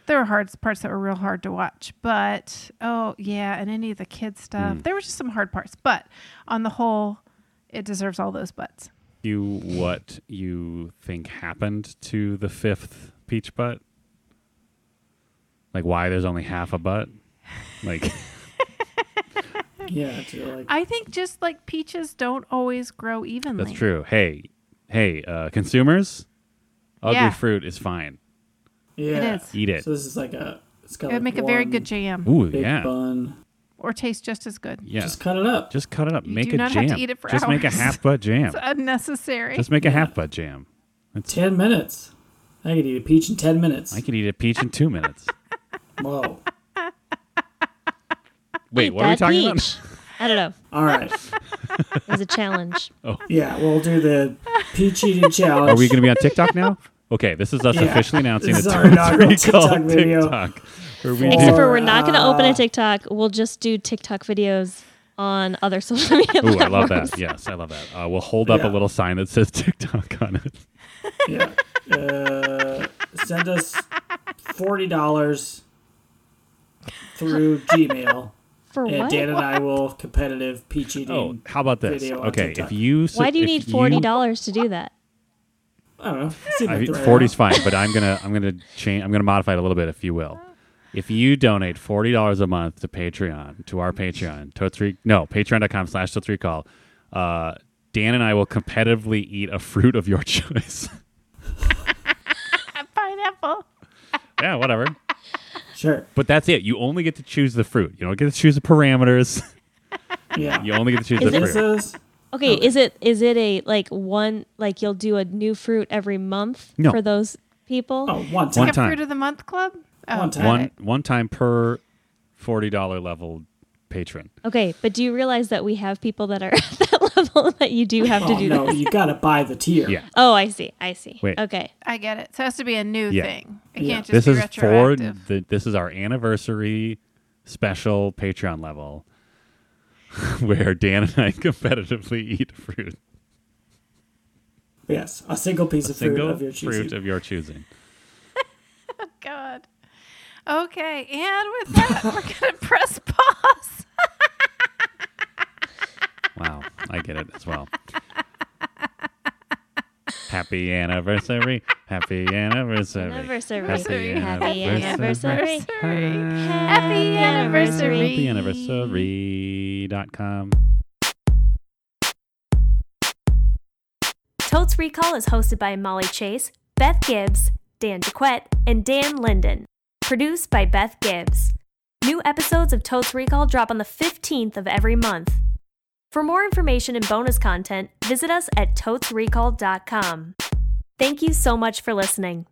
there were hard parts that were real hard to watch. But oh yeah, and any of the kids stuff.
Hmm.
There were just some hard parts. But on the whole, it deserves all those butts.
you what you think happened to the fifth peach butt? Like why there's only half a butt? Like
Yeah, it's really like
I think just like peaches don't always grow evenly.
that's true. Hey, hey, uh, consumers, ugly
Yeah.
fruit is fine.
yeah.
is.
Eat it.
So this is like a. It's got
It would
like
make a very
one
good jam
Ooh,
Big
yeah,
bun.
or taste just as good.
yeah.
Just
Just,
cut it up.
cut it up.
You
make
do
a
not
jam.
have to eat it for
Just make a
hours.
half butt jam.
It's unnecessary.
Just make a half butt jam.
Ten minutes. I could eat a peach in ten minutes.
I could eat a peach in two minutes.
Whoa.
Wait,
Eat
what are we
that
talking
peach. I don't know.
All right.
It was a challenge.
Yeah, we'll do the peach eating challenge.
about? Are we going to be on TikTok now? Okay, this is us
Yeah.
officially announcing
This
the
is our inaugural TikTok
TikTok
video.
TikTok. Where we
Except
do
for we're not going to open a TikTok. We'll just do TikTok videos on other social media
Ooh, I
platforms.
love that. Yes, I love that. Uh, we'll hold up
Yeah.
a little sign that says TikTok on it.
Yeah. Uh, send us forty dollars through Gmail,
For
and
what?
Dan and I will competitive peach eating.
Oh, how about this?
Video on
Okay,
TikTok.
if you su-
Why do you
if
need forty dollars to do that?
I don't know. Seemed
I
like
mean,
the right
Forty's
amount.
fine, but I'm gonna I'm gonna change. I'm gonna modify it a little bit, if you will. If you donate forty dollars a month to Patreon, to our Patreon, totes Re- no patreon.com slash totes recall, uh, Dan and I will competitively eat a fruit of your choice.
Pineapple.
yeah, whatever.
Sure.
But that's it. You only get to choose the fruit. You don't get to choose the parameters.
Yeah.
You only get to choose
Is
the
it-
fruit.
This is
Okay, is it is it a like one like you'll do a new fruit every month
No.
for those people?
oh one
One
time.
Like a
time.
fruit of the month club. Oh,
One
got
time.
one
it.
one time per forty dollar level patron.
Okay, but do you realize that we have people that are at that level that you do have to
Oh
do
no,
that?
you gotta buy the tier.
Yeah.
Oh, I see. I see.
Wait.
Okay.
I get it. So it has to be a new
Yeah.
thing. It
Yeah.
can't just
This
be
is for
retroactive.
the, this is our anniversary special Patreon level where Dan and I competitively eat fruit.
Yes, a single piece
A
of fruit
single
of your choosing.
fruit of your choosing.
God. Okay, and with that, we're gonna press pause.
Wow, I get it as well. Happy anniversary. Happy anniversary.
Anniversary.
Happy
Happy
anniversary.
anniversary.
Happy anniversary.
Happy anniversary. dot com.
Totes Recall is hosted by Molly Chase, Beth Gibbs, Dan DeQuette, and Dan Linden. Produced by Beth Gibbs. New episodes of Totes Recall drop on the 15th of every month. For more information and bonus content, visit us at totesrecall.com. Thank you so much for listening.